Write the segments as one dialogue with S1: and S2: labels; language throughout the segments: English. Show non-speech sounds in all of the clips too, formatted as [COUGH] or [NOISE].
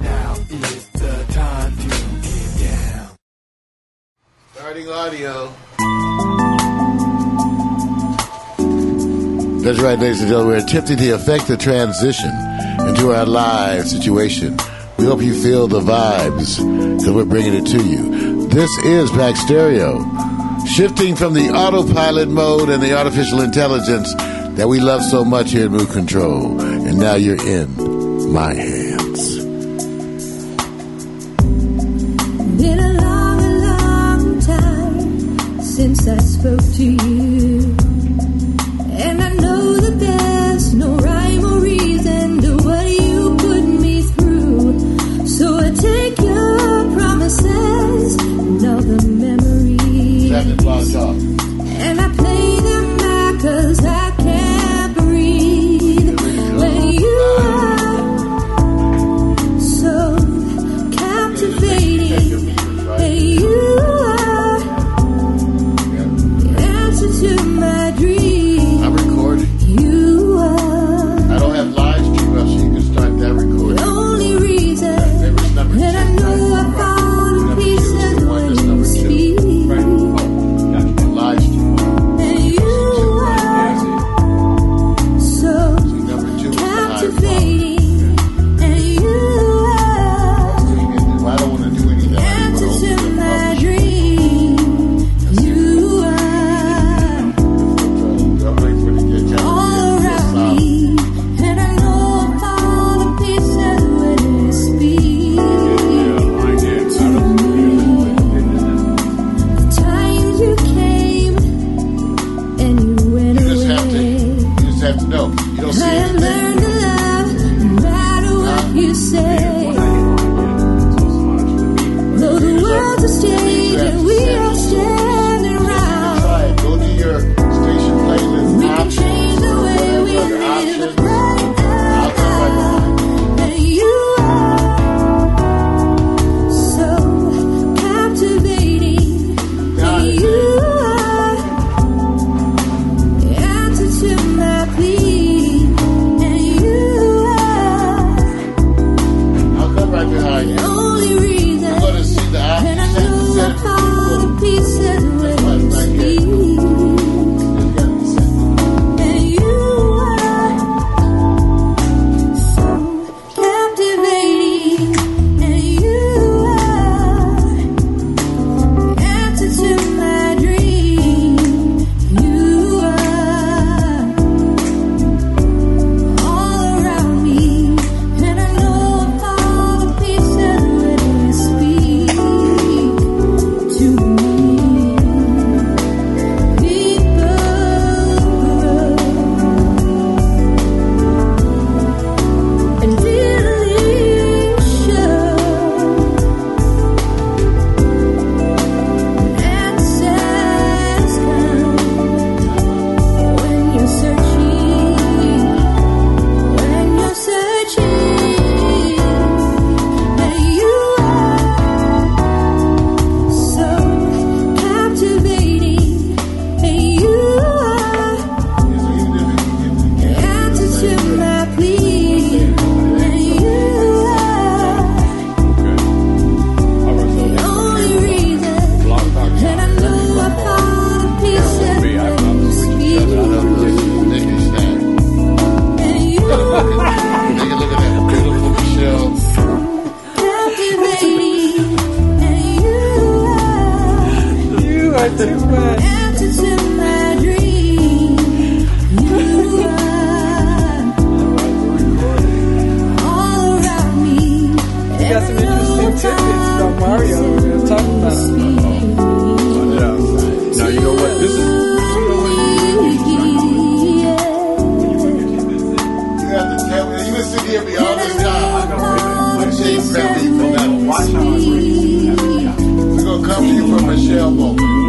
S1: is the time to get down.
S2: Starting audio.
S3: That's right, ladies and gentlemen. We're attempting to effect the transition into our live situation. We hope you feel the vibes because we're bringing it to you. This is Black Stereo, shifting from the autopilot mode and the artificial intelligence that we love so much here at Mood Control. And now you're in my hands.
S4: Been a long, a long time since I spoke to you. And I know that there's no rhyme or reason to what you put me through. So I take your promises and all the memories.
S3: Seven o'clock talk.
S4: And I play them back 'cause I can't breathe when you are so captivating. And you are the answer to my dream.
S3: I'm recording.
S4: You are
S3: I don't have live stream up, so you can start that recording.
S4: the only reason
S3: There was number
S4: that I
S3: two.
S4: know I found
S3: Number two
S4: peace
S3: is
S4: and
S3: the one that's
S4: when you
S3: number two.
S4: speak.
S3: Live stream.
S4: And you are so
S3: Number two is the live
S4: captivating, and you are
S3: Well, I don't want to do anything.
S4: the
S3: I just
S4: answer
S3: want to
S4: to
S3: open it
S4: my
S3: up.
S4: dream. You are
S3: I'm waiting for it to get
S4: all around
S3: challenging.
S4: me, and I know I'm falling pieces when you speak. The times you came and you went
S3: You just have to,
S4: away.
S3: you just have to know. You don't see
S4: I have
S3: anything.
S4: learned to love no matter what you say. Though the world's a stage and we are standing around,
S3: Try it. Go to your station playlist.
S4: we can change the way we live. Right now, and you are so captivating. And you are the answer to my plea. And you are
S3: I'll come right behind you.
S4: the only
S3: You're
S4: reason.
S3: going to see the
S4: And I know I fall to pieces when you speak. And you are so captivating. And you are the answer to my dream. You are all around me. And I know I fall to pieces when you speak to me. People grow and feeling show. Answers come when you're searching, when you're searching, and you are so captivating, and you are the answer to my plea, and you are the only reason that I know I fall to pieces when you speak, and you are captivating, and you are.
S5: You are too much.
S4: Answer to my dream. You are all around me.
S5: You got some interesting tidbits about Mario we were talking about.
S6: Now you know what this is.
S3: You have to tell me. You can sit here and be all this time.
S4: Yeah.
S3: We're going to come to you from Michelle moment.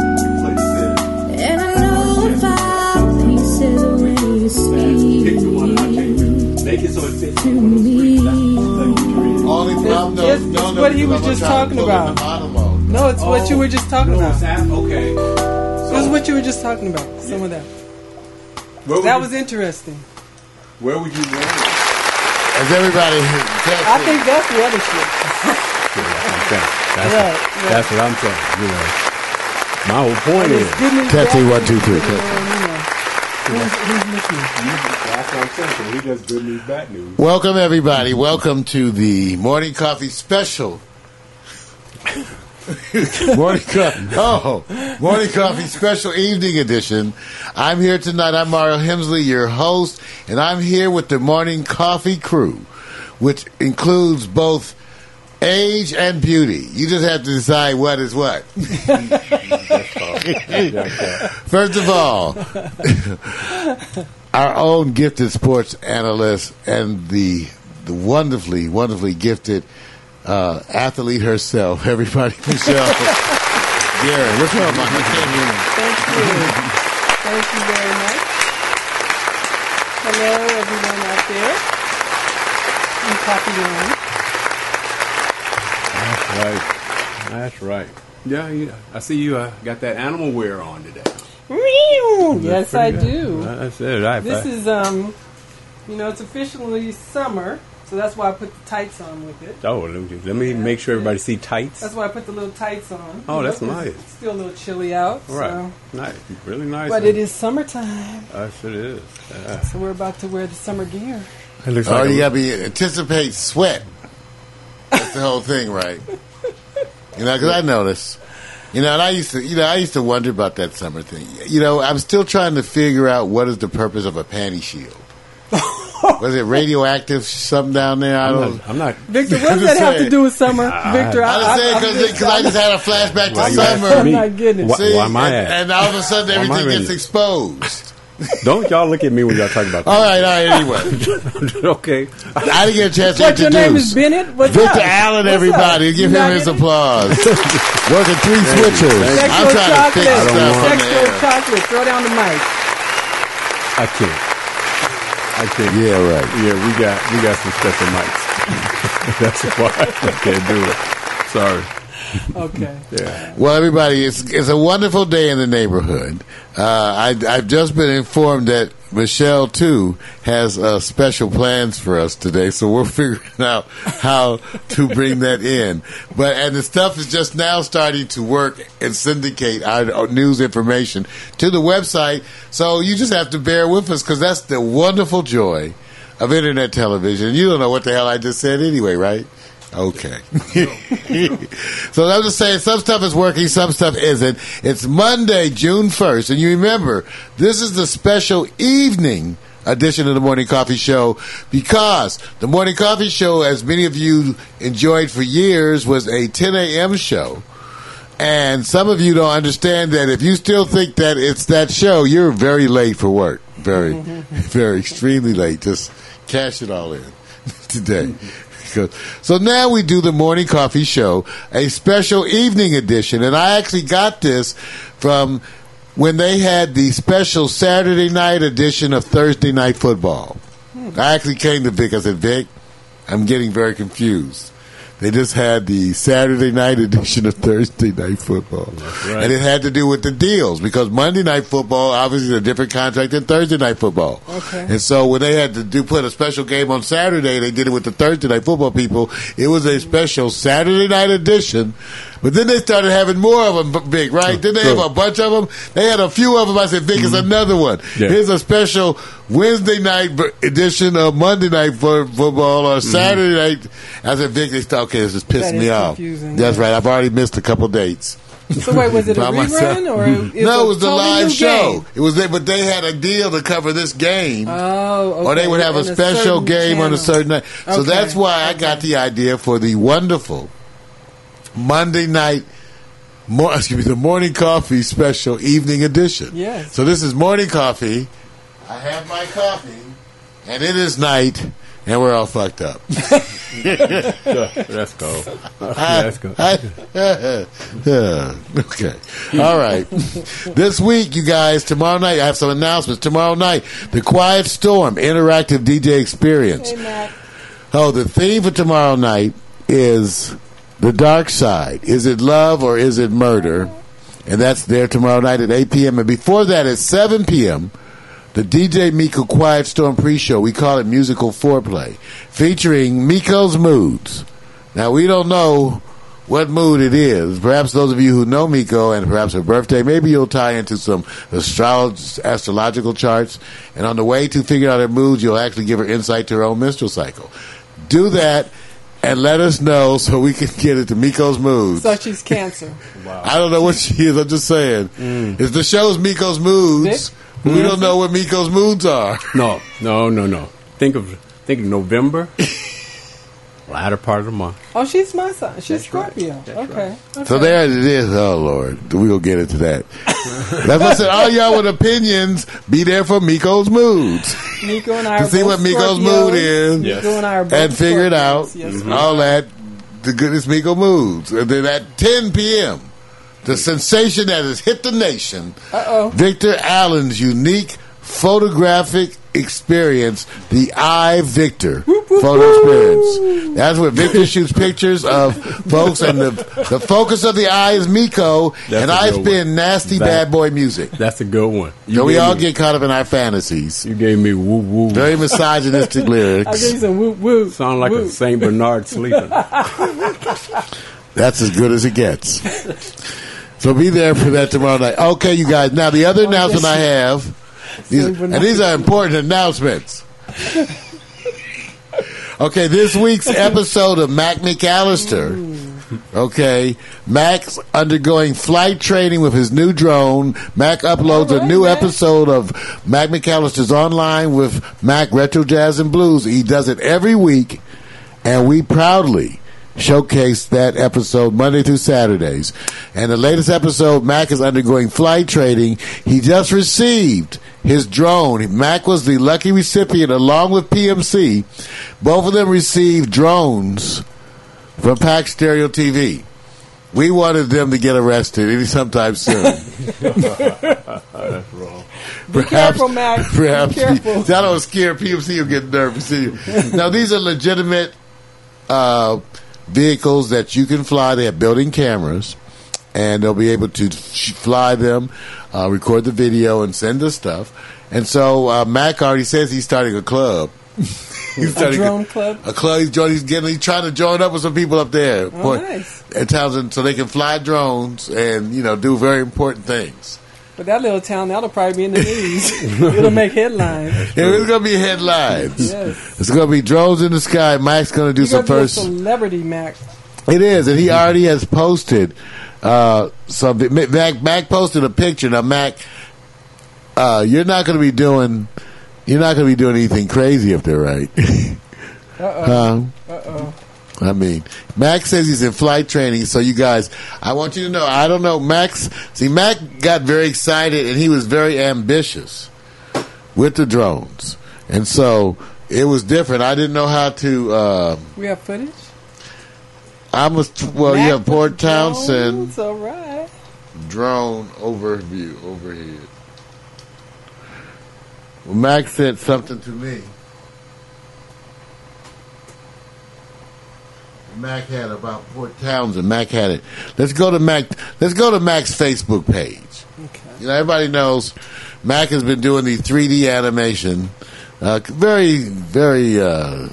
S4: And I know if I pieces when you speak
S6: Make it so it fits.
S4: to me.
S3: Only problem, though,
S5: It's-
S3: is
S5: it's
S3: don't know
S5: what he
S3: because
S5: was
S3: I'm gonna
S5: just
S3: try to
S5: talking
S3: pull in
S5: about.
S3: The bottom of it.
S5: No, it's what you were just talking
S6: Oh.
S5: about. It
S6: Okay.
S5: was what you were just talking about. Some of that.
S6: What
S5: That
S6: would
S5: was interesting.
S6: Where would you land?
S3: As everybody,
S5: I think that's the other shit.
S7: That's,
S5: Right, right.
S7: that's what I'm saying. You know, my whole point
S5: It's
S7: is
S5: getting it
S3: Testing
S5: back.
S3: one, two, three.
S5: You know, you know. Who's- who's Nikki?
S6: That's what I'm saying. So he does good news, bad news.
S3: welcome everybody. Welcome to the morning coffee special. morning coffee. [LAUGHS] Oh, morning coffee special evening edition. I'm here tonight. I'm Mario Hemsley, your host, and I'm here with the morning coffee crew, which includes both age and beauty. You just have to decide what is what. First of all, our own gifted sports analyst and the the wonderfully, wonderfully gifted uh, athlete herself, [LAUGHS] everybody, Michelle. Gary, what's up, man? I can't hear you.
S5: Thank you. Thank you very much. Hello, everyone out there. And copy on.
S6: That's right. That's right. Yeah, yeah. I see you uh, got that animal wear on today.
S5: Yes, I do.
S6: That's it. I,
S5: This is um, you know, it's officially summer, so that's why I put the tights on with it.
S6: oh, let me, let me make sure everybody see tights.
S5: That's why I put the little tights on.
S6: Oh, that's
S5: You know,
S6: nice.
S5: It's still a little chilly out.
S6: All right.
S5: So.
S6: Nice. Really nice.
S5: But it is summertime,
S6: Yes, it is. Uh,
S5: so we're about to wear the summer gear.
S6: it looks
S3: Oh,
S6: like
S3: you
S6: a-
S3: gotta be anticipate sweat. That's the whole thing, right? You know, because I noticed. You know, and I used to, you know, I used to wonder about that summer thing. You know, I'm still trying to figure out what is the purpose of a panty shield. Was it radioactive something down there? I
S6: I'm
S3: don't.
S6: not. I'm not
S5: Victor,
S3: [LAUGHS]
S5: what
S3: I'm
S5: does
S3: just
S5: that have to
S3: saying.
S5: do with summer? Victor,
S3: I
S5: I,
S3: was saying
S5: I, I'm
S3: because I just had a flashback
S6: Why
S3: to
S6: you asking
S3: summer.
S5: me? not getting it.
S6: Why,
S3: See,
S6: why am I
S3: and,
S6: at?
S3: and all of a sudden
S6: am I
S3: everything gets
S6: reading?
S3: exposed.
S6: Don't y'all look at me when y'all talk about
S3: All right, all
S6: [LAUGHS]
S3: right. Anyway,
S6: that. okay.
S3: I didn't get a chance to
S5: What,
S3: introduce.
S5: your name is Bennett? What's
S3: Victor
S5: up?
S3: Allen,
S5: What's up?
S3: everybody.
S5: You
S3: Give
S5: not
S3: him his
S6: [LAUGHS]
S5: getting it?
S3: applause. Working three switches.
S5: Sexual
S3: I'm trying to fix
S5: chocolate.
S3: stuff on the
S5: Sexual
S3: air.
S5: chocolate. Throw down the mic.
S6: I can't. I can't.
S3: Yeah, right.
S6: Yeah, we got we got some special mics. [LAUGHS] That's why I can't do it. Sorry.
S5: Okay.
S6: Yeah.
S3: Well, everybody, it's, it's a wonderful day in the neighborhood. Uh, I, I've just been informed that Michelle, too, has uh, special plans for us today, so we're [LAUGHS] figuring out how to bring that in. But And the stuff is just now starting to work and syndicate our, our news information to the website, so you just have to bear with us because that's the wonderful joy of internet television. You don't know what the hell I just said anyway, right? Okay. [LAUGHS] so I'm just saying some stuff is working, some stuff isn't. It's Monday, June 1st. And you remember, this is the special evening edition of the Morning Coffee Show because the Morning Coffee Show, as many of you enjoyed for years, was a 10 a.m. show. And some of you don't understand that if you still think that it's that show, you're very late for work. Very, [LAUGHS] very extremely late. Just cash it all in [LAUGHS] today. So now we do the morning coffee show, a special evening edition. And I actually got this from when they had the special Saturday night edition of Thursday Night Football. I actually came to Vic. I said, Vic, I'm getting very confused. They just had the Saturday night edition of Thursday Night Football.
S6: right.
S3: And it had to do with the deals because Monday Night Football obviously is a different contract than Thursday Night Football.
S5: Okay.
S3: And so when they had to do put a special game on Saturday, they did it with the Thursday Night Football people. It was a special Saturday night edition. But then they started having more of them, Vic, right? Didn't they have
S6: Sure. Mm-hmm.
S3: a bunch of them? They had a few of them. I said, Vic, it's another one.
S6: Yeah.
S3: Here's a special Wednesday night ver- edition of Monday Night Fo- Football or
S6: Mm-hmm.
S3: Saturday night. I said, Vic, they start, okay, this is pissing
S5: That is
S3: me off.
S5: confusing.
S3: That's right. I've already missed a couple dates.
S5: So wait, was it a
S3: By myself. Mm-hmm.
S5: rerun or is
S3: no, it was
S5: a
S3: the
S5: totally
S3: live
S5: new
S3: show.
S5: game?
S3: It was, they, but they had a deal to cover this game.
S5: Oh, okay.
S3: Or they would have a
S5: On
S3: special
S5: certain
S3: game on a
S5: channel.
S3: certain night. So
S5: Okay.
S3: that's why I got the idea for the wonderful Monday night, mor- [LAUGHS] excuse me, the morning coffee special evening edition.
S5: Yes.
S3: So this is morning coffee. I have my coffee, and it is night, and we're all fucked
S5: [LAUGHS]
S3: up.
S6: Let's go. Let's go.
S3: I- [LAUGHS] Yeah.
S5: [LAUGHS]
S3: okay. All right. this week, you guys, tomorrow night, I have some announcements. Tomorrow night, The Quiet Storm Interactive DJ Experience.
S5: Hey, Matt.
S3: Oh, the theme for tomorrow night is the dark side. Is it love or is it murder? And that's there tomorrow night at 8 p.m. And before that, at 7 p.m., The DJ Miko Quiet Storm pre show, we call it Musical Foreplay, featuring Miko's Moods. Now, we don't know what mood it is. Perhaps those of you who know Miko and perhaps her birthday, maybe you'll tie into some astrolog- astrological charts. And on the way to figure out her moods, you'll actually give her insight to her own menstrual cycle. Do that and let us know so we can get it to Miko's moods.
S5: So she's cancer.
S3: I don't know what she is. I'm just saying. If the show's Miko's moods, we don't know what Miko's moods are.
S7: No, no, no, no. Think of think of November, latter part of the month.
S5: Oh, she's my son. She's
S7: That's right.
S5: Scorpio.
S7: That's
S5: Okay. okay.
S3: So there it is. Oh Lord, we'll get into [LAUGHS] that. That's what I said. All y'all with opinions, be there for Miko's moods
S5: Nico and
S3: to
S5: I are
S3: see
S5: both
S3: what Miko's
S5: Scorpios.
S3: mood is,
S7: Yeah.
S5: Nico and I are both
S3: and figure it out. Mm-hmm.
S5: Scorpios. Yes, sir.
S3: All that, the goodness Miko moods. And then at 10 p.m., the sensation that has hit the nation.
S5: Uh-oh.
S3: Victor Allen's unique photographic experience, the I Victor photo experience. That's where Victor shoots pictures of folks, and the, the focus of the eye is Miko,
S7: That's
S3: and
S7: a
S3: I
S7: good
S3: spin
S7: one.
S3: nasty
S7: That-
S3: bad boy music.
S7: That's a good one. You
S3: So we
S7: gave
S3: all
S7: me-
S3: get caught up in our fantasies.
S7: you gave me woo woo.
S3: Very misogynistic
S5: I
S3: lyrics.
S5: think some woo woo.
S7: Sound like
S5: woo.
S7: a Saint Bernard sleeping.
S3: That's as good as it gets. So be there for that tomorrow night. Okay, you guys. Now the other announcement I have, these,
S5: Save
S3: and these are important announcements. Okay, this week's episode of Mac McAllister. Okay, Mac's undergoing flight training with his new drone. Mac uploads a
S5: right,
S3: new
S5: Mac.
S3: episode of Mac McAllister's Online with Mac Retro Jazz and Blues. He does it every week, and we proudly showcase that episode Monday through Saturdays. And the latest episode, Mac is undergoing flight training. He just received his drone. Mac was the lucky recipient, along with PMC. Both of them received drones from Pack Stereo TV. We wanted them to get arrested any sometime soon.
S5: Be careful, Max.
S3: Perhaps
S5: Be careful.
S3: that'll scare PMC. Will get nervous. See, now these are legitimate uh, vehicles that you can fly. They have built-in cameras, and they'll be able to sh- fly them, uh, record the video, and send us stuff. And so uh, Mac already says he's starting a club. he's
S5: A drone club.
S3: [LAUGHS] a club. He's joining. He's getting. He's trying to join up with some people up there.
S5: Oh, nice.
S3: At Townsend, so they can fly drones and you know do very important things.
S5: But that little town, that'll probably be in the news. [LAUGHS] It'll make headlines.
S3: Yeah, it's gonna be headlines.
S5: Yes.
S3: It's gonna be drones in the sky. Mike's gonna do
S5: You're
S3: some
S5: gonna be a
S3: first.
S5: celebrity, Mac.
S3: It is, and he already has posted uh, something. Ma- Mac, Mac posted a picture. Now, Mac, uh, you're not gonna be doing. You're not gonna be doing anything crazy up there, right? [LAUGHS] Uh-oh.
S5: Uh-oh.
S3: I mean, Max says he's in flight training, so you guys, I want you to know, I don't know, Max, see, Mac got very excited and he was very ambitious with the drones. And so it was different. I didn't know how to, uh,
S5: We have footage?
S3: I must, well,
S5: Mac
S3: you have
S5: with
S3: Oh, Port
S5: the drones,
S3: Townsend
S5: all right.
S3: drone overview, overhead. Well, Max said something to me. Mac had about Port Townsend. Mac had it. Let's go to Mac. Let's go to Mac's Facebook page. You know, everybody knows Mac has been doing the 3D animation, uh, very, very uh,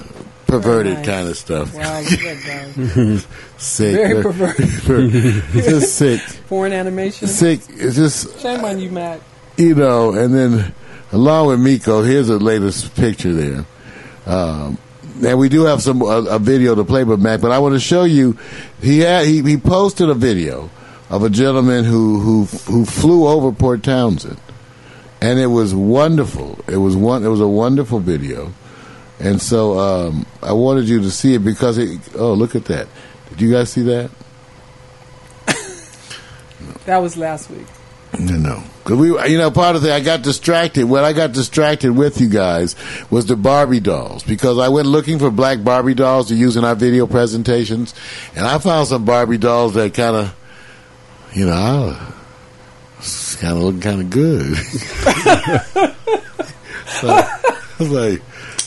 S3: perverted
S5: nice.
S3: kind of stuff.
S5: Wow, look at that guy.
S3: Sick, [LAUGHS]
S5: Very perverted.
S3: just sick,
S5: Foreign animation.
S3: sick. It's just
S5: Shame on you, Mac.
S3: you know, and then along with Miko, here's the latest picture there. Um, and we do have some a, a video to play with Mac, but I want to show you. He had he, he posted a video of a gentleman who who who flew over Port Townsend, and it was wonderful. It was one. It was a wonderful video, and so um, I wanted you to see it because it. Oh, look at that! Did you guys see that?
S5: That was last week.
S3: No, no. 'Cause we, you know, part of the I got distracted. What I got distracted with you guys was the Barbie dolls because I went looking for black Barbie dolls to use in our video presentations, and I found some Barbie dolls that kind of, you know, kind of looking kind of good. [LAUGHS] so, I was like,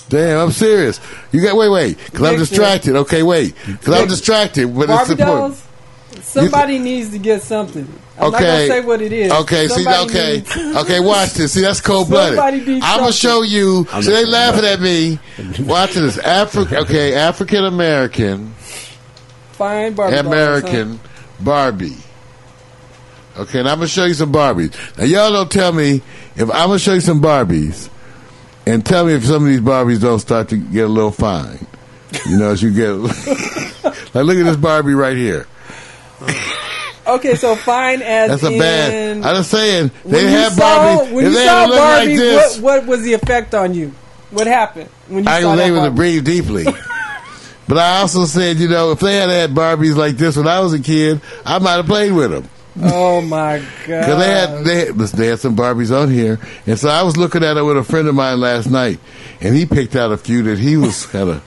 S3: damn, I'm serious. You got wait, wait, because I'm
S5: Victor.
S3: distracted. Okay, wait, because I'm distracted. But it's
S5: Barbie
S3: important.
S5: dolls? Somebody needs to get something. I'm not gonna
S3: Okay.
S5: say what it is.
S3: Okay, see,
S5: Somebody
S3: okay,
S5: needs-
S3: okay. Watch this. See, that's cold blooded.
S5: Somebody needs
S3: I'm gonna
S5: something.
S3: show you.
S7: I'm
S3: see,
S7: not
S3: they
S7: gonna
S3: laughing
S7: know.
S3: at me. Watch this. Afri- okay, African American,
S5: Fine Barbie. dolls, huh?
S3: American Barbie. Okay, and I'm gonna show you some Barbies. Now, y'all don't tell me if I'm gonna show you some Barbies, and tell me if some of these Barbies don't start to get a little fine. You know, as you get, [LAUGHS] like, look at this Barbie right here.
S5: Okay, so fine as
S3: That's a bad.
S5: in-
S3: I'm just saying
S5: when
S3: they
S5: you
S3: have
S5: saw-
S3: Barbies.
S5: When
S3: if
S5: you
S3: they
S5: saw
S3: look
S5: Barbie,
S3: like this,
S5: what, what was the effect on you? What happened when you
S3: I
S5: saw
S3: was
S5: that
S3: able to
S5: Barbie?
S3: breathe
S5: [LAUGHS]
S3: deeply. but I also said, you know, if they had had Barbies like this when I was a kid, I might have played with them
S5: Oh
S3: [LAUGHS]
S5: my god!
S3: because they had they had, listen, they had some Barbies on here, and so I was looking at it with a friend of mine last night, and he picked out a few that he was [LAUGHS] kind of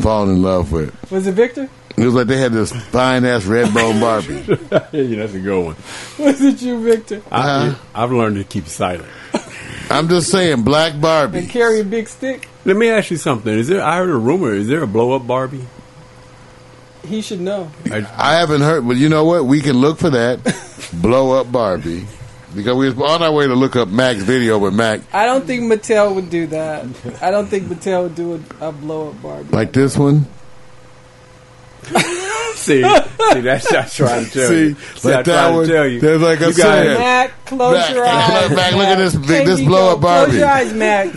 S3: falling in love with.
S5: was it Victor? [LAUGHS]
S3: It was like they had this fine ass red bone Barbie.
S7: [LAUGHS] yeah, that's a good one.
S5: Was it you, Victor?
S3: Uh-huh.
S7: I, I've learned to keep silent.
S3: I'm just saying, black
S5: And
S3: Barbie.
S5: carry a big stick.
S7: Let me ask you something. Is there? I heard a rumor. Is there a blow up Barbie?
S5: He should know.
S7: I, [LAUGHS]
S3: I haven't heard, but you know what? We can look for that. Blow up Barbie. Because we was on our way to look up Mac's video with Mac.
S5: I don't think Mattel would do that. I don't think Mattel would do a, a blow up Barbie.
S3: Like this one?
S7: see, see, that's what I'm trying to tell you.
S3: See, like
S7: I'm
S3: that
S7: trying
S3: one,
S7: to tell you.
S3: that's like I
S7: you
S3: said.
S7: gotta-
S5: Mac, close
S3: Mac,
S5: your eyes.
S3: [LAUGHS] Mac, look at this-
S5: There
S3: this
S5: you
S3: blow-up
S5: go.
S3: Barbie.
S5: Close your eyes, Mac.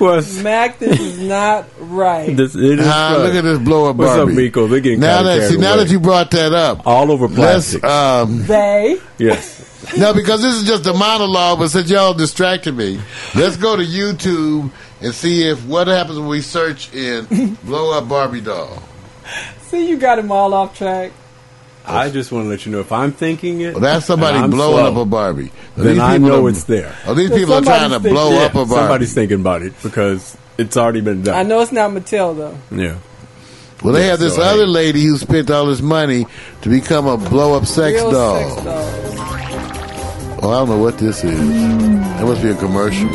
S7: well,
S5: Mac, this is not right.
S7: this, it is
S3: Ah,
S7: fun.
S3: look at this blow up
S7: What's
S3: Barbie.
S7: up, Miko? They're getting
S3: now
S7: kinda
S3: that see,
S7: carried
S3: now
S7: away.
S3: that you brought that up,
S7: all over
S3: let's
S7: plastic.
S3: um
S5: they
S7: yes.
S3: no because this is just a monologue, but since y'all distracted me, let's go to YouTube and see if what happens when we search
S7: [LAUGHS]
S3: in blow up Barbie doll.
S5: see you got him all off track.
S7: I just want to let you know if I'm thinking it,
S3: Well, that's
S7: and
S3: somebody
S7: I'm
S3: blowing
S7: slow,
S3: up a Barbie. Now,
S7: Then
S3: these
S7: I
S3: people
S7: know
S3: are-
S7: it's there.
S3: Oh, these
S5: So
S3: people are trying to
S5: somebody's
S3: blow
S5: thinking-
S3: up a Barbie.
S7: Somebody's thinking about it because it's already been done.
S5: I know it's not Mattel though.
S7: Yeah.
S3: well, they have this
S7: So, hey.
S3: other lady who spent all this money to become a blow up sex
S5: Real
S3: doll.
S5: sex dolls.
S3: Oh, I don't know what this is. That must be a commercial.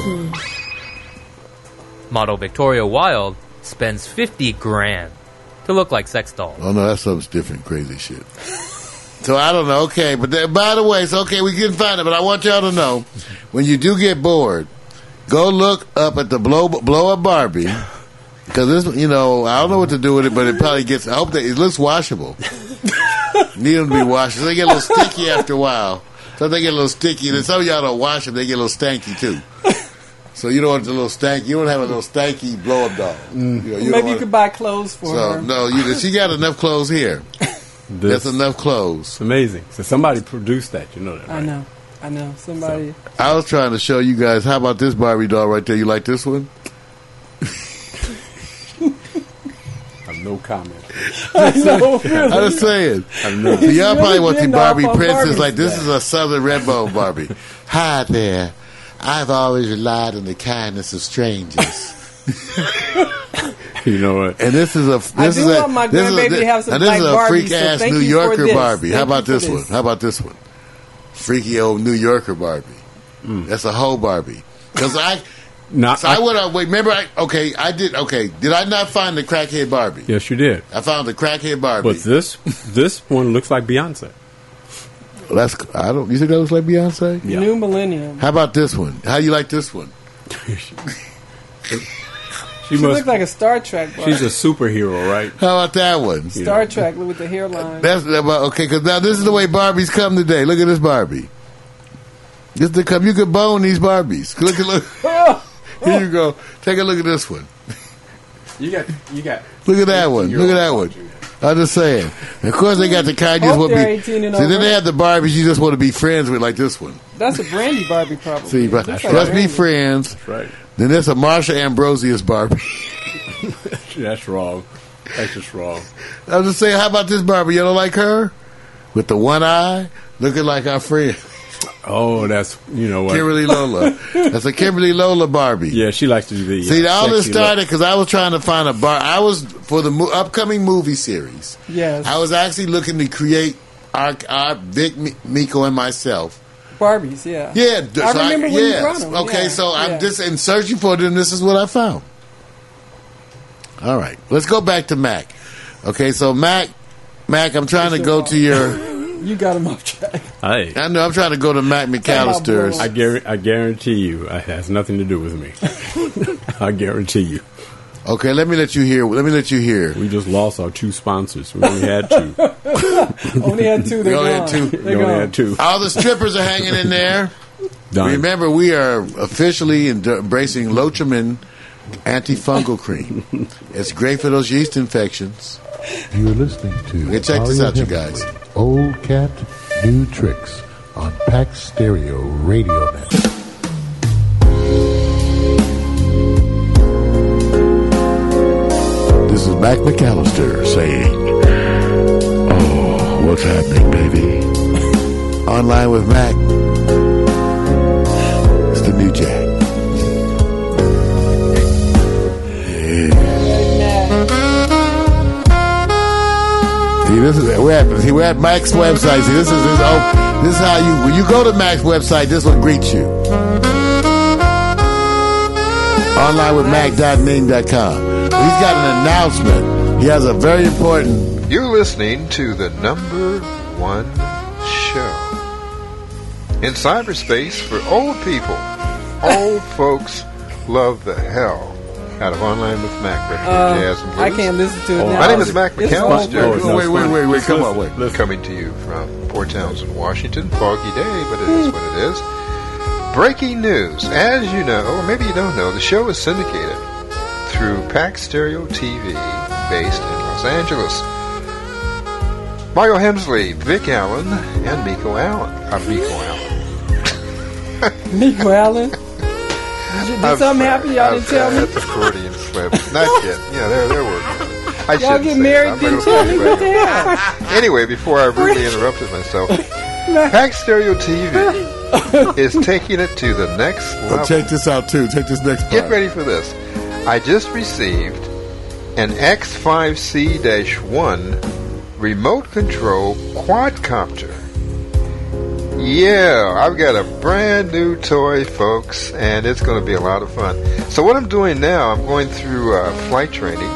S8: Model Victoria Wilde spends 50 grand to look like sex doll.
S3: Oh no, that's something different, crazy shit. [LAUGHS] So I don't know. Okay, but that, by the way, so okay, we couldn't find it, but I want y'all to know when you do get bored, go look up at the blow blow up Barbie because this, you know, I don't know what to do with it, but it probably gets. I hope that it looks
S5: [LAUGHS]
S3: washable. Need them to be washed. They get a little sticky after a while. So they get a little sticky. Then some of y'all don't wash them; they get a little stanky
S5: [LAUGHS]
S3: too. So you don't want a little stanky. You don't have a little stanky blow up doll. You know, you don't
S5: Mm. Maybe you
S3: wanna-
S5: could buy clothes for
S3: so
S5: her.
S3: no, you, she got enough clothes [LAUGHS] here.
S7: This
S3: That's
S7: is
S3: enough clothes.
S7: amazing. So somebody produced that. You know that, right?
S5: I know. I know. Somebody. [LAUGHS]
S3: I was trying to show you guys. How about this Barbie doll right there? You like this
S5: [LAUGHS]
S3: one?
S7: I have no comment.
S5: [LAUGHS] no, really.
S3: I'm just
S5: [LAUGHS]
S3: saying.
S7: know.
S3: So y'all
S5: Really
S3: probably want the
S5: getting
S3: Barbie
S5: off on
S3: princess.
S5: Barbies
S3: Like this is a Southern Redbone Barbie. Hi there. I've always relied on the kindness of strangers.
S7: [LAUGHS] You know what?
S3: And this is a this
S5: I
S3: is
S5: do
S3: a
S5: want my
S3: this is
S5: grandbaby
S3: a,
S5: to have some
S3: and this
S5: black
S3: is a
S5: Barbies,
S3: freak
S5: so
S3: ass
S5: thank
S3: New
S5: you for
S3: Yorker
S5: this.
S3: Barbie. How
S5: Thank
S3: about
S5: you for
S3: this one?
S5: this.
S3: How about this one? Freaky old New Yorker Barbie. That's a whole Barbie. Because I
S7: Not.
S3: So I went on. Wait, remember? I okay. I did. Okay, did I not find the crackhead Barbie?
S7: yes, you did.
S3: I found the crackhead Barbie.
S7: But this this one looks like [LAUGHS] Beyonce.
S3: Well, that's I don't. You think that looks like Beyonce?
S7: Yeah.
S5: New Millennium.
S3: How about this one? How you like this one?
S7: She
S5: She
S7: must.
S5: looked like a Star Trek. Barbie.
S7: she's a superhero, right?
S3: How about that one?
S5: Star Trek with the hairline.
S3: That's that- well, okay. Because now this is the way Barbies come today. Look at this Barbie. This the come. You could bone these Barbies. Look at look.
S5: [LAUGHS]
S3: Here you go. Take a look at this one.
S7: You got. You got.
S3: Look at that one. Look at that one. I'm just saying. Of course, they got the kind you just want
S5: Hope
S3: to
S5: they're
S3: be.
S5: 18 and
S3: See, then
S5: over.
S3: they have the Barbies you just want to be friends with, like this one.
S5: That's a Brandy Barbie probably.
S3: See, but
S5: Looks
S3: just
S5: like
S3: be
S5: Brandy.
S3: friends.
S7: Right.
S3: Then there's a Marsha Ambrosius Barbie. [LAUGHS]
S7: That's wrong. That's just wrong.
S3: I'm just saying, how about this Barbie? You don't like her? With the one eye, looking like our friend [LAUGHS]
S7: Oh, that's you know what?
S3: Kimberly Lola. That's a Kimberly Lola Barbie.
S7: Yeah, she likes to do the.
S3: See,
S7: uh,
S3: all this
S7: sexy look.
S3: started because I was trying to find a bar. I was for the mo- upcoming movie series.
S5: Yes.
S3: I was actually looking to create our, our Vic Mi- Miko and myself
S5: Barbies, yeah.
S3: Yeah, d-
S5: I
S3: so
S5: remember when you
S3: yes.
S5: brought 'em,
S3: Okay,
S5: yeah,
S3: so
S5: yeah.
S3: I'm just in searching for them. This is what I found. All right, let's go back to Mac. Okay, so Mac, Mac, I'm trying to go to your.
S5: You got him off [LAUGHS] track.
S7: Hey,
S3: I know I'm trying to go to Mac McAllister's.
S7: I, guar- I guarantee you, uh, it has nothing to do with me. [LAUGHS] I guarantee you.
S3: Okay, let me let you hear. Let me let you hear.
S7: We just lost our two sponsors. We only had two.
S5: Only had two. They
S3: only
S5: gone.
S3: had two.
S5: They
S7: we only
S5: gone.
S7: had two.
S3: All the strippers are hanging in there.
S7: Done.
S3: Remember, we are officially en- embracing Lotrimin antifungal cream. it's great for those yeast infections.
S9: You're listening to
S3: Okay, check this
S9: Ari
S3: out, you
S9: Hemingway,
S3: guys.
S9: Old Cat, New Tricks on Pax Stereo Radio Net.
S3: This is Mac McAllister saying, "Oh, what's happening, baby?" [LAUGHS] Online with Mac. It's the new Jack. See, this is we're at see, we're at Mac's website. See, this is his oh, this is how you when you go to Mac's website, this will greet you. Online with Mac.ning.com. He's got an announcement. He has a very important
S10: You're listening to the number one show in cyberspace for old people. Old folks love the hell out of Online with Mac, Retro Jazz and
S5: Uh, I
S10: Blues.
S5: can't listen to it now.
S10: My name is Mac
S5: It's
S10: McAllister.
S5: over.
S7: it's not
S10: Wait, wait,
S7: spon-
S10: wait, wait, come
S7: listen,
S10: on, wait.
S7: listen.
S10: Coming to you from Port Townsend, Washington. Foggy day, but it is what it is. Breaking news. As you know, or maybe you don't know, the show is syndicated through Pax Stereo TV, based in Los Angeles. Michael Hemsley, Vic Allen, and Miko Allen. Uh, Miko Allen.
S5: Nico Allen. Did, you- did
S10: I'm
S5: something
S10: sorry,
S5: happen y'all
S10: I'm
S5: didn't tell
S10: sorry,
S5: me?
S10: That's accordion slip. Not yet. Yeah, they're, they're working. I
S5: Y'all
S10: shouldn't
S5: get
S10: say
S5: married,
S10: that. I'm
S5: didn't
S10: not gonna
S5: tell me
S10: say that.
S5: what the hell?
S10: Anyway, before I rudely interrupted myself, Pack Stereo TV is taking it to the next
S3: Well,
S10: level.
S3: check this out too. Check this next part.
S10: Get ready for this. I just received an X5C 1 remote control quadcopter. Yeah, I've got a brand new toy, folks, and it's going to be a lot of fun. So, what I'm doing now, I'm going through uh, flight training.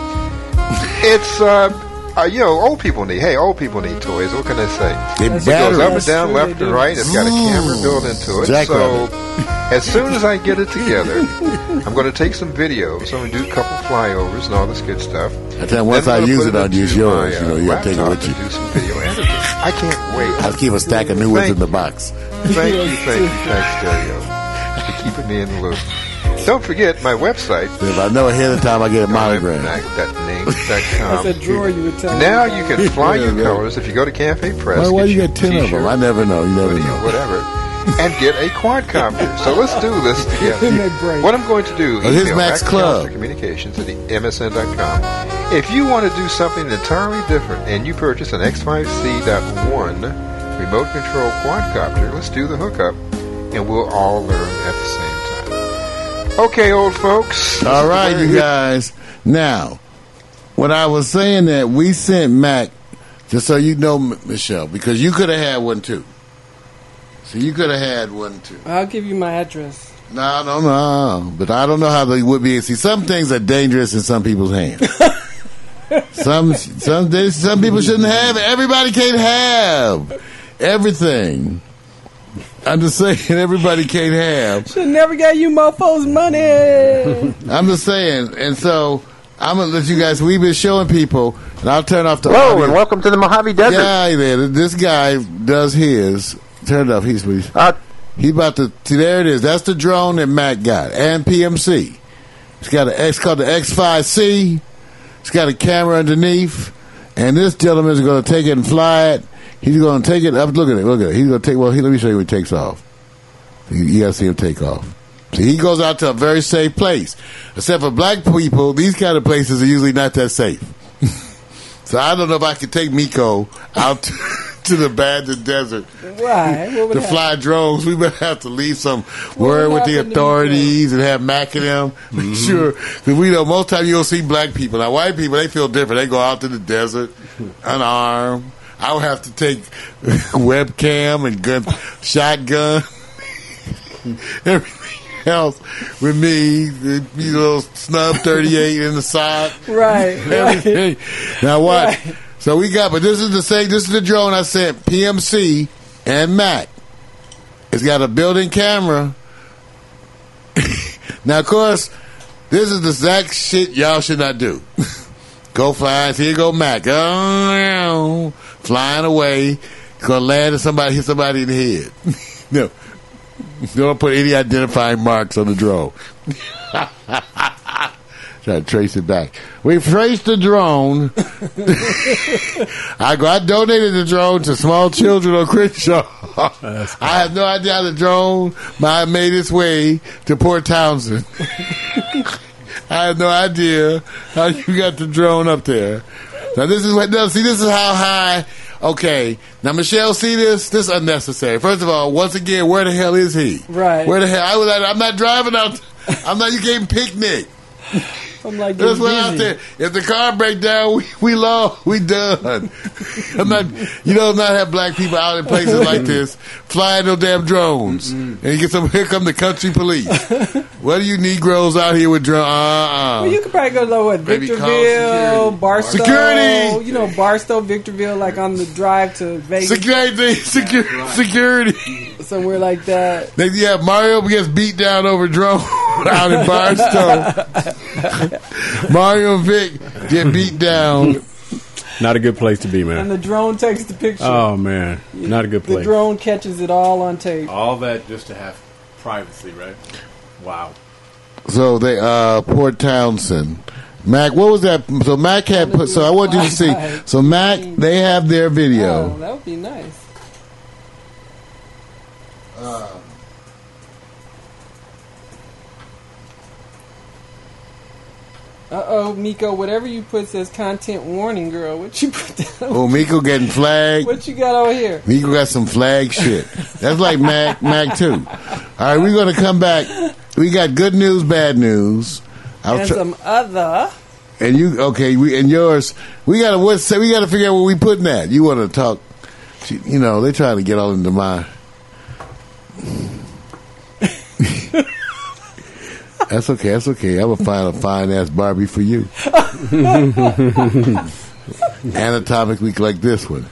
S10: It's, uh, uh, you know, old people need, hey, old people need toys. What can I say?
S3: They
S5: That's
S10: It goes
S3: battered
S10: up
S3: us.
S10: and down,
S5: true,
S10: left
S5: they
S10: and
S5: do.
S10: right. It's got a camera
S3: Ooh.
S10: built into it.
S3: Jackrabbit.
S10: So as soon as I get it together,
S3: [LAUGHS]
S10: I'm going to take some videos. I'm going to do a couple flyovers and all this good stuff.
S3: I tell you, once
S10: Then
S3: I
S10: I'm gonna
S3: use
S10: put
S3: it, I'll
S10: into
S3: use
S10: my,
S3: yours. You
S10: uh,
S3: know, you'll take it
S10: laptop
S3: with you.
S10: and Do some video editing. I can't wait.
S3: [LAUGHS] I'll keep a stack of new ones
S10: Thank
S3: in the box.
S10: Thank you, thank you, thanks, Stereo, for keeping me in the loop. Don't forget my website.
S3: If I know ahead of time, I get a monogram.
S5: [LAUGHS] I said drawer you would tell
S10: Um, Now
S5: me.
S10: you can fly
S3: Yeah,
S10: your
S3: yeah.
S10: colors if you go to Cafe Press.
S3: Why, why you
S10: your
S3: get 10 of them?
S10: t-shirt,
S3: I never know. You never
S10: hoodie,
S3: know.
S10: whatever, and get a quadcopter. So let's do this together.
S5: Make break.
S10: What I'm going to do
S3: But here's
S10: email
S3: Max
S10: Max
S3: Club.
S10: Club Communications at the MSN.com. If you want to do something entirely different and you purchase an X5C.1 remote control quadcopter, let's do the hookup and we'll all learn at the same time. Okay, old folks. this
S3: All
S10: is
S3: right,
S10: Larry
S3: you
S10: Hoover.
S3: guys. Now, when I was saying that, we sent Mac, just so you know, M- Michelle, because you could have had one too. So you could have had one too.
S5: I'll give you my address.
S3: No, no, no. But I don't know how they would be. See, some things are dangerous in some people's hands. some, some, they- some people shouldn't have. it. Everybody can't have everything. I'm just saying, [LAUGHS] everybody can't have.
S5: Should never got you mofos
S3: [LAUGHS]
S5: money.
S3: I'm just saying, and so I'm gonna let you guys. We've been showing people, and I'll turn off the.
S11: Hello
S3: audio.
S11: and welcome to the Mojave Desert.
S3: Yeah, man, this guy does his. Turn it up. He's he's-
S11: Uh,
S3: he about to. See, there it is. That's the drone that Mac got and PMC. It's got an X called the X5C. It's got a camera underneath, and this gentleman is going to take it and fly it. He's going to take it up. Look at it. Look at it. He's going to take. Well, he, let me show you what he takes off. You, you got to see him take off. See, he goes out to a very safe place. Except for black people, these kind of places are usually not that safe. [LAUGHS] so I don't know if I could take Miko out [LAUGHS] to, to the abandoned desert
S5: Why? What would
S3: to
S5: happen?
S3: fly drones. We better have to leave some word
S5: what
S3: with the
S5: happened to
S3: authorities and have Mac and them. [LAUGHS] Make sure. Because we know most time you don't see black people. Now, white people, they feel different. They go out to the desert unarmed. I would have to take [LAUGHS] webcam and gun, shotgun, [LAUGHS] everything. else with me, the- you little snub 38 in the sock. [LAUGHS]
S5: Right,
S3: Everything. Now what? So we got, but this is the same, this is the drone I sent, PMC and Mac. It's got a built-in camera. [LAUGHS] now, of course, this is the exact shit y'all should not do. [LAUGHS] go flies, here go Mac. Oh, flying away, gonna land and somebody hit somebody in the head. [LAUGHS] no, don't put any identifying marks on the drone. Try to trace it back. We traced the drone. I go. I donated the drone to small children on Crenshaw. [LAUGHS] I have no idea how the drone my, made its way to Port Townsend. I have no idea how you got the drone up there. Now this is what. Now see, this is how high. Okay, now Michelle, see this? This is unnecessary. First of all, once again, where the hell is he?
S5: right.
S3: Where the hell? I was. at- I'm not driving out. I'm not. You gave picnic.
S5: I'm like,
S3: That's
S5: getting
S3: what out
S5: dizzy.
S3: there. If the car break down, we, we lost. We done. [LAUGHS] I'm not. You don't not have black people out in places like this flying no damn drones. And you get some. Here come the country police. what do you Negroes out here with drones? Uh uh
S5: Well, you could probably go to what
S3: Maybe call
S5: Victorville,
S3: security.
S5: Barstow.
S3: Security!
S5: You know Barstow, Victorville, like on the drive to Vegas,
S3: Security, [LAUGHS] security, security.
S5: somewhere like that.
S3: They, yeah, Mario gets beat down over drone [LAUGHS] out in
S5: [LAUGHS]
S3: Barstow. Mario and Vic get beat down.
S7: Not a good place to be,
S5: And
S7: man.
S5: the drone takes the picture.
S7: Oh man, not a good
S5: the
S7: place.
S5: drone catches it all on tape.
S7: All that just to have privacy, right? Wow.
S3: So they uh Port Townsend. Mac, what was that? So Mac had put. So I want you to see. So Mac, they have their
S5: Oh,
S3: video.
S5: that would be nice.
S3: Um.
S5: Uh oh, Miko, whatever you put says content warning, girl. What you put down?
S3: Oh, Miko getting flagged.
S5: [LAUGHS] What you got over here?
S3: Miko got some flag shit. That's like Mac, Mac too. All right, we're gonna come back. We got good news, bad news. I'll
S5: And
S3: tr-
S5: some other.
S3: and you okay? We and yours. We gotta what? Say we gotta figure out what we putting that. You want to talk? she- You know they trying to get all into my. that's okay. That's okay. I'm gonna find a fine ass Barbie for you. Anatomically like this one.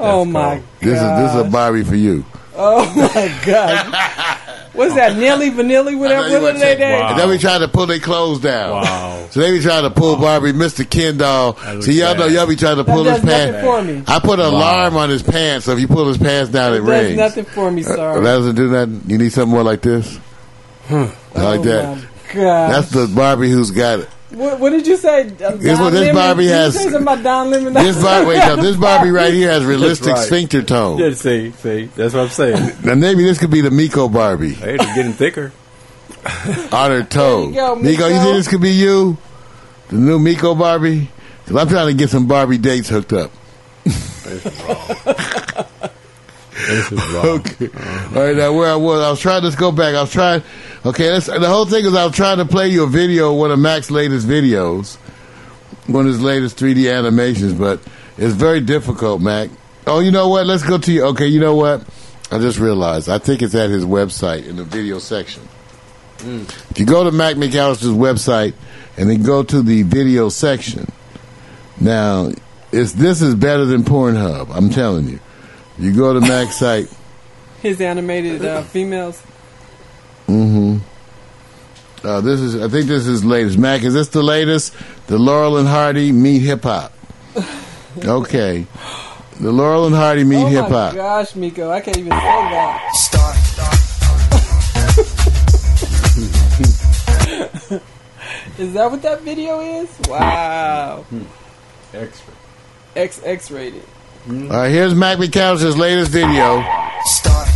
S5: Oh my
S3: This
S5: god.
S3: is this is a Barbie for you.
S5: Oh my god.
S3: [LAUGHS]
S5: What's that? Nelly Vanilli,
S3: I
S5: whatever
S3: know you
S5: what
S3: wanna
S5: are they
S3: say-
S5: name?
S3: And then we tried to pull their clothes down.
S7: Wow.
S3: [LAUGHS] So they be trying to pull Barbie, Mr. Ken doll.
S7: looks
S3: So y'all know
S7: bad.
S3: y'all be trying to
S5: That
S3: pull his
S5: does nothing
S3: pants.
S5: for me.
S3: I put an alarm on his pants, so if you pull his pants down, it,
S5: It does
S3: rings.
S5: nothing for me,
S3: Uh,
S5: sorry.
S3: that doesn't do nothing. You need something more like this. Like
S5: oh
S3: that.
S5: My god.
S3: That's the Barbie who's got it.
S5: what, what did you say? Uh,
S3: This one- this Barbie has-
S5: Did you say something about Don Lemon?
S3: This Barbie, wait, now, this Barbie right here has realistic
S7: right.
S3: sphincter tone.
S7: Yeah, see, see, that's what I'm saying.
S3: [LAUGHS] Now maybe this could be the Miko Barbie
S7: hey, they're getting thicker.
S3: on her toe.
S5: you go,
S3: Miko, you
S5: Miko.
S3: think this could be you, the new Miko Barbie? Because I'm trying to get some Barbie dates hooked up.
S7: This is wrong.
S3: Okay. All right. Now where I was, I was trying to go back. I was trying. Okay. That's, the whole thing is I was trying to play you a video, of one of Mac's latest videos, one of his latest 3D animations, but it's very difficult, Mac. Oh, you know what? Let's go to you. Okay. You know what? I just realized. I think it's at his website in the video section. If you go to Mac McAllister's website and then go to the video section, now it's this is better than Pornhub. I'm telling you. You go to Mac's [LAUGHS] site.
S5: His animated uh, females.
S3: Uh, this is, I think this is latest. Mac, is this the latest? The Laurel and Hardy meet hip hop. Okay. The Laurel and Hardy meet
S5: oh
S3: hip
S5: my
S3: hop.
S5: gosh, Miko, I can't even say that.
S1: Start.
S5: [LAUGHS] Is that what that video is? Wow.
S7: Extra.
S5: XX rated.
S3: All right, here's Mac McAllister's latest video
S1: Start.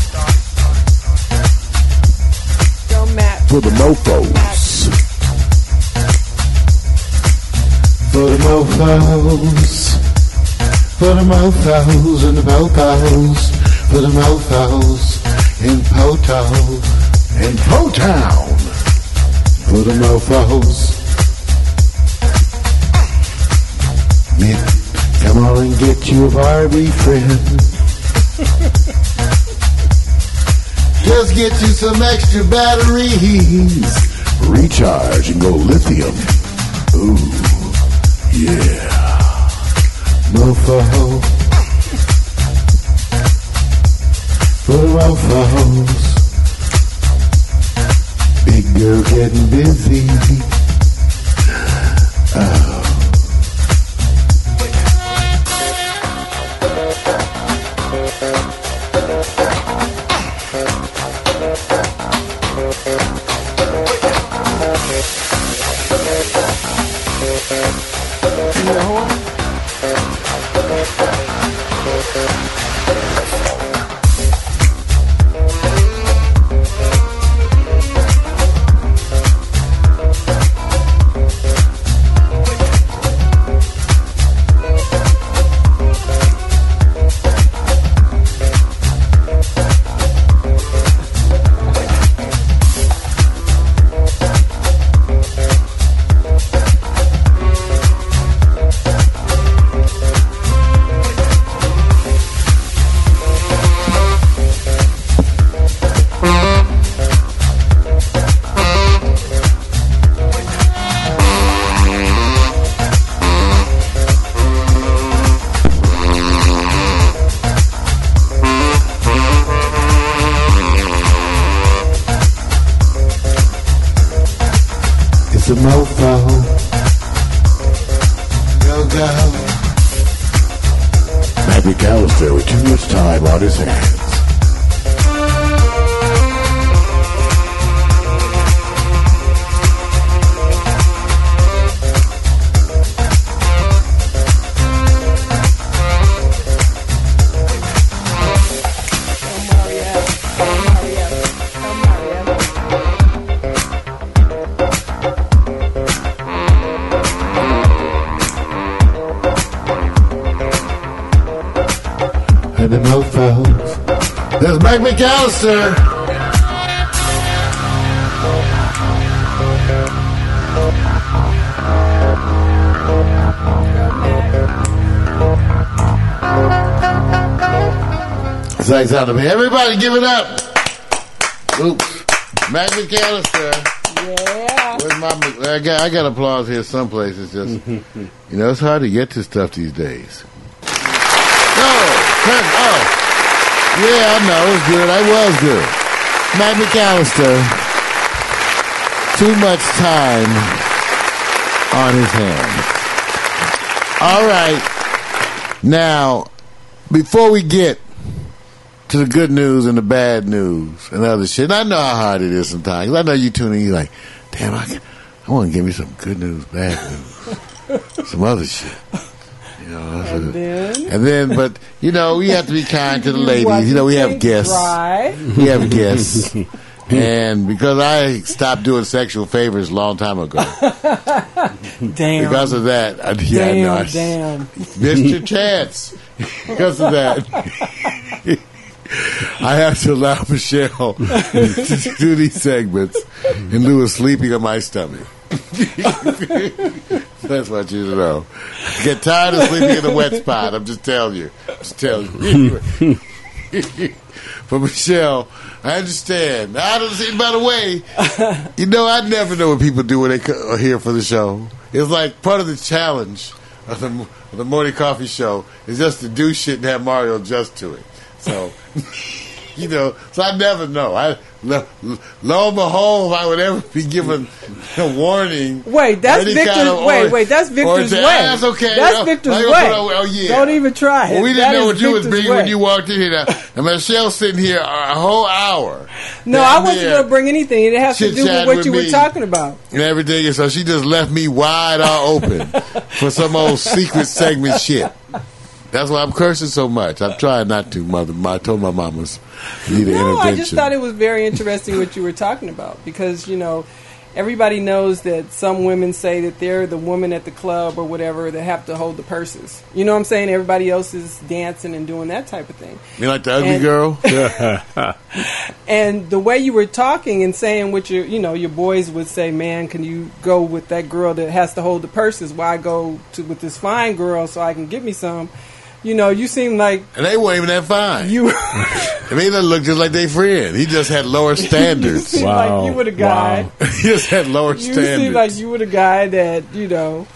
S5: Don't match.
S3: for the mofos.
S9: For the mofos. For the mofos and the mofos. For the mofos in Poto. In Potown. For the mofos. Nick, come on and get you a Barbie friend.
S3: Just get you some extra batteries. Recharge and go lithium. Ooh, yeah. Mofo. For the mofos. Big girl getting busy. It's a mofo. Go go. Matt McAllister with too much time on his hands. And the mofos. There's Mike McAllister. Thanks out of me. Everybody give it up. Oops. Mike McAllister.
S5: Yeah.
S3: Where's my, I got, I got applause here someplace. It's just, you know, it's hard to get to stuff these days. No, Kurt, oh. Yeah, I know, it was good. I was good. Matt McAllister, too much time on his hands. All right. Now, before we get to the good news and the bad news and other shit. And I know how hard it is sometimes. I know you tune in, you like, damn, I, can- I want to give me some good news, bad news, some other shit. You know, that's
S5: And
S3: what-
S5: then
S3: and then, but you know, we have to be kind
S5: [LAUGHS]
S3: to the
S5: watch
S3: ladies. You know, we have
S5: things
S3: guests. [LAUGHS]
S5: dry.
S3: We have
S5: [LAUGHS]
S3: guests. And because I stopped doing sexual favors a long time
S5: [LAUGHS]
S3: ago,
S5: Damn.
S3: because of that, I, yeah, I
S5: damn.
S3: know, I s-
S5: damn.
S3: missed your
S5: [LAUGHS]
S3: chance because of that. I have to allow Michelle to do these segments in lieu of sleeping on my stomach. [LAUGHS] That's what you know. I get tired of sleeping in the wet spot. I'm just telling you. I'm just telling you. but Michelle, I understand. I don't see. By the way,
S5: [LAUGHS]
S3: you know, I never know what people do when they co- are here for the show. It's like part of the challenge of the, of the morning coffee show is just to do shit and have Mario adjust to it. So, [LAUGHS] you know, so I never know. I lo, lo and behold, I would ever be given a warning.
S5: Wait, that's
S3: Any
S5: Victor's.
S3: kind of
S5: wait,
S3: orange-
S5: wait, that's Victor's
S3: orange-
S5: way.
S3: ah, That's okay.
S5: That's
S3: Oh,
S5: Victor's
S3: oh,
S5: way.
S3: Oh, oh, yeah.
S5: Don't even try.
S3: Well, we didn't
S5: That
S3: know
S5: is
S3: what you was
S5: Victor's
S3: bringing when
S5: way.
S3: you walked in here. Now, and Michelle's sitting here a whole hour.
S5: No,
S3: down
S5: I wasn't
S3: there
S5: going to bring anything. It has to do with
S3: chit-chat
S5: what
S3: with
S5: you
S3: me.
S5: were talking about.
S3: and everything. And so she just left me wide all open for some old secret segment shit. That's why I'm cursing so much. I'm trying not to, mother. I told my mamas need an
S5: No, I
S3: intervention.
S5: just thought it was very interesting what you were talking about because you know everybody knows that some women say that they're the woman at the club or whatever that have to hold the purses. You know what I'm saying? Everybody else is dancing and doing that type of thing.
S3: you like the ugly
S5: and-
S3: girl?
S5: And the way you were talking and saying what your you know your boys would say, man, can you go with that girl that has to hold the purses? Why I go to with this fine girl so I can get me some? you know, you seem like
S3: And they weren't even that fine.
S5: you. [LAUGHS]
S3: I mean, they looked just like their friend. He just had
S5: [LAUGHS]
S3: lower standards. [LAUGHS]
S5: seem
S6: Wow.
S5: like you were the guy.
S6: Wow.
S3: he just had lower
S5: You
S3: standards.
S5: seem like you were the guy that you know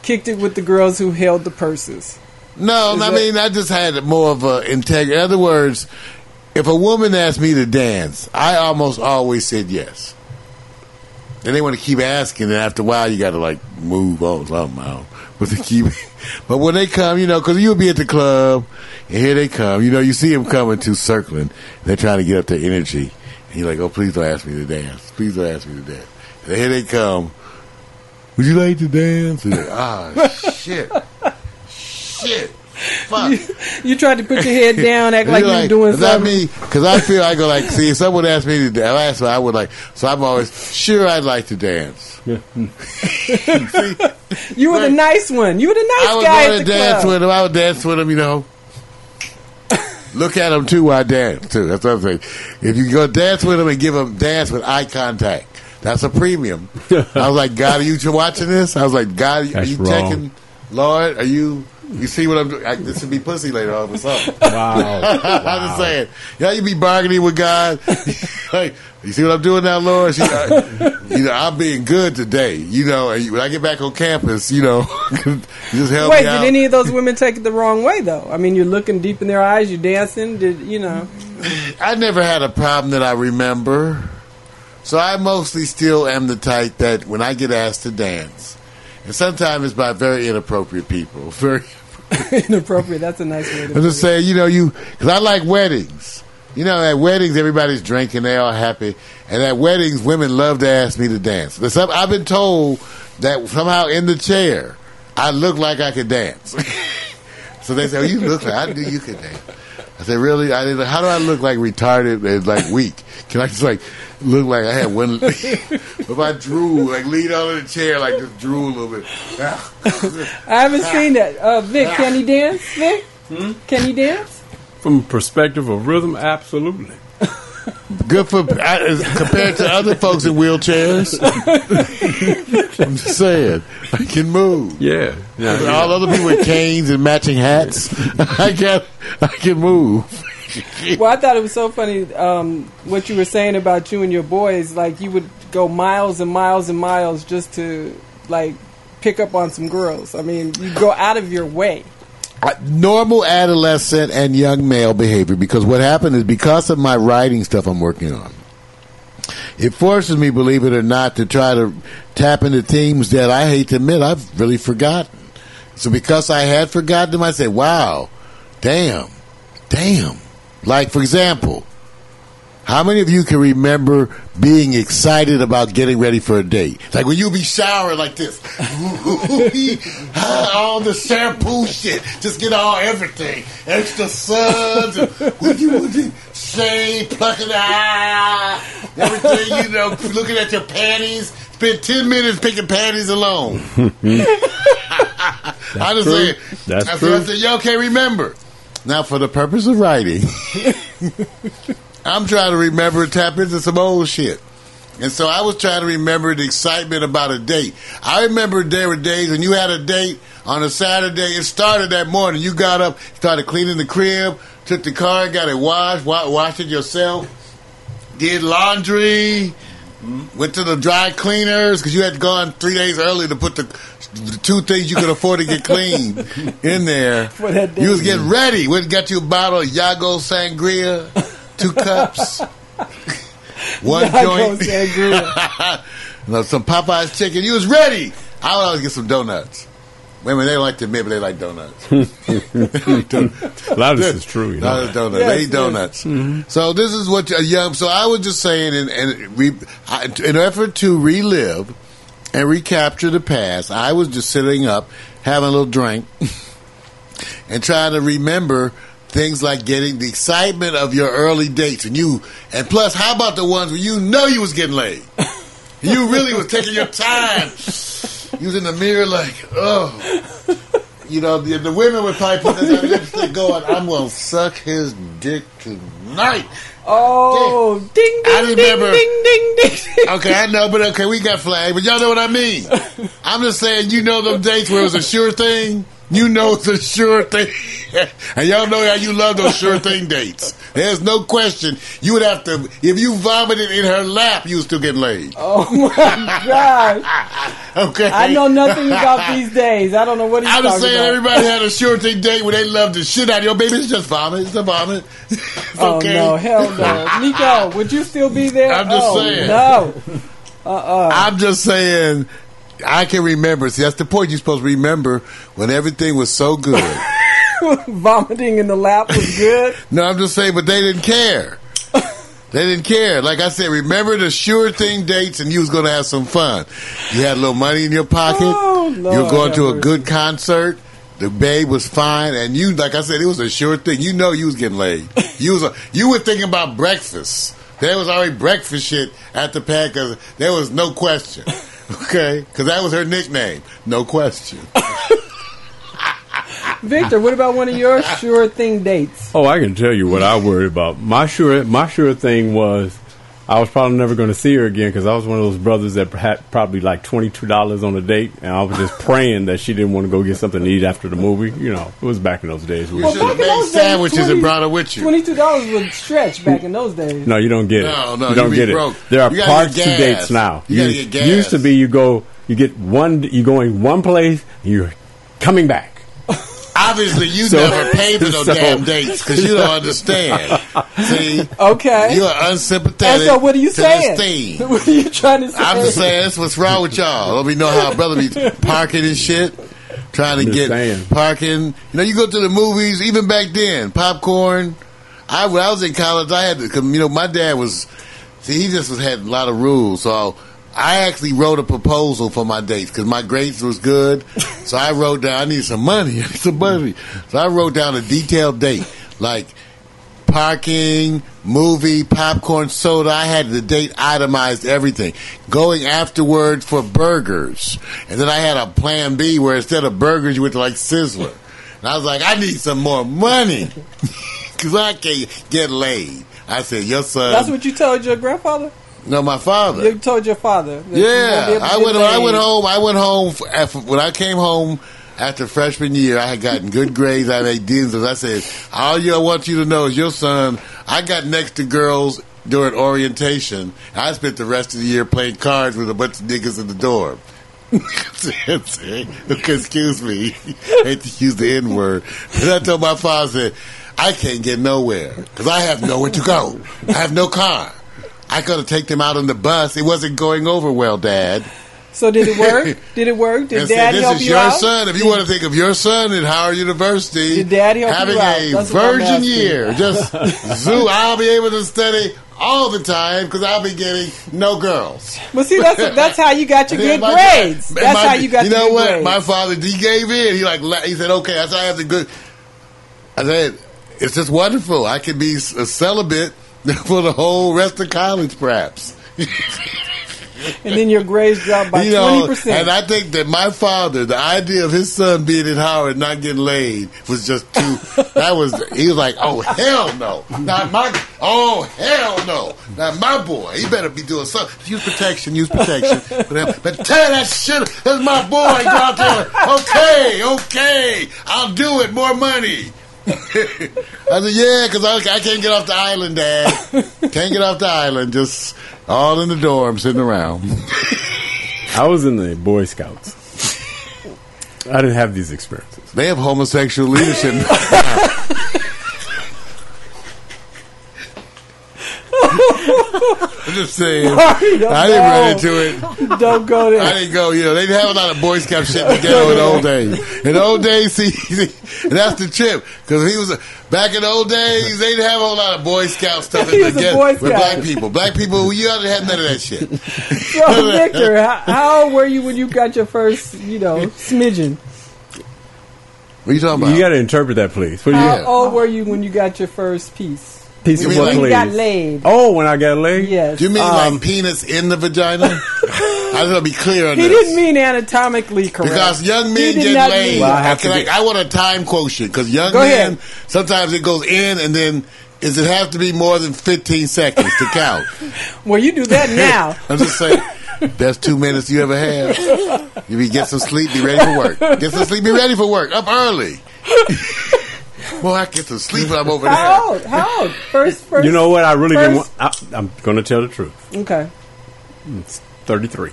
S5: kicked it with the girls who held the purses.
S3: No,
S5: Is
S3: I
S5: that-
S3: mean I just had more of a integrity. In other words, if a woman asked me to dance, I almost always said yes. And they want to keep asking, and after a while, you got to like move on somehow. [LAUGHS] But they keep, but when they come, you know, because you'll be at the club, and here they come. You know, you see them coming to circling. They're trying to get up their energy, and you're like, "Oh, please don't ask me to dance. Please don't ask me to dance." And here they come. Would you like to dance? And they're, ah, [LAUGHS] shit, shit, fuck.
S5: You tried to put
S3: [LAUGHS]
S5: your head down, act
S3: And
S5: like
S3: you're
S5: you were doing
S3: is that
S5: something.
S3: me? Because I feel I go like, see, if someone asked me to dance, I would like. So I'm always sure I'd like to dance.
S5: You were the nice one. You were the
S3: I
S5: nice
S3: would
S5: guy
S3: go
S5: at
S3: to
S5: the
S3: dance
S5: club.
S3: with him. I would dance with him. You know, look at him too. while I dance too. That's what I'm saying. If you go dance with him and give him dance with eye contact, that's a
S6: [LAUGHS]
S3: premium. I was like, God, are you watching this? I was like, God, are
S6: That's
S3: you
S6: wrong.
S3: checking? Lord, are you? You see what I'm doing? I, this would be pussy later on or something.
S6: Wow.
S3: [LAUGHS] I'm just saying. Yeah, you be bargaining with God. [LAUGHS] like, you see what I'm doing now, Lord? She, I, you know, I'm being good today. You know, and when I get back on campus, you know, [LAUGHS] you just help
S5: Wait,
S3: me out.
S5: did any of those women take it the wrong way though? I mean, you're looking deep in their eyes. You're dancing. Did you know? [LAUGHS]
S3: I never had a problem that I remember. So I mostly still am the type that when I get asked to dance, and sometimes it's by very inappropriate people, [LAUGHS] very
S5: Inappropriate. That's a nice way to.
S3: I'm
S5: put it.
S3: just saying, you know, you because I like weddings. You know, at weddings, everybody's drinking, they all happy, and at weddings, women love to ask me to dance. But some, I've been told that somehow in the chair, I look like I could dance. [LAUGHS] so they say, "Oh, you look like I knew you could dance." I said, "Really? I didn't, how do I look like retarded and like weak? Can I just like look like I had one? [LAUGHS] if I drew, like lean on the chair, like just drew a little bit."
S5: I haven't seen that. Uh, Vic, can he dance? Vic, can he dance?
S6: From a perspective of rhythm, absolutely.
S3: good for I, compared to other folks in wheelchairs. I'm just saying, I can move.
S6: Yeah. yeah, yeah.
S3: All other people with canes and matching hats, [LAUGHS] I can I can move.
S5: Well, I thought it was so funny um, what you were saying about you and your boys. Like you would go miles and miles and miles just to like pick up on some girls. I mean, you go out of
S3: [LAUGHS]
S5: your way.
S3: I- normal adolescent and young male behavior because what happened is because of my writing stuff I'm working on, it forces me, believe it or not, to try to tap into themes that I hate to admit I've really forgotten. So because I had forgotten them, I said, wow, damn, damn. Like, for example, how many of you can remember being excited about getting ready for a date? Like when you be showering like this, [LAUGHS] all the shampoo shit, just get all everything, extra suds, would you would you shave, plucking the eye, everything you know, looking at your panties. Spend ten minutes picking panties alone. [LAUGHS] I just
S6: true.
S3: said,
S6: That's
S3: I said,
S6: true.
S3: I said, y'all can't remember. Now, for the purpose of writing. I'm trying to remember tap into some old shit. And so I was trying to remember the excitement about a date. I remember there were days when you had a date on a Saturday. It started that morning. You got up, started cleaning the crib, took the car, got it washed, wa- washed it yourself, did laundry, went to the dry cleaners because you had gone three days early to put the, the two things you could afford to get
S5: [LAUGHS]
S3: clean in there.
S5: For that day.
S3: You was getting ready. Went and got you a bottle of Yago Sangria, two cups, one
S5: I go
S3: joint, [LAUGHS]
S5: say, "Girl,
S3: and some Popeye's chicken. You was ready. I would always get some donuts. Women, they don't like to admit, but they like donuts. [LAUGHS]
S6: A lot of this is true. You know.
S3: Not a donut.
S5: Yes,
S3: they eat
S5: yes.
S3: donuts. So this is what a young. So I was just saying, in, in, re, I- in an effort to relive and recapture the past, I was just sitting up, having a little drink, [LAUGHS] and trying to remember things like getting the excitement of your early dates, and you, and plus, how about the ones where you know you was getting laid. [LAUGHS] You really was taking your time. You was in the mirror like, oh, you know, the, the women were probably
S5: [LAUGHS]
S3: putting their lipstick going, I'm going to suck his dick tonight.
S5: Oh, ding,
S3: I
S5: ding, ding,
S3: remember-
S5: ding, ding, ding, ding.
S3: Okay, I know, but
S5: [LAUGHS]
S3: okay, we got flag, but y'all know what I mean. I'm just saying, you know them dates where it was a sure thing? You know it's a sure thing. [LAUGHS] and y'all know how you love those sure thing dates. There's no question. You would have to, if you vomited in her lap, you was still getting laid.
S5: [LAUGHS] Oh my
S3: [LAUGHS]
S5: God!
S3: Okay?
S5: I know
S3: [LAUGHS]
S5: nothing about these days. I don't know what he's
S3: I'm just
S5: talking
S3: saying
S5: about.
S3: everybody had a sure thing date where they loved the shit out of your baby. It's just vomit. It's a vomit. [LAUGHS] It's
S5: oh
S3: okay.
S5: no, hell no, Nico, would you still be
S3: [LAUGHS]
S5: there?
S3: I'm just
S5: oh,
S3: saying.
S5: No, [LAUGHS]
S3: I'm just saying, I can remember. See, that's the point. You're supposed to remember when everything was so good.
S5: vomiting in the lap was good.
S3: No, I'm just saying, but they didn't
S5: [LAUGHS]
S3: care. they didn't care. Like I said, remember the sure thing dates, and you was going to have some fun. You had a little money in your pocket.
S5: Oh,
S3: you were
S5: Lord
S3: going
S5: have
S3: to a
S5: mercy.
S3: good concert. The babe was fine, and you, like I said, it was a sure thing. You know, you was getting
S5: [LAUGHS]
S3: laid. You was a, you were thinking about breakfast. There was already breakfast shit at the pad because there was no
S5: [LAUGHS]
S3: question. Okay, because that was her nickname. No
S5: [LAUGHS]
S3: question.
S5: Victor, what about one of [LAUGHS] your sure thing dates?
S7: Oh, I can tell you what I worried about. My sure, my sure thing was I was probably never going to see her again because I was one of those brothers that had probably like twenty two dollars on a date, and I was just praying that she didn't want to go get something to eat after the movie. You know, it was back in those days. We
S3: You
S7: were-
S3: should have
S5: back in
S3: made
S5: those days,
S3: sandwiches
S5: 20
S3: and brought her with you.
S5: Twenty-two dollars would stretch back in those
S7: [LAUGHS]
S5: days.
S7: no, you don't get it.
S3: No, no,
S7: you don't
S3: you be
S7: get
S3: broke.
S7: it. There are
S3: You gotta
S7: part two
S3: get gas.
S7: dates now.
S3: You gotta get gas.
S7: Used to be you go, you get one, you go in one place, you're coming back.
S3: Obviously, you
S7: So-
S3: never paid
S5: [LAUGHS]
S3: for no
S7: so-
S3: damn dates because you don't understand. See,
S5: Okay.
S3: you are unsympathetic.
S5: and so, what are you
S3: to
S5: saying?
S3: This thing.
S5: [LAUGHS] What are you trying to say?
S3: I'm just saying that's what's wrong with y'all. Let me know how a brother be parking and shit, trying to
S7: Just
S3: get
S7: saying.
S3: parking. You know, you go to the movies even back then, popcorn. I when I was in college, I had to. Cause, you know, my dad was. See, he just was, had a lot of rules, so. I actually wrote a proposal for my dates because my grades was good, so I wrote down I need some money, [LAUGHS] I need some money. So I wrote down a detailed date, like parking, movie, popcorn, soda. I had the date itemized everything. Going afterwards for burgers. And then I had a plan B where instead of burgers, you went to like Sizzler. And I was like, I need some more money [LAUGHS] because I can't get laid. I said, Yes, son.
S5: That's what you told your grandfather.
S3: no, my father.
S5: You told your father. that you won't be
S3: Yeah,
S5: able to
S3: I
S5: get
S3: went. I
S5: laid.
S3: went home. I went home f- af when I came home after freshman year. I had gotten good grades. I made deans. As I said, all you I want you to know is your son. I got next to girls during orientation. I spent the rest of the year playing cards with a bunch of niggas in the dorm. [LAUGHS] Excuse me. I hate to use the N word. But I told my father, I said, I can't get nowhere because I have nowhere to go. I have no car. I got to take them out on the bus. It wasn't going over well, Dad.
S5: So did it
S3: [LAUGHS]
S5: work? Did it work? Did
S3: And said,
S5: Daddy
S3: this
S5: help
S3: is
S5: you
S3: your
S5: out?
S3: son. If you want to think of your son at Howard University,
S5: Did Daddy help
S3: having
S5: you out?
S3: a
S5: That's what I'm
S3: virgin
S5: asking.
S3: year, just
S5: [LAUGHS]
S3: zoo. I'll be able to study all the time because I'll be getting no girls.
S5: But
S3: [LAUGHS]
S5: see, that's that's how you got your
S3: Yeah,
S5: good
S3: my- [LAUGHS]
S5: grades.
S3: my-
S5: That's how you got
S3: You
S5: your
S3: know
S5: good
S3: what?
S5: grades.
S3: My father he gave in. He like la- he said, "Okay, I said I have the good." I said, "It's just wonderful. I could be a celibate [LAUGHS] for the whole rest of college, perhaps." [LAUGHS]
S5: and then your grades dropped by
S3: you
S5: twenty
S3: know,
S5: percent.
S3: and
S5: [LAUGHS]
S3: I think that my father, the idea of his son being at Howard not getting laid was just too.
S5: [LAUGHS]
S3: that was he was like, "Oh hell no, not my. Oh hell no, not my boy. He better be doing something. Use protection, use
S5: [LAUGHS]
S3: protection. But, but tear that shit. up. That's my boy. Go out there. Okay, okay, I'll do it. More money." [LAUGHS] I said, yeah, because I, I can't get off the island, Dad.
S5: [LAUGHS]
S3: Can't get off the island. Just all in the dorm, sitting around.
S7: I was in the Boy Scouts. I didn't have these experiences.
S3: They have homosexual
S5: [LAUGHS]
S3: leadership. I'm just saying. I didn't run into it.
S5: Don't go
S3: I
S5: there.
S3: didn't go. You know, they didn't have a lot of Boy Scout
S5: [LAUGHS]
S3: shit in the ghetto in the old days. In the old days, see, see, and that's the trip. Because he was a, back in the old days, they didn't have a whole lot of Boy Scout stuff
S5: [LAUGHS] He
S3: in the
S5: was a
S3: ghetto
S5: Boy
S3: with
S5: Scout.
S3: black people. Black people, you ought to have none of that shit.
S7: [LAUGHS]
S5: So Victor, how, how old were you when you got your first, you know, smidgen?
S3: What are you talking about?
S7: You got to interpret that, please. What do you-
S5: How
S3: Yeah.
S5: old were you when you got your first piece?
S7: piece
S3: You
S7: of
S3: mean
S7: what,
S3: like-
S5: You got
S7: please?
S5: laid.
S7: Oh, when I got laid?
S5: Yes. Uh,
S3: Do you mean
S7: Um,
S3: like penis in the vagina? I just want to be clear on
S5: he
S3: this.
S5: didn't mean anatomically correct.
S3: Because young
S5: He
S3: men
S5: did
S3: get
S5: not
S3: laid.
S5: mean-
S7: Well, I
S3: I,
S7: have
S3: can,
S7: to
S3: like,
S7: be-
S3: I want a time quotient because young
S5: Go
S3: men
S5: ahead.
S3: sometimes it goes in and then is it have to be more than fifteen seconds to count.
S7: [LAUGHS]
S5: Well, you do that [LAUGHS] now.
S3: [LAUGHS] I'm just saying. Best two minutes you ever had. You be get some sleep, be ready for work. Get some sleep, be ready for work. Up early. [LAUGHS] well, I get some sleep when I'm over there.
S5: How old? How old? First, first.
S7: you know what? I really did didn't
S5: first-
S7: want. I, I'm going to tell the truth.
S5: Okay.
S7: It's 33.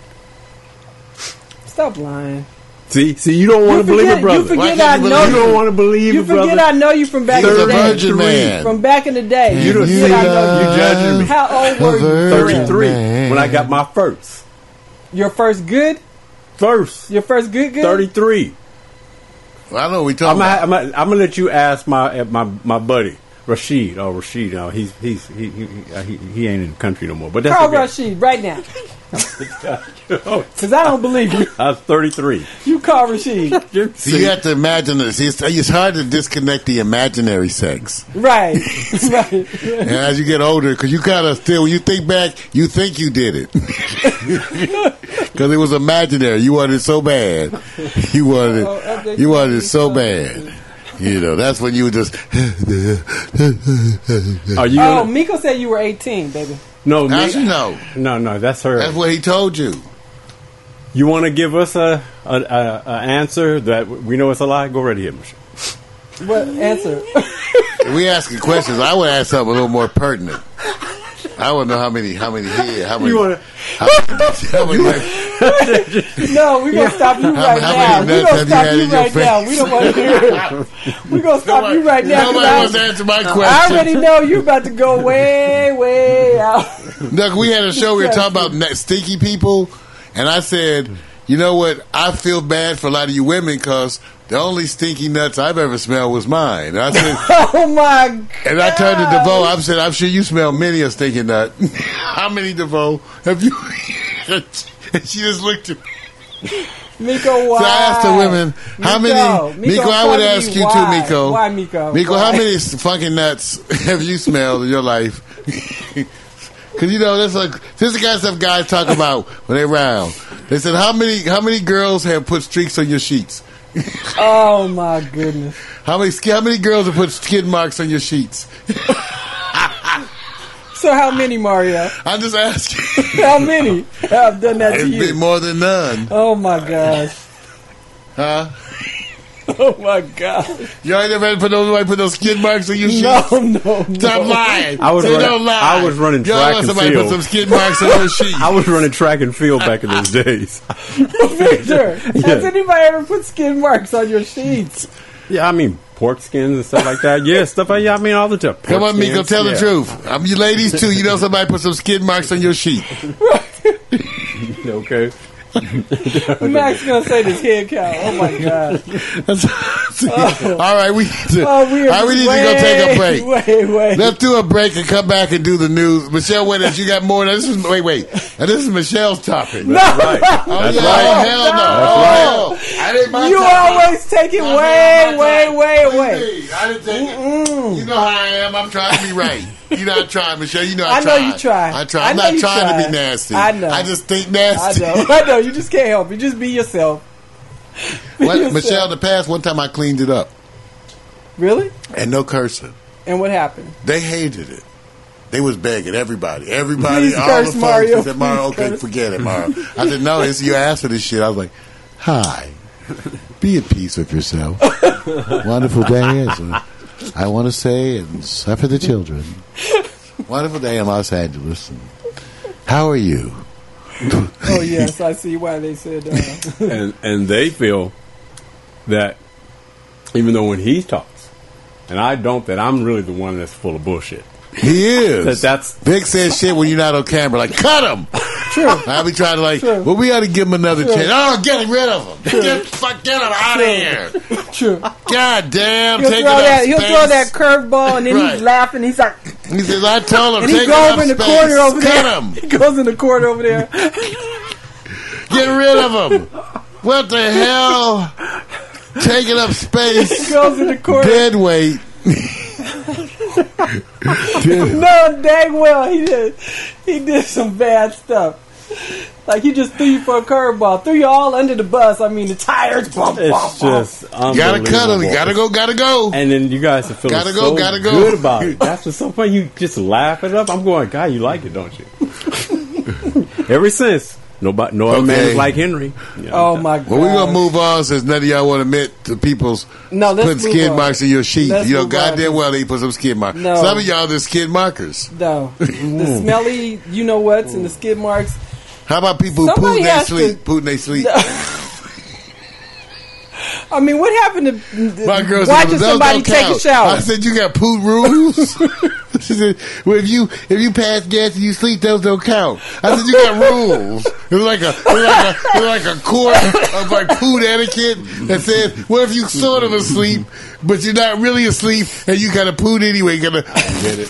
S5: Stop lying.
S7: See, see, you don't want to believe it, brother.
S5: You forget
S3: can't
S5: I
S3: you believe
S5: know
S3: it?
S7: You don't want to believe
S5: You
S7: it, brother.
S5: forget I know you from back
S3: He's
S5: in the
S3: a
S5: day.
S3: virgin man.
S5: From back in the day.
S7: You don't
S5: forget
S7: see
S5: I
S7: that.
S5: know
S7: You judging me.
S5: How old
S3: A
S5: were you?
S3: virgin.
S7: 33
S3: Man.
S7: when I got my first.
S5: Your first good?
S7: First.
S5: Your first good good?
S7: 33.
S3: Well, I know what we
S7: I'm
S3: talking about.
S7: gonna, I'm, gonna, I'm gonna let you ask my uh, my my buddy Rashid. Oh, Rashid. Oh, he's he's he he, uh, he he ain't in the country no more. But that's
S5: Call
S7: okay.
S5: Rashid right
S3: [LAUGHS]
S5: now. Because I don't believe you.
S7: I was 33.
S5: You call Rashid.
S3: So you have to imagine this. It's, it's hard to disconnect the imaginary sex.
S5: Right. [LAUGHS] right.
S3: And as you get older, because you kind of still, when you think back, you think you did it. [LAUGHS] Because it was imaginary. You wanted it so bad. You wanted it, you wanted it so bad. You know, that's when you were just.
S7: Are you?
S5: Oh,
S7: Gonna,
S5: Miko said you were 18, baby.
S7: no, me,
S3: As you know,
S7: no, no. That's her.
S3: that's what he told you.
S7: you want to give us a, a, a, a answer that we know it's a lie? Go right ahead, Michelle.
S5: What answer? [LAUGHS]
S3: If we asking questions, I would ask something a little more pertinent. I would know how many, how many here, how many.
S7: You want to?
S3: how, how many
S5: No, we're going to stop you
S3: How-
S5: right
S3: how
S5: now.
S3: many
S5: We're
S3: nuts
S5: going to
S3: have you
S5: stop
S3: had in your
S5: you right now. We don't want to hear it. We're going to stop you right now. 'cause
S3: Nobody
S5: I-
S3: wants to answer my
S5: I
S3: question.
S5: already know you're about to go way, way out. [LAUGHS]
S3: Look, we had a show. We were talking about na- stinky people, and I said, "You know what? I feel bad for a lot of you women because the only stinky nuts I've ever smelled was mine." And I said,
S5: Oh my God.
S3: and I turned to DeVoe. I said, "I'm sure you smell many a stinky nut. [LAUGHS] How many DeVoe have you?" [LAUGHS] and she just looked at me.
S5: Miko, why?
S3: So I asked the women, "How
S5: Miko,
S3: many?" Miko,
S5: Miko,
S3: I would
S5: tell
S3: ask
S5: me
S3: you
S5: why.
S3: too, Miko.
S5: Why, Miko?
S3: Miko, how
S5: Why?
S3: many s- fucking nuts [LAUGHS] have you smelled in your life? [LAUGHS] Because you know that's like this is the kind of stuff guys talk about when they round. They said, "How many? How many girls have put streaks on your sheets?
S5: Oh my goodness.
S3: How many? sk- How many girls have put skid marks on your sheets?"
S5: So how many, Mario?
S3: I'm just
S7: [LAUGHS]
S3: asking.
S5: How many have done that to
S3: it's been
S5: you?
S3: more than none,
S5: Oh my gosh.
S3: huh?
S5: [LAUGHS] Oh my gosh.
S3: You ain't never had to put nobody put those skid marks on your sheets.
S5: No, no, no.
S3: Stop lying.
S7: [LAUGHS] I was
S3: Say
S7: running-
S3: don't lie.
S7: I was running
S3: Y'all
S7: track
S3: let
S7: and
S3: somebody put
S7: field.
S3: some skid marks on
S7: [LAUGHS]
S3: your sheets.
S7: I was running track and field back in those days. [LAUGHS]
S5: Victor, has
S7: Yeah.
S5: anybody ever put skin marks on your sheets?
S7: Yeah, I mean pork skins and stuff
S3: [LAUGHS]
S7: like that. Yeah, stuff. Like, yeah, I mean all the time. Pork
S3: Come on, Miko,
S7: skins,
S3: tell
S7: yeah.
S3: the truth. I'm you ladies too. You know somebody put some skid marks on your
S5: [LAUGHS]
S3: sheet.
S7: Okay.
S5: Max gonna say this head count.
S7: [LAUGHS]
S5: Oh my god.
S3: That's- All right, we need to,
S5: Oh, we are
S3: all right, we need
S5: [LAUGHS] way,
S3: to go take a break.
S5: Wait, wait.
S3: Let's do a break and come back and do the news. Michelle Winters, you got more. Now, this is wait, wait. Now, this is Michelle's topic.
S7: That's right.
S3: Oh,
S7: That's
S3: yeah,
S7: right.
S3: Hell no.
S7: no.
S3: That's right. I didn't mind
S5: [LAUGHS] you
S3: topic.
S5: always take it
S3: I
S5: way,
S3: didn't mind
S5: way,
S3: topic. What
S5: way
S3: do you
S5: away.
S3: mean? I didn't take it. You know how I am. I'm trying to be right. You're not trying, Michelle. You know I,
S5: I know
S3: tried.
S5: you try.
S3: I try.
S5: I
S3: I'm
S5: know
S3: not
S5: you
S3: trying to
S5: try.
S3: be nasty.
S5: I know.
S3: I just think
S5: I
S3: nasty. [LAUGHS]
S5: know. I know. You just can't help it. Just be yourself. Be [LAUGHS]
S3: What-
S5: yourself.
S3: Michelle, in the past one time I cleaned it up
S5: Really?
S3: and no cursing.
S5: And what happened?
S3: They hated it. They was begging everybody, everybody,
S5: Please
S3: all
S5: curse,
S3: the folks.
S5: Mario.
S3: They said, Mario,
S5: Please
S3: okay,
S5: curse."
S3: forget it, Mario. I said, no, it's you asked for this shit. I was like, hi, be at peace with yourself.
S5: [LAUGHS]
S3: Wonderful day. is, uh, I want to say and suffer the children. Wonderful day in Los Angeles. And how are you?
S5: Oh yes, I see why they said
S3: [LAUGHS]
S5: uh,
S7: and and they feel that even though when he talks and I don't, that I'm really the one that's full of bullshit.
S3: He is.
S7: That that's
S3: Vic says shit when you're not on camera. Like, cut him. [LAUGHS]
S5: true.
S3: I be trying to like,
S5: True.
S3: well, we got to give him another chance. Oh, get rid of him. Get fuck, get him out of here.
S5: [LAUGHS] True.
S3: God damn,
S5: He'll
S3: take
S5: throw
S3: it
S5: that.
S3: up
S5: He'll
S3: space.
S5: throw that curveball, and then
S3: Right.
S5: he's laughing. He's like,
S3: He says, "I told him,
S5: and he
S3: take it up
S5: goes over in the
S3: space.
S5: corner over
S3: Cut
S5: there.
S3: him.
S5: [LAUGHS] He goes in the corner over there.
S3: Get rid of him. What the hell? Taking up
S5: [LAUGHS] He
S3: space,
S5: goes
S3: [LAUGHS]
S5: in the corner.
S3: dead weight.
S5: No, dang well he did. He did some bad stuff. Like he just threw you for a curveball, threw you all under the bus. I mean the tires. Bump, bump,
S7: it's
S5: bump.
S7: just unbelievable.
S3: Gotta cut him. Gotta go. Gotta go.
S7: And then you guys are feeling
S3: Gotta go,
S7: so
S3: gotta go.
S7: good
S3: [LAUGHS]
S7: about it. That's what's
S3: [LAUGHS]
S7: so funny. You just laugh it up. I'm going, God, you like it, don't you? Ever since Nobody, no other man
S3: Okay.
S7: is like Henry.
S5: Oh my god.
S3: Well, we're gonna move on since none of y'all want to admit to people's
S5: No, let's
S3: putting
S5: move
S3: skid
S5: on.
S3: marks in your sheet.
S5: Let's
S3: you know,
S5: move on.
S3: goddamn well they put some skid marks.
S5: No.
S3: Some of y'all just skid markers.
S5: No,
S7: Mm.
S5: the smelly, you know what's, and the skid marks.
S3: How about people who
S5: Somebody
S3: poo in their
S5: has to-
S3: sleep? Poo in their sleep.
S5: I mean, what happened to
S3: My girl said,
S5: watching
S3: "Those
S5: somebody
S3: don't
S5: take
S3: count."
S5: a shower?
S3: I said, "You got poo
S5: [LAUGHS]
S3: rules." she said, "Well, if you if you pass gas and you sleep, those don't count." I said, "You got rules." It was like a it was like a, it was like a court of like poo etiquette that said, "Well, if you sort of asleep, but you're not really asleep, and you kind of pooed anyway, you gotta [LAUGHS] get it."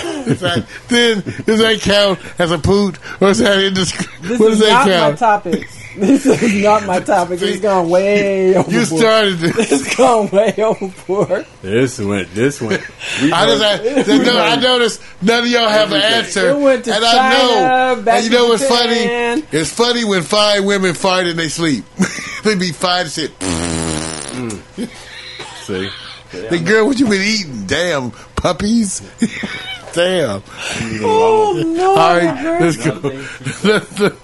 S3: It's like, then does that count as a poot or is that indiscreet?
S5: this
S3: What
S5: is
S3: does that
S5: not my
S3: count?
S5: topic. [LAUGHS] This is not my
S3: [LAUGHS]
S5: topic. It's gone way overboard.
S3: You started this.
S5: [LAUGHS] It's gone way overboard.
S7: This went, this went. We
S3: I
S7: heard-
S3: just, I, that- no, I noticed none of y'all have an answer,
S5: It went to
S3: and I
S5: China,
S3: know.
S5: back
S3: and you know
S5: to
S3: what's
S5: Japan.
S3: funny? It's funny when five women fight and they sleep. [LAUGHS] they be five shit.
S7: see.
S3: The girl, what you been eating? Damn puppies. [LAUGHS] Damn.
S5: Oh no!
S3: All right, let's go. [LAUGHS] Let's,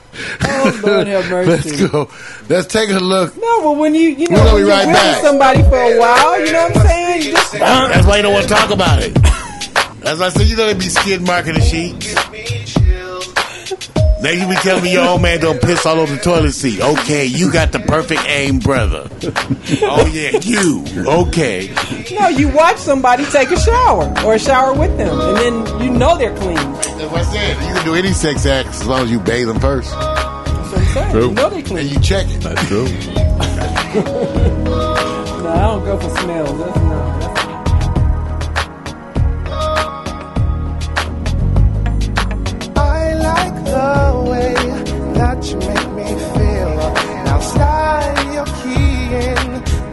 S5: Oh Lord, have mercy.
S3: let's go. Let's take a look.
S5: No, but when you you
S3: We'll
S5: know
S3: be
S5: when you're
S3: right
S5: with
S3: back.
S5: somebody for a while, you know what I'm saying? Just,
S3: That's why you don't want to talk about it. As I said, you know they be skid marking the sheets. Now you be telling me your old man don't piss all over the toilet seat. Okay, you got the perfect aim, brother. Oh yeah, you. Okay.
S5: no, you watch somebody take a shower or a shower with them, and then you know they're clean. That's
S3: That's what I said. You can do any sex act as long as you bathe them first
S5: what I'm saying.
S7: True.
S5: You know they're clean.
S3: and you check it.
S7: That's true.
S5: No, I don't go for smells. That's not. That's
S1: I like the way that you make me feel. Now slide your key in,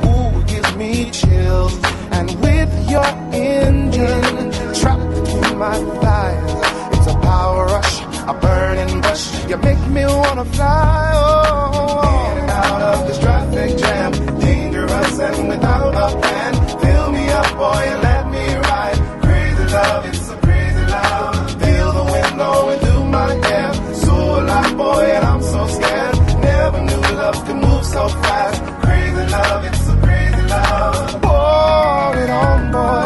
S1: ooh, it gives me chills. And with your engine trapped in my thighs, it's a power rush, a burning rush. You make me wanna fly. Oh, in and out of this traffic jam, dangerous and without a plan. Fill me up, boy, and let me ride. Crazy love, it's a crazy love. Feel the wind blowing through my hair. So alive, boy, and I'm so scared. Never knew love could move so fast. Crazy love, it's a crazy love. Pour it on, boy.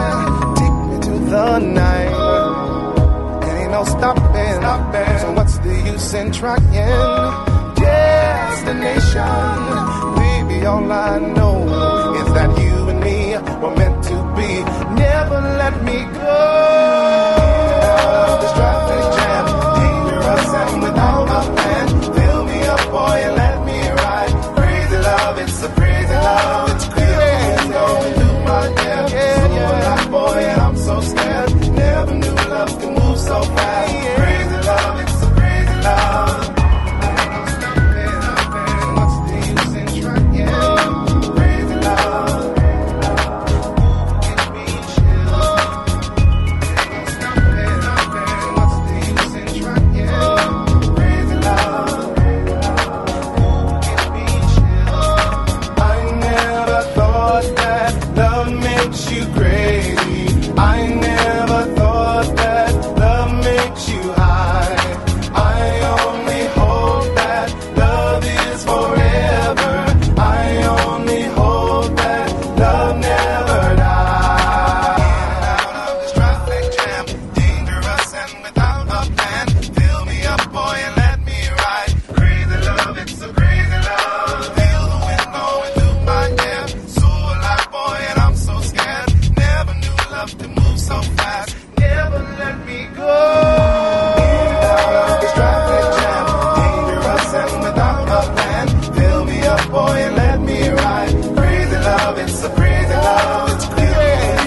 S1: Take me to the night. There ain't no stopping. stopping. So what's the use in trying? Destination, baby, all I know is that you and me were meant to be. Never let me go. Out of this traffic jam, dangerous and without a plan. Fill me up, boy, and let me ride. Crazy love, it's a crazy love. It's crazy. Going through my head. Yeah, yeah. So boy, and I'm so scared. Never knew love could move so fast. Crazy love, it's a crazy love. What's the use in trying? Crazy love. Give me chills. What's the use in trying? Crazy love. Give me chills. I never thought that love makes you crazy. I never thought that love makes you high. I only hope that love is forever. I only hope that love never dies. Out of this traffic jam, dangerous and without a plan. Fill me up, boy, and let me ride. Crazy love, it's a crazy love. Feel the wind blowing through my hair. So alive, boy, and I'm so scared. Never knew love could move so fast. Never let me go. Out of this traffic jam, dangerous and without a plan. Fill me up, boy, and let me ride. Crazy love, it's a crazy love. It's crazy.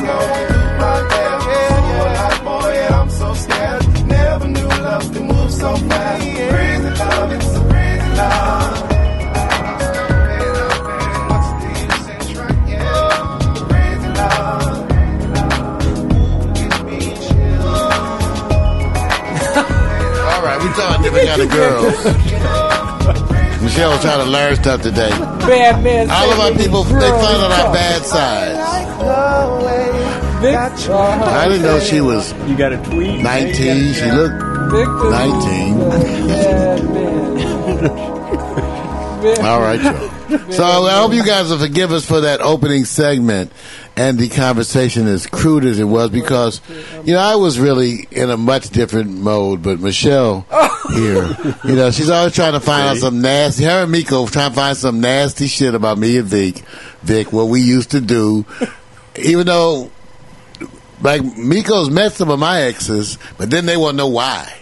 S1: Going through my head. So alive, boy, and I'm so scared. Never knew love could move so fast. Crazy love, it's a crazy love. What's the use in trying? Crazy love. Give me chills.
S3: All right, we talking different kind of girls. Michelle was trying to learn stuff today.
S5: bad man.
S3: All of our people, they found out our
S5: Girl,
S3: bad sides.
S1: The way
S5: Vic-
S1: that you
S5: uh-huh.
S3: I didn't know she was
S7: You got a tweet.
S3: 19. She looked
S5: Victor
S3: 19.
S5: Bad man.
S3: All right, y'all. So I hope you guys will forgive us for that opening segment and the conversation as crude as it was because, you know, I was really in a much different mode, but Michelle here, you know, she's always trying to find out some nasty, her and Miko trying to find some nasty shit about me and Vic, Vic, what we used to do, even though, like, Miko's met some of my exes, but then they want to know why.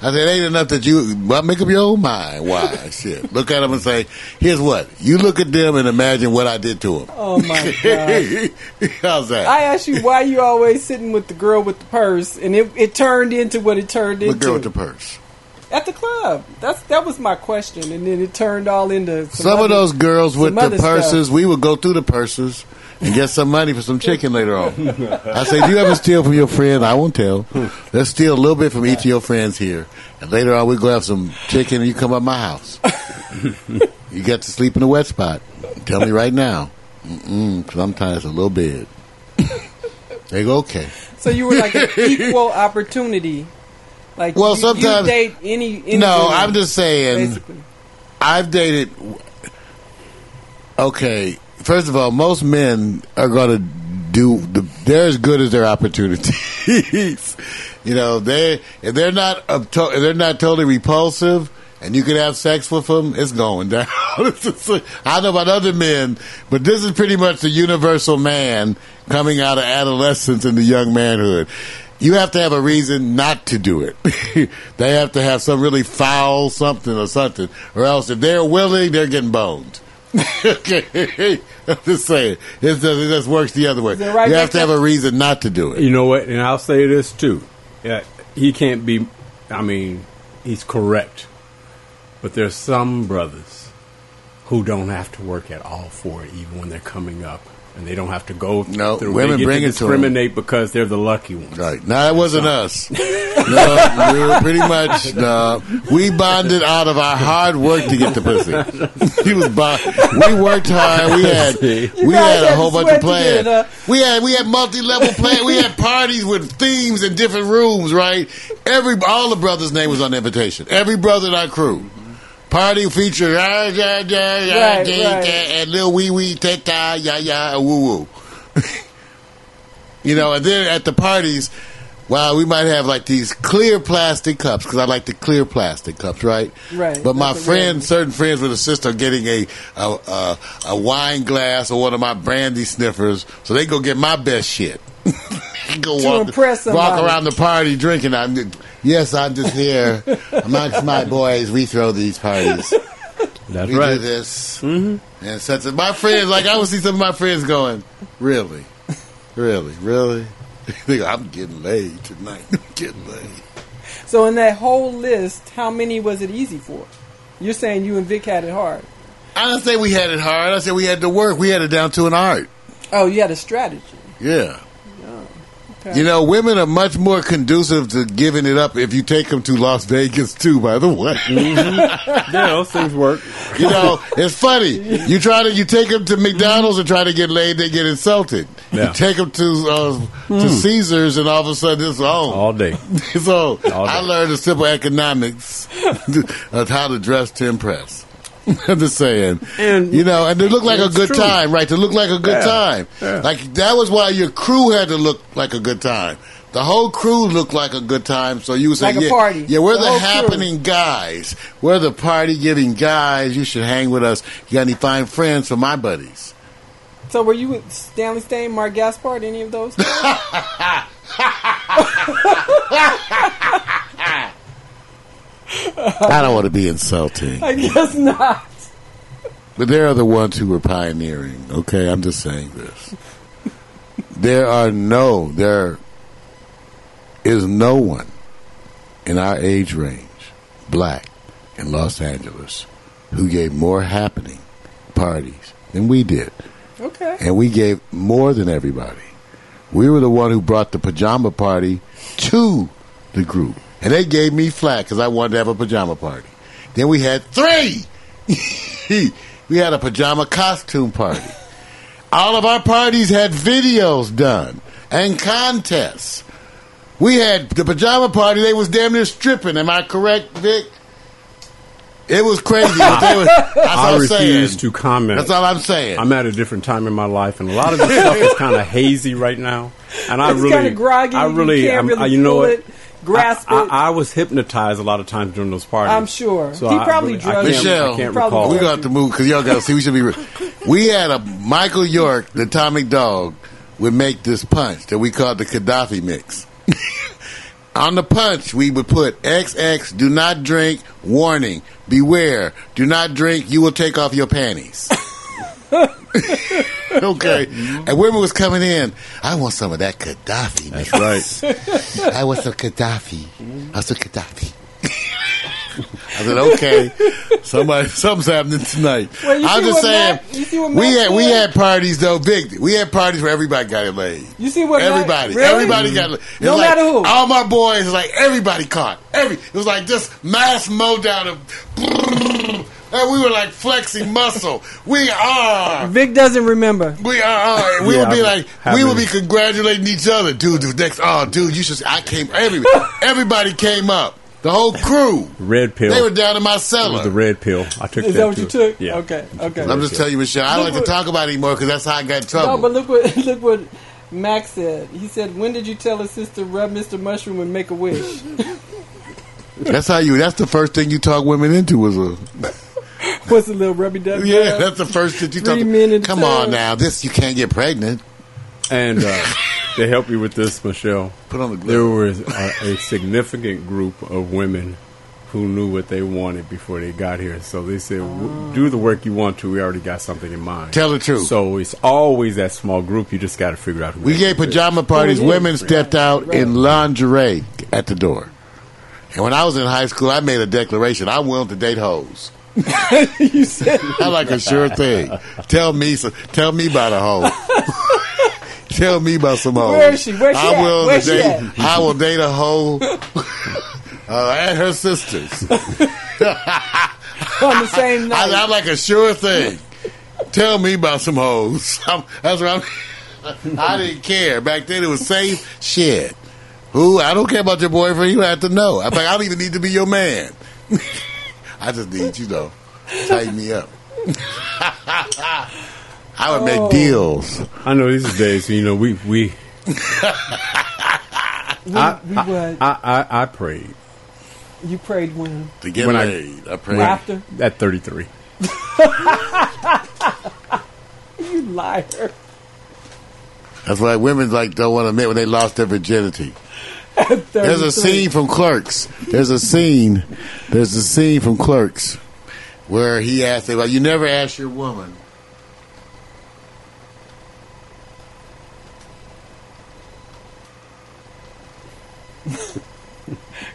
S3: I said, it ain't enough that you well, make up your own mind.
S5: [LAUGHS]
S3: Why? Shit. Look at them and say, here's what. You look at them and imagine what I did to them.
S5: Oh my
S3: [LAUGHS]
S5: god.
S3: How's that?
S5: I asked you why you always sitting with the girl with the purse, and it, it turned into what it turned
S3: the
S5: into
S3: girl with the purse.
S5: at the club. That's that was my question, and then it turned all into some,
S3: Some, of
S5: other-
S3: those girls with
S5: some
S3: the
S5: other stuff.
S3: purses, we would go through the purses and get some money for some chicken later on. I say, do you ever steal from your friend? I won't tell. Let's steal a little bit from each of your friends here. And later on, we'll go have some chicken and you come up my house. you got to sleep in a wet spot. Tell me right now. Mm-mm, 'cause I'm tired. It's a little bed. they go, okay.
S5: So you were like
S3: [LAUGHS]
S5: an equal opportunity. Like
S3: Well,
S5: you,
S3: sometimes-
S5: you date any. any
S3: No,
S5: woman,
S3: I'm just saying.
S5: basically.
S3: I've dated. Okay, first of all, most men are going to do. The, they're as good as their opportunities. [LAUGHS] you know, they if they're not up to, if they're not totally repulsive, and you can have sex with them, it's going [LAUGHS] down. It's just like- I don't know about other men, but this is pretty much the universal man coming out of adolescence into young manhood. You have to have a reason not to do it. [LAUGHS] they have to have some really foul something or something, or else if they're willing, they're getting boned. [LAUGHS] okay, I'm just saying. It just, it just works the other way.
S5: that right,
S3: you have to
S5: Victor?
S3: have a reason not to do it.
S7: You know what? And I'll say this too. Yeah, he can't be. I mean, he's correct. But there's some brothers who don't have to work at all for it, even when they're coming up, and they don't have to go.
S3: No,
S7: through.
S3: women
S7: they get
S3: bring
S7: to
S3: it to 'em.
S7: discriminate because they're the lucky ones.
S3: Right. No, that wasn't us. No, we were pretty much, no. We bonded out of our hard work to get the pussy. [LAUGHS] he was bond- We worked hard.
S5: [LAUGHS]
S3: We had, we
S5: guys
S3: had
S5: had
S3: a whole
S5: to
S3: bunch of
S5: sweat
S3: plans.
S5: together.
S3: We had, we had multi-level plans. We had parties with themes in different rooms, right? Every, all the brothers' name was on the invitation. Every brother in our crew. Party feature, ah, ja, ja, ja,
S5: Right,
S3: ja,
S5: right.
S3: ja, and Lil Wee Wee, Teta, Ya Ya, and Woo Woo. You know, and then at the parties, wow, we might have like these clear plastic cups because I like the clear plastic cups, right?
S5: Right.
S3: But my
S5: That's a real
S3: friend,
S5: one.
S3: certain friends with a sister, are getting a a, a a wine glass or one of my brandy sniffers, so they go get my best shit. [LAUGHS] go
S5: To
S3: walk,
S5: impress
S3: walk
S5: somebody.
S3: around the party drinking. I'm just- yes, I'm just here amongst my boys. We throw these parties.
S7: That's
S3: We do
S7: right.
S3: this. Mm-hmm. And such as my friends, like I would see some of my friends going, really, really, really. [LAUGHS] They go, I'm getting laid tonight. I'm getting laid.
S5: So in that whole list, how many was it easy for? You're saying you and Vic had it hard.
S3: I didn't say we had it hard. I said we had to work. We had it down to an art.
S5: Oh, you had a strategy.
S3: Yeah.
S5: okay.
S3: You know, women are much more conducive to giving it up if you take them to Las Vegas, too, by the way.
S7: Mm-hmm. Yeah,
S5: [LAUGHS]
S7: those things work.
S3: [LAUGHS] You know, it's funny. You try to you take them to McDonald's and try to get laid, they get insulted.
S7: Yeah. Mm.
S3: You take them to uh, to Caesars, and all of a sudden it's oh, on.
S7: All day.
S3: [LAUGHS] so
S7: All
S3: I
S7: day.
S3: learned the simple economics [LAUGHS] of how to dress to impress. [LAUGHS] I'm just saying,
S7: And-
S3: you know, and to look like a
S7: It's
S3: good
S7: true.
S3: time, right? To look like a good
S7: Yeah,
S3: time,
S7: yeah.
S3: like that was why your crew had to look like a good time. The whole crew looked like a good time, so you would say,
S5: Like a
S3: yeah,
S5: party.
S3: yeah, we're
S5: The
S3: the,
S5: whole crew.
S3: happening guys. We're the party giving guys. You should hang with us. You got any fine friends for my buddies?
S5: So were you with Stanley Stain, Mark Gaspard, any
S3: [LAUGHS]
S5: of those?
S3: I don't want to be insulting.
S5: I guess not.
S3: But there are the ones who were pioneering. Okay, I'm just saying this. there are no, there is no one in our age range, black, in Los Angeles, who gave more happening parties than we did.
S5: Okay.
S3: And we gave more than everybody. We were the one who brought the pajama party to the group. And they gave me flack because I wanted to have a pajama party. Then we had three. [LAUGHS] we had a pajama costume party. All of our parties had videos done and contests. We had the pajama party. They was damn near stripping. Am I correct, Vic? It was crazy. but
S7: [LAUGHS]
S3: they were- that's all
S7: I
S3: I'm
S7: refuse
S3: saying.
S7: to comment.
S3: That's all I'm saying.
S7: I'm at a different time in my life, and a lot of this stuff
S5: [LAUGHS]
S7: is kind of hazy right now. And I
S5: It's
S7: really,
S5: kinda groggy,
S7: I
S5: you
S7: really,
S5: can't
S7: I'm-
S5: really
S7: I- you know
S5: pull
S7: what?
S5: it, grasp
S7: I, I-
S5: it.
S7: I was hypnotized a lot of times during those parties.
S5: I'm sure.
S7: So
S5: He
S7: I
S5: probably
S7: really- I
S5: drugged
S7: can't-
S5: you.
S7: I
S3: Michelle,
S7: can't
S5: Probably
S7: recall.
S3: we're gonna have to move because y'all gotta see. We should be. Re- we had a Michael York, the Atomic Dog, would make this punch that we called the Gaddafi mix. [LAUGHS] On the punch, we would put XX, do not drink, warning, beware, do not drink, you will take off your panties. [LAUGHS] okay.
S5: Mm-hmm.
S3: And women was coming in, I want some of that Gaddafi mix.
S7: That's
S3: [LAUGHS]
S7: right.
S3: I was a Gaddafi.
S5: Mm-hmm.
S3: I was a Gaddafi. [LAUGHS] I
S5: [LAUGHS]
S3: said, okay, somebody, something's happening tonight.
S5: Well, you
S3: I'm
S5: see
S3: just
S5: what
S3: saying,
S5: Mac- you see what
S3: we
S5: Mac
S3: had we
S5: did?
S3: had parties though, big. We had parties where everybody got it laid.
S5: You see what Mac-
S3: everybody,
S5: really?
S3: everybody got it.
S5: No
S3: like,
S5: matter who.
S3: all my boys, it's like everybody caught. Every it was like this mass mow down of, and we were like flexing muscle. We are.
S5: Vic doesn't remember.
S3: We are, uh, we
S7: Yeah,
S3: would be
S7: I'm
S3: like,
S7: happy.
S3: we would be congratulating each other, dude. The next, oh, dude, you should. I came.
S7: [LAUGHS]
S3: Every, everybody came up. The whole crew.
S7: Red pill.
S3: They were down in my
S7: It was the
S3: cellar.
S7: red pill. I took.
S5: Is that what you
S7: too.
S5: took?
S7: Yeah.
S5: Okay. Okay.
S3: I'm just telling you, Michelle. I don't like to
S5: Look what-
S3: talk about it anymore because that's how I got in
S5: No,
S3: trouble.
S5: but look what [LAUGHS] look what Max said. He said, "When did you tell his sister rub Mr. Mushroom and make
S3: [LAUGHS]
S5: a wish?"
S3: that's how you. That's the first thing you talk women into was a.
S5: What's a little rubby dubby?
S3: Yeah, [LAUGHS] that's the first that you
S5: Three
S3: talk.
S5: men at a
S3: Come on
S5: time.
S3: now, this you can't get pregnant.
S7: And uh, they helped me with this, Michelle.
S3: Put on the glove.
S7: There was a, a significant group of women who knew what they wanted before they got here. So they said, "W- "Do the work you want to. We already got something in mind."
S3: Tell the truth.
S7: So it's always that small group. You just got to figure out. Who
S3: We
S7: that
S3: gave
S7: group is.
S3: pajama parties.
S5: Oh, it is.
S3: Women stepped out in lingerie at the door. And when I was in high school, I made a declaration. I'm willing to date hoes.
S5: [LAUGHS] you said
S3: I like a sure thing. Tell me, some, tell me about a hoe. [LAUGHS] tell me about some hoes.
S5: Where is she? Where's she
S3: I'm
S5: at?
S3: willing
S5: Where's
S3: to
S5: she
S3: date. I will date a hoe [LAUGHS] uh, and her sisters.
S5: on the same
S3: I,
S5: night.
S3: I'm like a sure thing. Tell me about some hoes. [LAUGHS] I'm, that's what I'm. [LAUGHS] I didn't care back then. It was safe shit. Who I don't care about your boyfriend. You have to know. I'm like I don't even need to be your man. [LAUGHS] I just need you know tighten me up. [LAUGHS] I would make deals.
S7: I know these days. You know, we we
S5: we would.
S7: I I, I prayed
S5: you prayed when
S3: To get
S7: When I-
S3: laid, I, pray.
S5: after
S7: at thirty three.
S5: [LAUGHS] you liar.
S3: That's why women like don't want to admit when they lost their virginity. There's a
S5: 33.
S3: scene from Clerks. There's a scene. There's a scene from Clerks where he asked, "Well, you never asked your woman."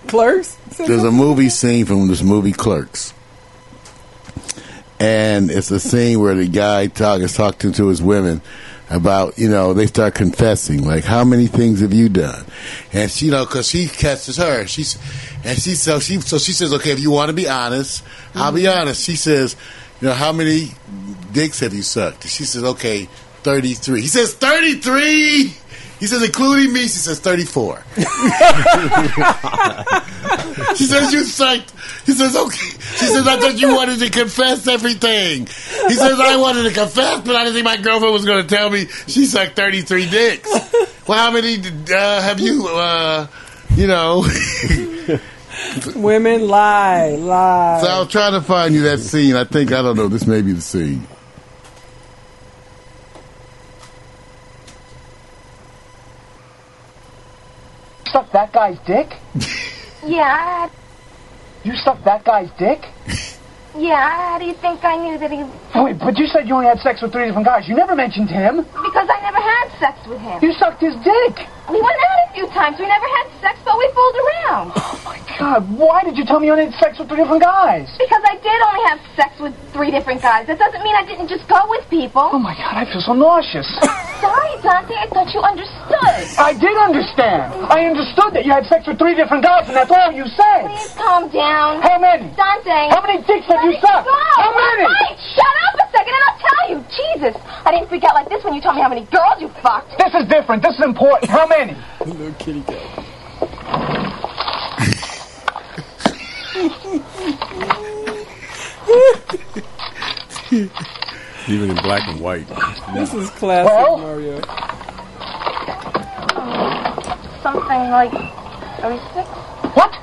S5: Clerks.
S3: There's a movie scene from this movie Clerks, and it's a scene where the guy talk is talking to his women about you know they start confessing like how many things have you done, and she you know because she catches her she's and she so she so she says okay if you want to be honest I'll be honest she says you know how many dicks have you sucked she says okay thirty three he says thirty three. He says, including me, she says 34. She says you sucked. He says okay. She says I thought you
S11: [LAUGHS]
S3: wanted to confess everything. He says I wanted to confess, but I didn't think my girlfriend was going to tell me she sucked thirty three dicks. Well, how many uh, have you? Uh, you know. [LAUGHS]
S5: Women lie, lie.
S3: so I was trying to find you that scene. I think I don't know. This may be the scene.
S11: suck that guy's dick?
S4: Yeah,
S11: You suck that guy's dick?
S4: yeah. How do you think I knew that he?
S11: Oh, Wait, but you said you only had sex with three different guys. You never mentioned him.
S4: Because I never had sex with him.
S11: You sucked his dick.
S4: We went out a few times. We never had sex, but we fooled around.
S11: Oh my god, why did you tell me you only had sex with three different guys?
S4: Because I did only have sex with three different guys. That doesn't mean I didn't just go with
S11: [LAUGHS] Oh
S4: people.
S11: my god, I feel so nauseous.
S4: Sorry, Dante. I thought you understood.
S11: I did understand. I understood that you had sex with three different guys, and that's all you said.
S4: Please calm down.
S11: How many?
S4: Dante.
S11: How many dicks have
S4: Let
S11: you
S4: it
S11: sucked?
S4: go.
S11: How many?
S4: Wait, shut up a second and I'll tell you. Jesus, I didn't freak out like this when you told me how many girls you fucked.
S11: This is different. This is important. How many?
S5: Little kitty cat.
S7: Even in black and white.
S5: This is classic Mario.
S12: Something like 36?
S11: What?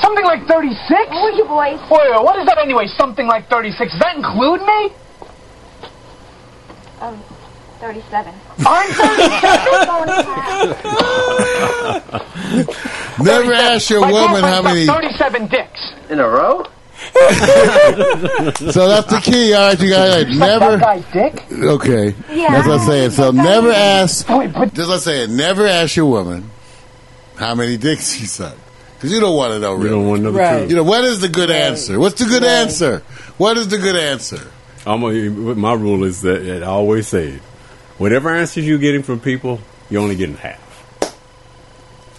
S11: Something like 36? Were
S12: Oh, you boys?
S11: Wait, wait, what is that anyway? Something like 36. Does that include me?
S12: Um, 37.
S11: I'm
S3: 37. Never ask your
S11: My
S3: woman
S11: girlfriend's
S3: how
S11: got
S3: many.
S11: 37 dicks. In a row?
S3: So that's the key, all right, you
S11: [LAUGHS]
S3: guys. Never. Okay.
S11: Yeah.
S3: That's what I'm saying. So never ask. Just like I said, never ask your woman how many dicks she sucked. Because you don't want to know, really. You don't want
S7: to know the Right. truth.
S3: You know, what is the good answer? What's the good answer? What is the good answer?
S7: I'm a, my rule is that, that I always say, it. whatever answers you're getting from people, you're only getting half.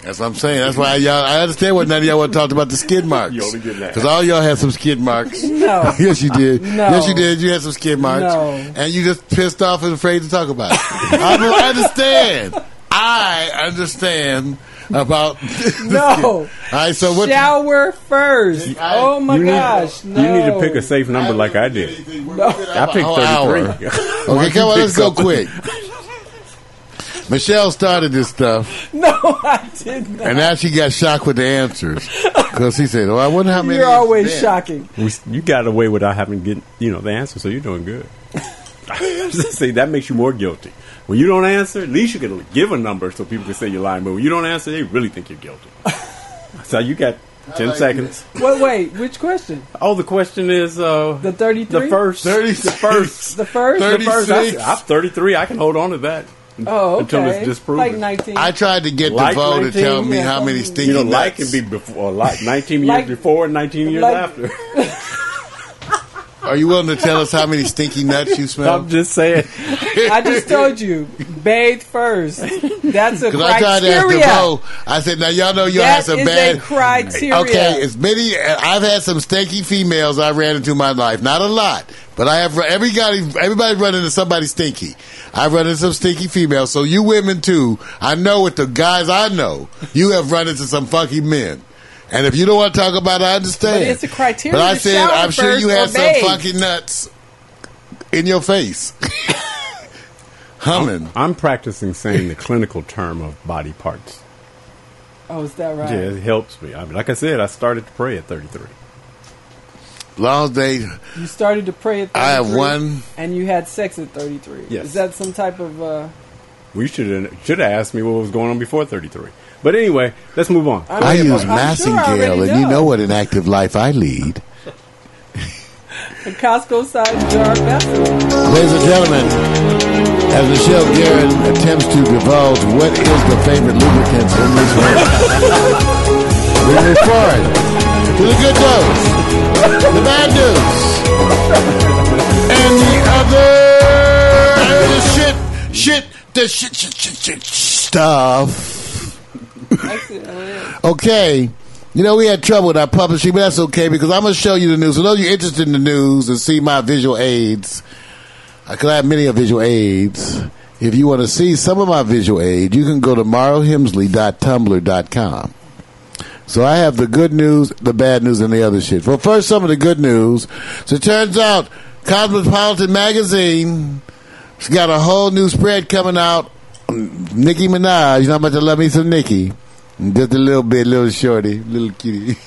S3: That's what I'm saying. That's why y'all. I understand what none of y'all want to talk about the skid marks.
S7: only get that.
S3: Because all y'all had some skid marks.
S7: [LAUGHS]
S5: No.
S3: [LAUGHS] yes, you did.
S5: No.
S3: Yes, you did. You had some skid marks,
S5: No.
S3: and you just pissed off and afraid to talk
S5: [LAUGHS]
S3: about it. I don't understand. I understand about. [LAUGHS]
S5: No.
S3: All right. So what?
S5: Shower first. oh my
S7: You need-
S5: gosh. No.
S7: You need to pick a safe number like I did. I
S3: An
S7: picked
S3: whole
S7: 33.
S3: hour. [LAUGHS]
S7: Why'd
S3: okay,
S7: you
S3: come on.
S7: pick
S3: Let's go
S7: something?
S3: quick. [LAUGHS] Michelle started this stuff.
S5: [LAUGHS] No, I did not.
S3: And now she got shocked with the answers because he said, "Oh, I wonder how many."
S5: You're always
S3: Yeah.
S5: shocking.
S7: We, you got away without having get you know the answer, so you're doing good. [LAUGHS] See, that makes you more guilty. When you don't answer, at least you can give a number so people can say you're lying. But when you don't answer, they really think you're [LAUGHS] guilty. so you got ten seconds.
S5: Wait, wait. Which question?
S7: Oh, the question is uh,
S5: the
S7: The
S5: thirty-three.
S7: first, the first,
S5: The first.
S7: the first. I, am 33. I can hold on to that.
S5: Oh, okay.
S7: Until it's disproven.
S5: Like nineteen.
S3: I tried to get the
S7: Like
S3: vote to
S7: 19,
S3: tell me
S7: yeah,
S3: how many
S7: something-
S3: stinky
S7: You know,
S3: nuts.
S7: like can be before, like [LAUGHS] 19 years
S5: Like-
S7: before, and 19 years
S5: like-
S7: after.
S3: Are you willing to tell us how many stinky nuts you smell?
S7: I'm just saying.
S5: [LAUGHS] I
S3: [LAUGHS]
S7: [LAUGHS]
S5: just told you, bathe first. That's a
S3: Because I tried to ask the
S5: criteria.
S3: vote. I said, "Now y'all know y'all
S5: That
S3: had some
S5: is
S3: bad
S5: a criteria.
S3: Okay, as many I've had some stinky females I ran into in my life. Not a lot, but I have every guy, everybody run into somebody stinky. I've run into some stinky females. So you women too. I know with the guys I know, you have run into some funky men. And if you don't want to talk about it, I understand.
S5: But it's a criteria
S3: But I
S5: to
S3: said,
S5: shower
S3: I'm sure you
S5: first
S3: had
S5: or
S3: some
S5: bathe.
S3: funky nuts in your face. [LAUGHS] Humming.
S7: I'm practicing saying the clinical term of body parts.
S5: Oh, is that right?
S7: Yeah, it helps me. I mean, like I said, I started to pray at 33.
S3: Long day.
S5: You started to pray at 33.
S3: I have one-
S5: And you had sex at 33.
S7: Yes.
S5: Is that some type of. Uh,
S7: We should have should have asked me what was going on before 33. But anyway, let's move on.
S3: I, use Massingale, and you know what an active life I lead.
S5: a Costco sized jar vessel?
S3: Ladies and gentlemen, as Michelle Guerin attempts to divulge what is the favorite lubricant in this room, we move forward to the good news, the bad news, and the other and the shit, shit, the shit, shit, shit, shit stuff. Okay. You know, we had trouble with our publishing, but that's okay because I'm going to show you the news. For those of you interested in the news and see my visual aids, because I have many of visual aids. If you want to see some of my visual aids, you can go to marlhemsley.tumblr.com. So I have the good news, the bad news, and the other shit. Well, first, some of the good news. So it turns out Cosmopolitan magazine has got a whole new spread coming out. Nicki Minaj, you know how much I love me some Nicki. Just a little bit, little shorty, little cutie. [LAUGHS]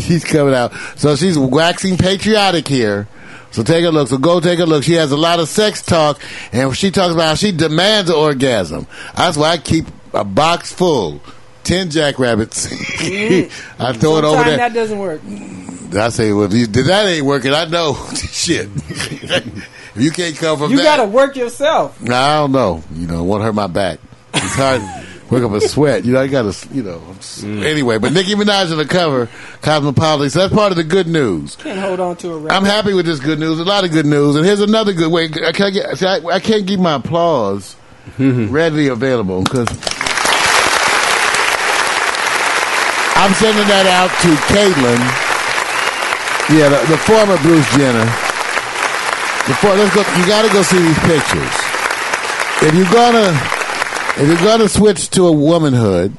S3: she's coming out. So she's waxing patriotic here. So take a look. So go take a look. She has a lot of sex talk, and she talks about how she demands an orgasm. That's why I keep a box full, ten jackrabbits. [LAUGHS] I throw it over
S5: Mm. Sometimes
S3: there.
S5: that doesn't work.
S3: I say, well, if you- that ain't working. I know [LAUGHS] shit. if you can't come from
S5: You
S3: that,
S5: got to work yourself.
S3: I don't know. You know, it won't hurt my back. It's hard. to Work up a sweat. You know, I got to, you know. I'm s Anyway, but Nicki Minaj on the cover, Cosmopolitan. So that's part of the good news.
S5: Can't hold on to a record.
S3: I'm happy with this good news. A lot of good news. And here's another good way. I can't, get, see, I, I can't give my applause readily available because I'm sending that out to Caitlin. Yeah, the, the former Bruce Jenner. The for, let's go. You got to go see these pictures. If you're gonna, if you're gonna switch to a womanhood,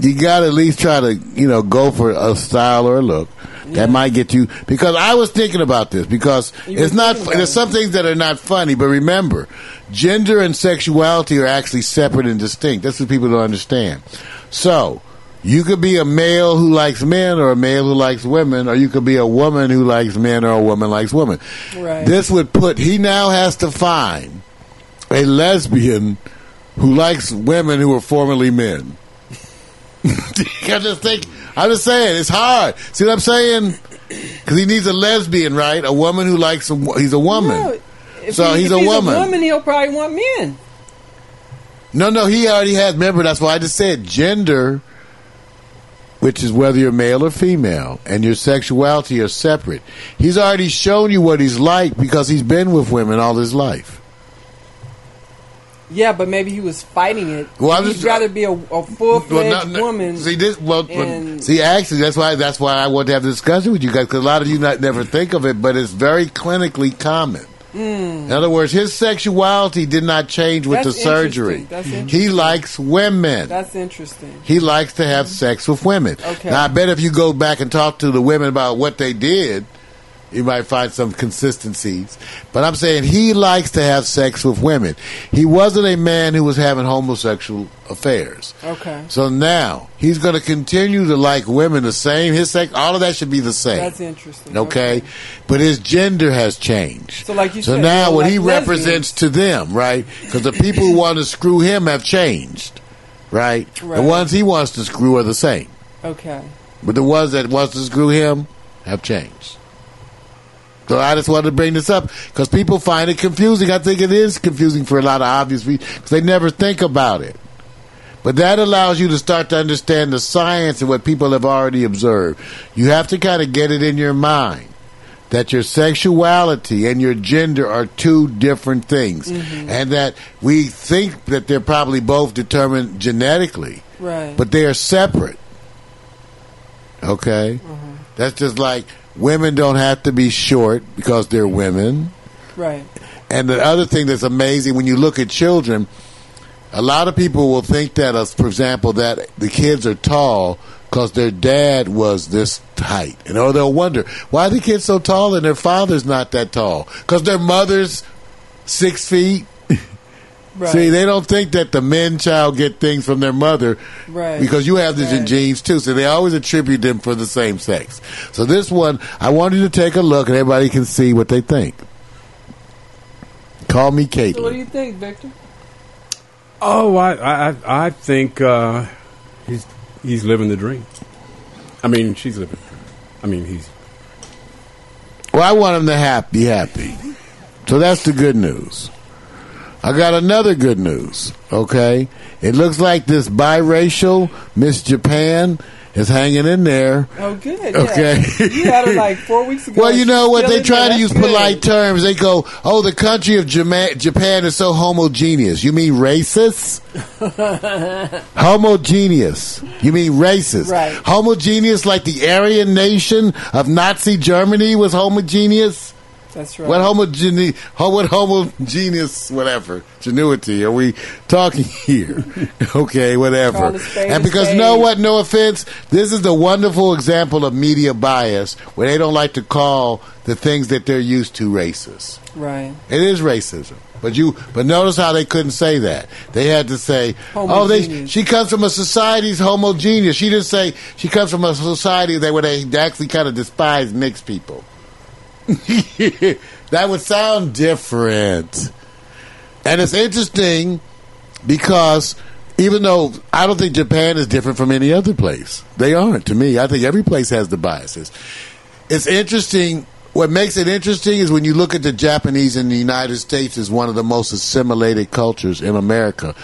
S3: you got to at least try to, you know, go for a style or a look. That might get you because I was thinking about this because it's not. There's some things that are not funny, but remember, gender and sexuality are actually separate and distinct. That's what people don't understand. So you could be a male who likes men, or a male who likes women, or you could be a woman who likes men, or a woman likes women.
S5: Right.
S3: This would put he now has to find a lesbian who likes women who were formerly men. [LAUGHS] I just think I'm just saying it's hard. See what I'm saying? Because he needs a lesbian, right? A woman who likes a, wo- he's a woman.
S5: No, if
S3: so
S5: he-
S3: he's,
S5: if
S3: a, woman.
S5: a woman. He'll probably want men.
S3: No, no, he already has. Remember, that's why I just said gender, which is whether you're male or female, and your sexuality are separate. He's already shown you what he's like because he's been with women all his life.
S5: Yeah, but maybe he was fighting it.
S3: Well, I'm
S5: He'd
S3: just-
S5: rather be a, a full fledged
S3: Well, no, no.
S5: woman.
S3: See this? Well, but-
S5: and-
S3: see, actually, that's why that's why I want to have this discussion with you guys because a lot of you not, never think of it, but it's very clinically common. In
S5: Mm.
S3: other words, his sexuality did not change with
S5: That's
S3: the surgery.
S5: interesting. That's
S3: He
S5: interesting.
S3: likes women.
S5: That's interesting.
S3: He likes to have sex with women.
S5: Okay.
S3: Now, I bet if you go back and talk to the women about what they did, you might find some consistencies. But I'm saying he likes to have sex with women. He wasn't a man who was having homosexual affairs.
S5: Okay.
S3: So now he's going to continue to like women the same. His sex, all of that should be the same.
S5: That's interesting.
S3: Okay, but his gender has changed.
S5: So like you
S3: so
S5: said,
S3: now
S5: you know,
S3: what
S5: like
S3: he
S5: lesbians.
S3: represents to them, right? Because the people who want to screw him have changed, right?
S5: Right.
S3: The ones he wants to screw are the same,
S5: Okay.
S3: but the ones that wants to screw him have changed. So I just wanted to bring this up because people find it confusing. I think it is confusing for a lot of obvious reasons because they never think about it. But that allows you to start to understand the science and what people have already observed. You have to kind of get it in your mind that your sexuality and your gender are two different things. And that we think that they're probably both determined genetically,
S5: Right.
S3: but they are separate. Okay? That's just like women don't have to be short because they're women.
S5: Right.
S3: And the other thing that's amazing when you look at children, a lot of people will think that, uh, for example, that the kids are tall because their dad was this height, and or they'll wonder why are the kids so tall and their father's not that tall because their mother's six feet.
S5: Right.
S3: See, they don't think that the men child get things from their mother
S5: Right.
S3: because you have this in genes too. So they always attribute them for the same sex. So this one, I wanted to take a look, and everybody can see what they think. Call me Caitlin.
S5: So what do you think, Victor?
S7: Oh, I I, I- I think uh, he's he's living the dream. I mean, she's living. I mean, he's
S3: Well, I want him to hap- be happy. So that's the good news. I got another good news, okay? It looks like this biracial Miss Japan is hanging in there.
S5: Oh, good.
S3: Okay.
S5: Yeah. You had her like four weeks ago.
S3: Well, you know what?
S5: Still
S3: They
S5: in
S3: try
S5: there.
S3: to use
S5: That's good.
S3: polite terms. They go, oh, the country of Jama- Japan is so homogeneous. You mean
S5: [LAUGHS]
S3: racist? Homogeneous. You mean racist.
S1: Right.
S3: Homogeneous like the Aryan nation of Nazi Germany was homogeneous?
S5: That's right.
S3: What homogene ho- what homogeneous whatever genuity are we talking [LAUGHS] here? okay,
S1: Call
S3: whatever.
S1: a spade
S3: And
S1: a
S3: because
S1: spade.
S3: no what, no offense, this is the wonderful example of media bias where they don't like to call the things that they're used to racist.
S5: Right.
S3: It is racism. But you but notice how they couldn't say that. They had to say, "Oh, they
S1: Homogeneous.
S3: she comes from a society's homogeneous." She didn't say she comes from a society that where they actually kind of despise mixed people. [LAUGHS] that would sound different. And it's interesting because even though I don't think Japan is different from any other place, they aren't to me. I think every place has the biases. It's interesting. What makes it interesting is when you look at the Japanese in the United States is one of the most assimilated cultures in America.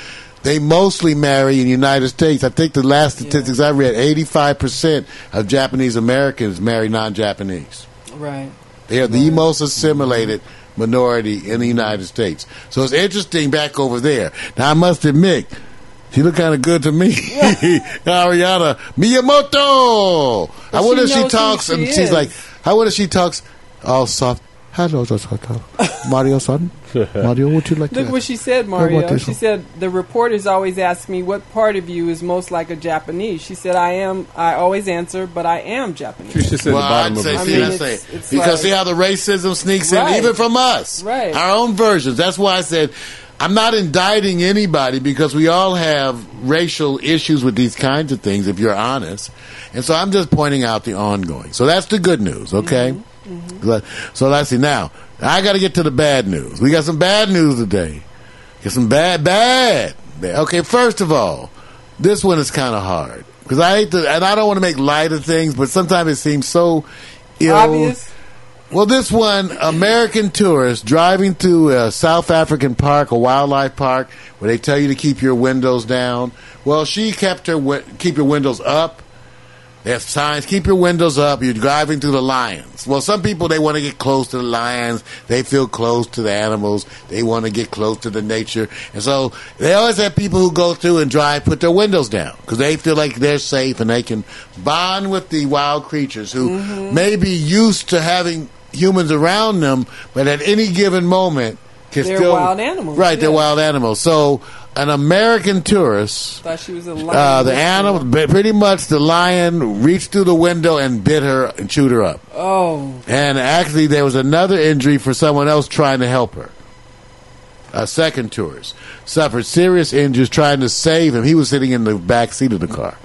S3: They mostly marry in the United States. I think the last statistics I read, 85% of Japanese Americans marry non-Japanese.
S5: Right.
S3: They are the most assimilated minority in the United States. So it's interesting back over there. Now I must admit, she looked kind of good to me, [LAUGHS] Ariana Miyamoto. I
S1: But
S3: wonder if
S1: she
S3: she
S1: knows who
S3: talks
S1: she
S3: and
S1: is.
S3: she's like, I wonder if she talks all soft.
S9: Hello, Santa. Mario
S1: [LAUGHS]
S9: son. Mario, would you like
S5: Look
S9: to?
S5: what she said,
S9: I want
S5: Mario.
S9: this
S5: She
S9: one.
S5: said the reporters always ask me what part of you is most like a Japanese. She said I am. I always answer, but I am Japanese.
S3: well, I'd say, see, I say,
S5: it's- it's
S3: because
S5: like-
S3: see how the racism sneaks
S5: Right.
S3: in, even from us,
S5: Right.
S3: Our own versions. That's why I said I'm not indicting anybody because we all have racial issues with these kinds of things. If you're honest, and so I'm just pointing out the ongoing. So that's the good news, okay?
S5: Mm-hmm.
S3: Let- So let's see. Now I got to get to the bad news. We got some bad news today. Get some bad, bad. bad. Okay, first of all, this one is kind of hard because I hate to, and I don't want to make light of things, but sometimes it seems so ill.
S5: Obvious.
S3: Well, this one, American tourists driving through a South African park, a wildlife park, where they tell you to keep your windows down. Well, she kept her wi- keep your windows up. They have signs. Keep your windows up. You're driving through the lions. Well, some people they want to get close to the lions. They feel close to the animals. They want to get close to the nature, and so they always have people who go through and drive put their windows down because they feel like they're safe and they can bond with the wild creatures who
S5: Mm-hmm.
S3: may be used to having humans around them, but at any given moment can
S5: They're
S3: still
S5: wild animals,
S3: Right, they're
S5: yeah.
S3: wild animals. So an American tourist
S5: Thought she was a lion.
S3: uh, the animal, but pretty much the lion reached through the window and bit her and chewed her up.
S5: Oh,
S3: And actually, there was another injury for someone else trying to help her. A second tourist suffered serious injuries trying to save him. He was sitting in the back seat of the car.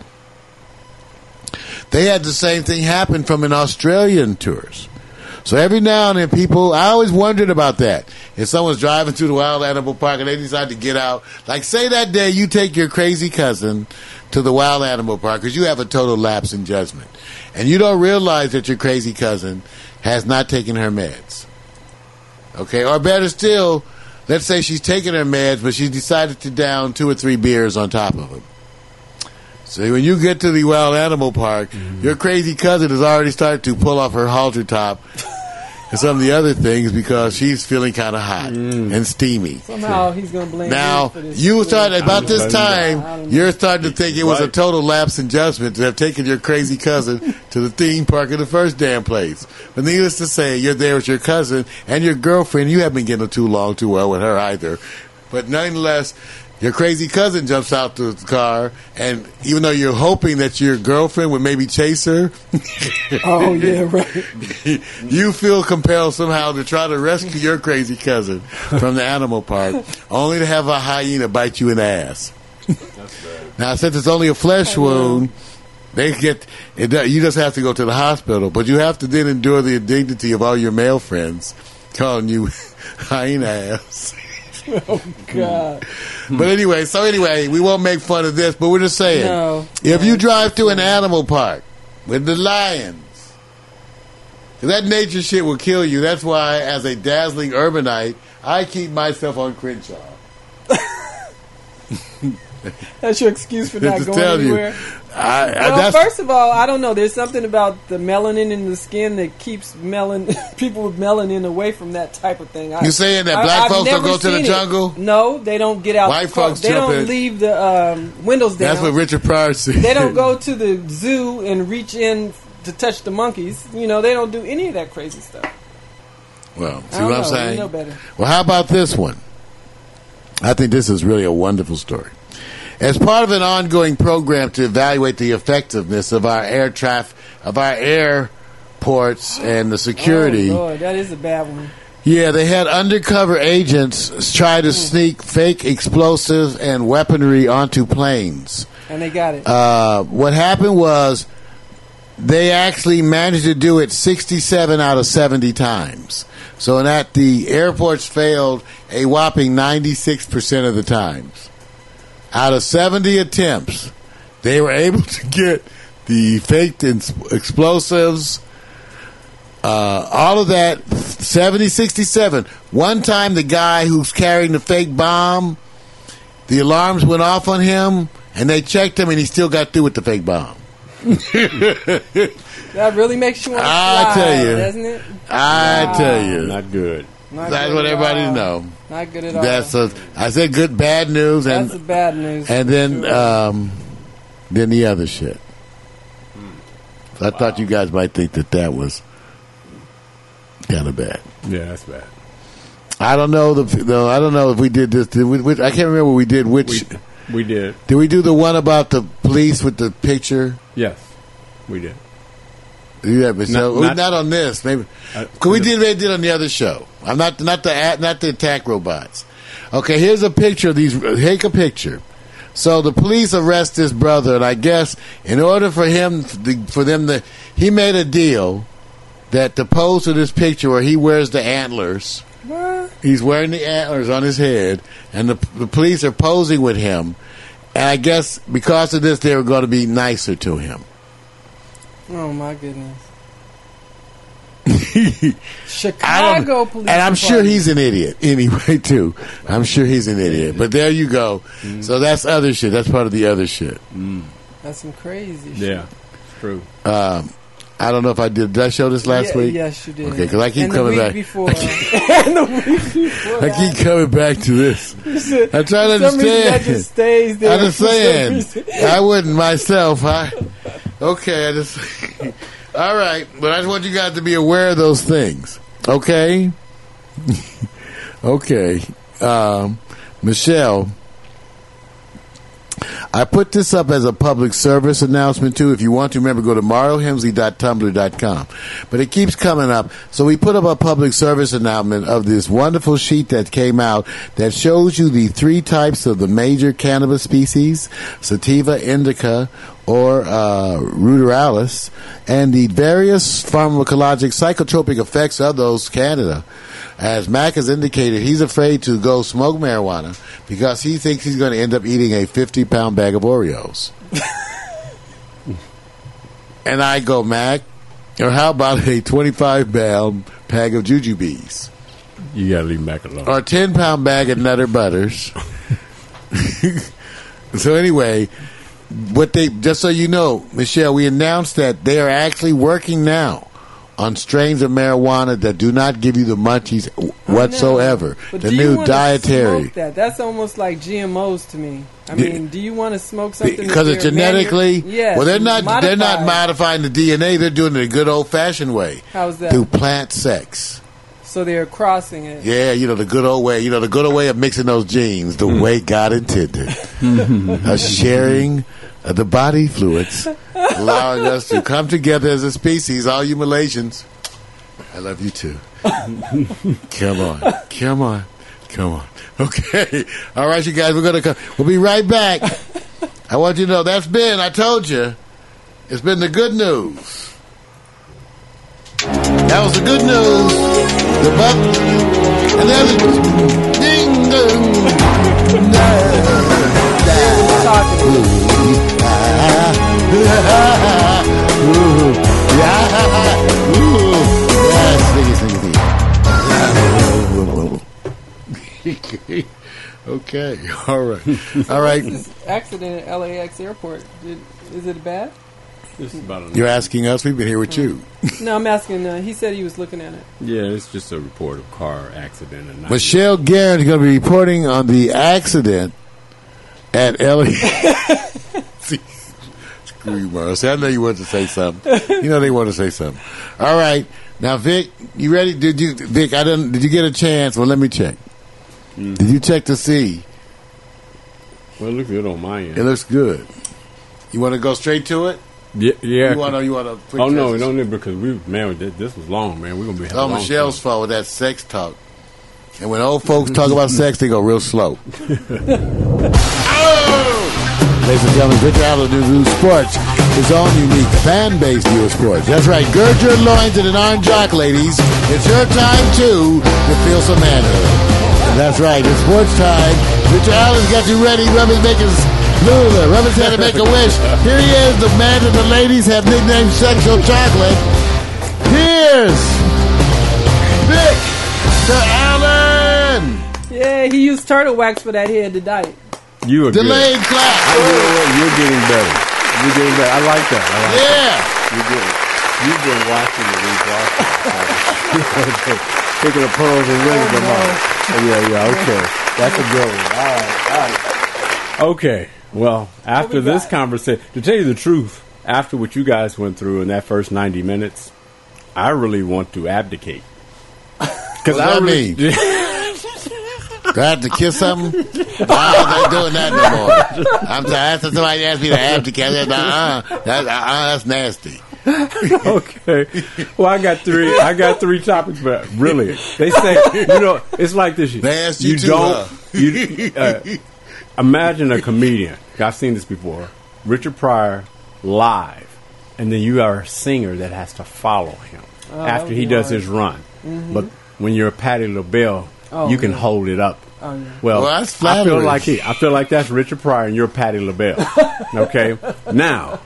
S3: They had the same thing happen from an Australian tourist. So every now and then, people, I always wondered about that. If someone's driving through the wild animal park and they decide to get out, like say that day you take your crazy cousin to the wild animal park because you have a total lapse in judgment. And you don't realize that your crazy cousin has not taken her meds. Okay, or better still, let's say she's taking her meds, but she decided to down two or three beers on top of them. So when you get to the wild animal park, your crazy cousin has already started to pull off her halter top and some of the other things because she's feeling kind of hot and steamy.
S5: somehow he's gonna blame. me
S3: Now
S5: for this
S3: you
S5: shit.
S3: start about this
S5: I don't
S3: time.
S5: know.
S3: You're starting to think it was a total lapse in judgment to have taken your crazy cousin to the theme park in the first damn place. But needless to say, you're there with your cousin and your girlfriend. You haven't been getting too long too well with her either. But nonetheless, your crazy cousin jumps out the car, and even though you're hoping that your girlfriend would maybe chase her, [LAUGHS]
S5: Oh yeah, right.
S3: you feel compelled somehow to try to rescue your crazy cousin from the animal park, only to have a hyena bite you in the ass. Now, since it's only a flesh wound, they get it, do- you just have to go to the hospital, but you have to then endure the indignity of all your male friends calling you [LAUGHS] hyena ass.
S5: [LAUGHS] Oh God.
S3: But anyway, so anyway, we won't make fun of this, but we're just saying
S5: No.
S3: if you drive through an animal park with the lions, that nature shit will kill you. That's why, as a dazzling urbanite, I keep myself on Crenshaw.
S5: That's your excuse for not
S3: Just
S5: going
S3: tell you.
S5: anywhere.
S3: I, I,
S5: well,
S3: that's,
S5: first of all, I don't know. There's something about the melanin in the skin that keeps melon [LAUGHS] people with melanin away from that type of thing. I,
S3: You saying that
S5: I-
S3: black
S5: I've
S3: folks don't
S5: never
S3: go to the
S5: seen it.
S3: jungle?
S5: No, they don't get out.
S3: White
S5: the car.
S3: folks
S5: they
S3: jump
S5: don't
S3: in.
S5: leave the um, windows down.
S3: that's what Richard Pryor said.
S5: they don't go to the zoo and reach in to touch the monkeys. You know, they don't do any of that crazy stuff.
S3: [LAUGHS] Well, see
S5: I don't
S3: what I'm
S5: know.
S3: saying?
S5: You know better.
S3: Well, how about this one? I think this is really a wonderful story. As part of an ongoing program to evaluate the effectiveness of our air traffic, of our airports and the security,
S5: Oh, Lord, that is a bad one.
S3: yeah, they had undercover agents try to sneak fake explosives and weaponry onto planes.
S5: And they got it.
S3: Uh, what happened was they actually managed to do it 67 out of 70 times. So that the airports failed a whopping 96% of the times. Out of 70 attempts, they were able to get the faked ins- explosives, uh, all of that 70 67 one time the guy who's carrying the fake bomb the alarms went off on him and they checked him and he still got through with the fake bomb
S5: that really makes you want to
S3: I
S5: fly,
S3: tell you.
S5: doesn't it?
S3: i
S5: Wow.
S3: tell you
S7: not good
S5: Not
S3: that's
S5: good
S3: what
S5: at
S3: everybody
S5: all.
S3: know
S5: Not good at all.
S3: that's a, i said good bad news
S5: That's the
S3: and
S5: bad news.
S3: and then um then the other shit
S7: Hmm.
S3: i thought you guys might think that that was kind of bad.
S7: Yeah, that's bad.
S3: I don't know the no, I don't know if we did this. Did we, we- I can't remember we did which.
S7: We did.
S3: did we do the one about the police with the picture?
S7: Yes, we did.
S3: Yeah, but so
S7: Not-
S3: not,
S7: not-
S3: on this. Maybe 'Cause Uh, we did. They did on the other show. I'm not not the at- not the attack robots. Okay, here's a picture of these. uh, Take a picture. So the police arrest his brother, and I guess in order for him to, for them to, he made a deal that the pose of this picture where he wears the antlers. He's wearing the antlers on his head, and the, the police are posing with him. And I guess because of this, they were going to be nicer to him.
S5: Oh
S3: [LAUGHS]
S5: my goodness.
S3: I don't-
S5: Chicago police.
S3: And I'm sure
S5: Department.
S3: he's an idiot anyway, [LAUGHS] too. I'm sure he's an idiot. But there you go.
S5: Mm-hmm.
S3: So that's other shit. That's part of the other shit.
S5: That's some crazy shit.
S7: Yeah, it's true.
S3: Um, I don't know if I did. Did I show this last
S5: Yeah,
S3: week?
S5: Yes, you did.
S3: Okay, because I keep
S5: and
S3: coming
S5: the week
S3: back.
S5: Before, [LAUGHS] and the
S3: [LAUGHS]
S5: week before.
S3: I keep coming back to
S5: [LAUGHS]
S3: this. I'm trying to
S5: For some reason, that
S3: understand.
S5: just stays there
S3: I'm just
S5: for some
S3: saying. [LAUGHS]
S5: reason.
S3: I wouldn't myself. I okay. I just [LAUGHS] all right, but I just want you guys to be aware of those things. Okay, [LAUGHS] okay, um, Michelle. I put this up as a public service announcement too. If you want to remember, go to mariohemsley.tumblr.com. But it keeps coming up. So we put up a public service announcement of this wonderful sheet that came out that shows you the three types of the major cannabis species, sativa, indica, or uh, ruderalis, and the various pharmacologic psychotropic effects of those Canada. As Mac has indicated, he's afraid to go smoke marijuana because he thinks he's going to end up eating a 50 pound bag of Oreos. [LAUGHS] and I go, Mac, or how about a 25 pound bag of Jujubes?
S7: You gotta leave him back alone.
S3: Or a 10 pound bag of Nutter Butters. [LAUGHS] so, anyway, what they, just so you know, Michelle, we announced that they are actually working now. On strains of marijuana that do not give you the munchies whatsoever.
S5: But
S3: The
S5: do you
S3: new
S5: wanna
S3: dietary.
S5: Smoke that? That's almost like GMOs to me. I
S3: The-
S5: mean, do you want to smoke something that
S3: because it's
S5: they're manu-
S3: genetically
S5: Yes,
S3: well they're not they're not
S5: modified.
S3: modifying the DNA they're doing it a good old fashioned way
S5: How's that?
S3: through plant sex
S5: So they're crossing it.
S3: yeah you know the good old way you know the good old way of mixing those genes the way God intended a sharing of the body fluids allowing us to come together as a species all you Malaysians I love you too come on come on come on okay all right you guys we're gonna come we'll be right back I want you to know that's been I told you it's been the good news. That was the good news. The buck. And then the ding dong. [LAUGHS] Okay, all right, all right.
S5: Accident at LAX airport. Did, is it bad?
S7: This is about
S3: You're asking us. We've been here with you.
S5: No, I'm asking. Uh, he said he was looking at it.
S7: Yeah, it's just a report of car accident and not
S3: Michelle Garrett is going to be reporting on the accident at
S7: [LAUGHS]
S3: Ellie. Screw you, Morris. I know you wanted to say something. You know they want to say something. All right, now Vic, you ready? Did you, Vic? I didn't. Did you get a chance? Well, let me check.
S7: Mm-hmm.
S3: Did you check to see?
S7: Well, it look good on my end.
S3: It looks good. You want to go straight to it?
S7: Yeah, yeah.
S3: You wanna- you wanna quick
S7: Oh no,
S3: transition?
S7: no, no, because we man, this, this was long, man. We're gonna be. having a
S3: Oh,
S7: long
S3: Michelle's fault with that sex talk. And when old folks talk about sex, they go real
S7: [LAUGHS]
S3: slow. Oh! Ladies and gentlemen, Victor Allen of New Sports, his own unique fan base view of sports. That's right, gird your loins in an iron jock, ladies. It's your time, too, to feel some manhood. That's right, it's sports time. Victor Allen's got you ready. Rubbers make his Lula. Rubbers had to make a wish. Here he is, the man that the ladies have nicknamed Sexual Chocolate. Here's Vic the Allen!
S5: Yeah, he used turtle wax for that head to diet.
S7: time. You are
S3: Delayed
S7: good.
S3: clap.
S7: I- you know what? You're getting better. You're getting better. I like that. I like
S3: Yeah.
S7: that. You're good. You've been watching it. We've watched [LAUGHS] it. Picking the pearls and rings them out. Oh, Yeah, yeah. Okay, that's a good one. All right, all right. Okay. Well, after this conversation, to tell you the truth, after what you guys went through in that first 90 minutes, I really want to abdicate.
S3: [LAUGHS] What does
S7: I
S3: that
S7: really-
S3: mean? Do I have to kiss something? Nah, I ain't doing that no more. I'm tired. Somebody asked me to have to kiss. Nah, uh, that's, uh, that's nasty.
S7: [LAUGHS] okay. Well, I got three. I got three topics, but really, they say you know it's like this. They
S3: asked you too, huh?
S7: You, uh, imagine a comedian. I've seen this before. Richard Pryor live, and then you are a singer that has to follow him
S13: Oh, that
S7: after
S13: would
S7: he
S13: be
S7: does
S13: hard.
S7: his run.
S13: Mhm.
S7: But when you're Patty LaBelle,
S13: Oh,
S7: you can
S13: yeah.
S7: hold it up.
S13: Oh, yeah.
S7: Well,
S13: Well, that's
S7: I feel
S13: flattering.
S7: like he. I feel like that's Richard Pryor and you're
S13: [LAUGHS]
S7: Patty LaBelle. okay, now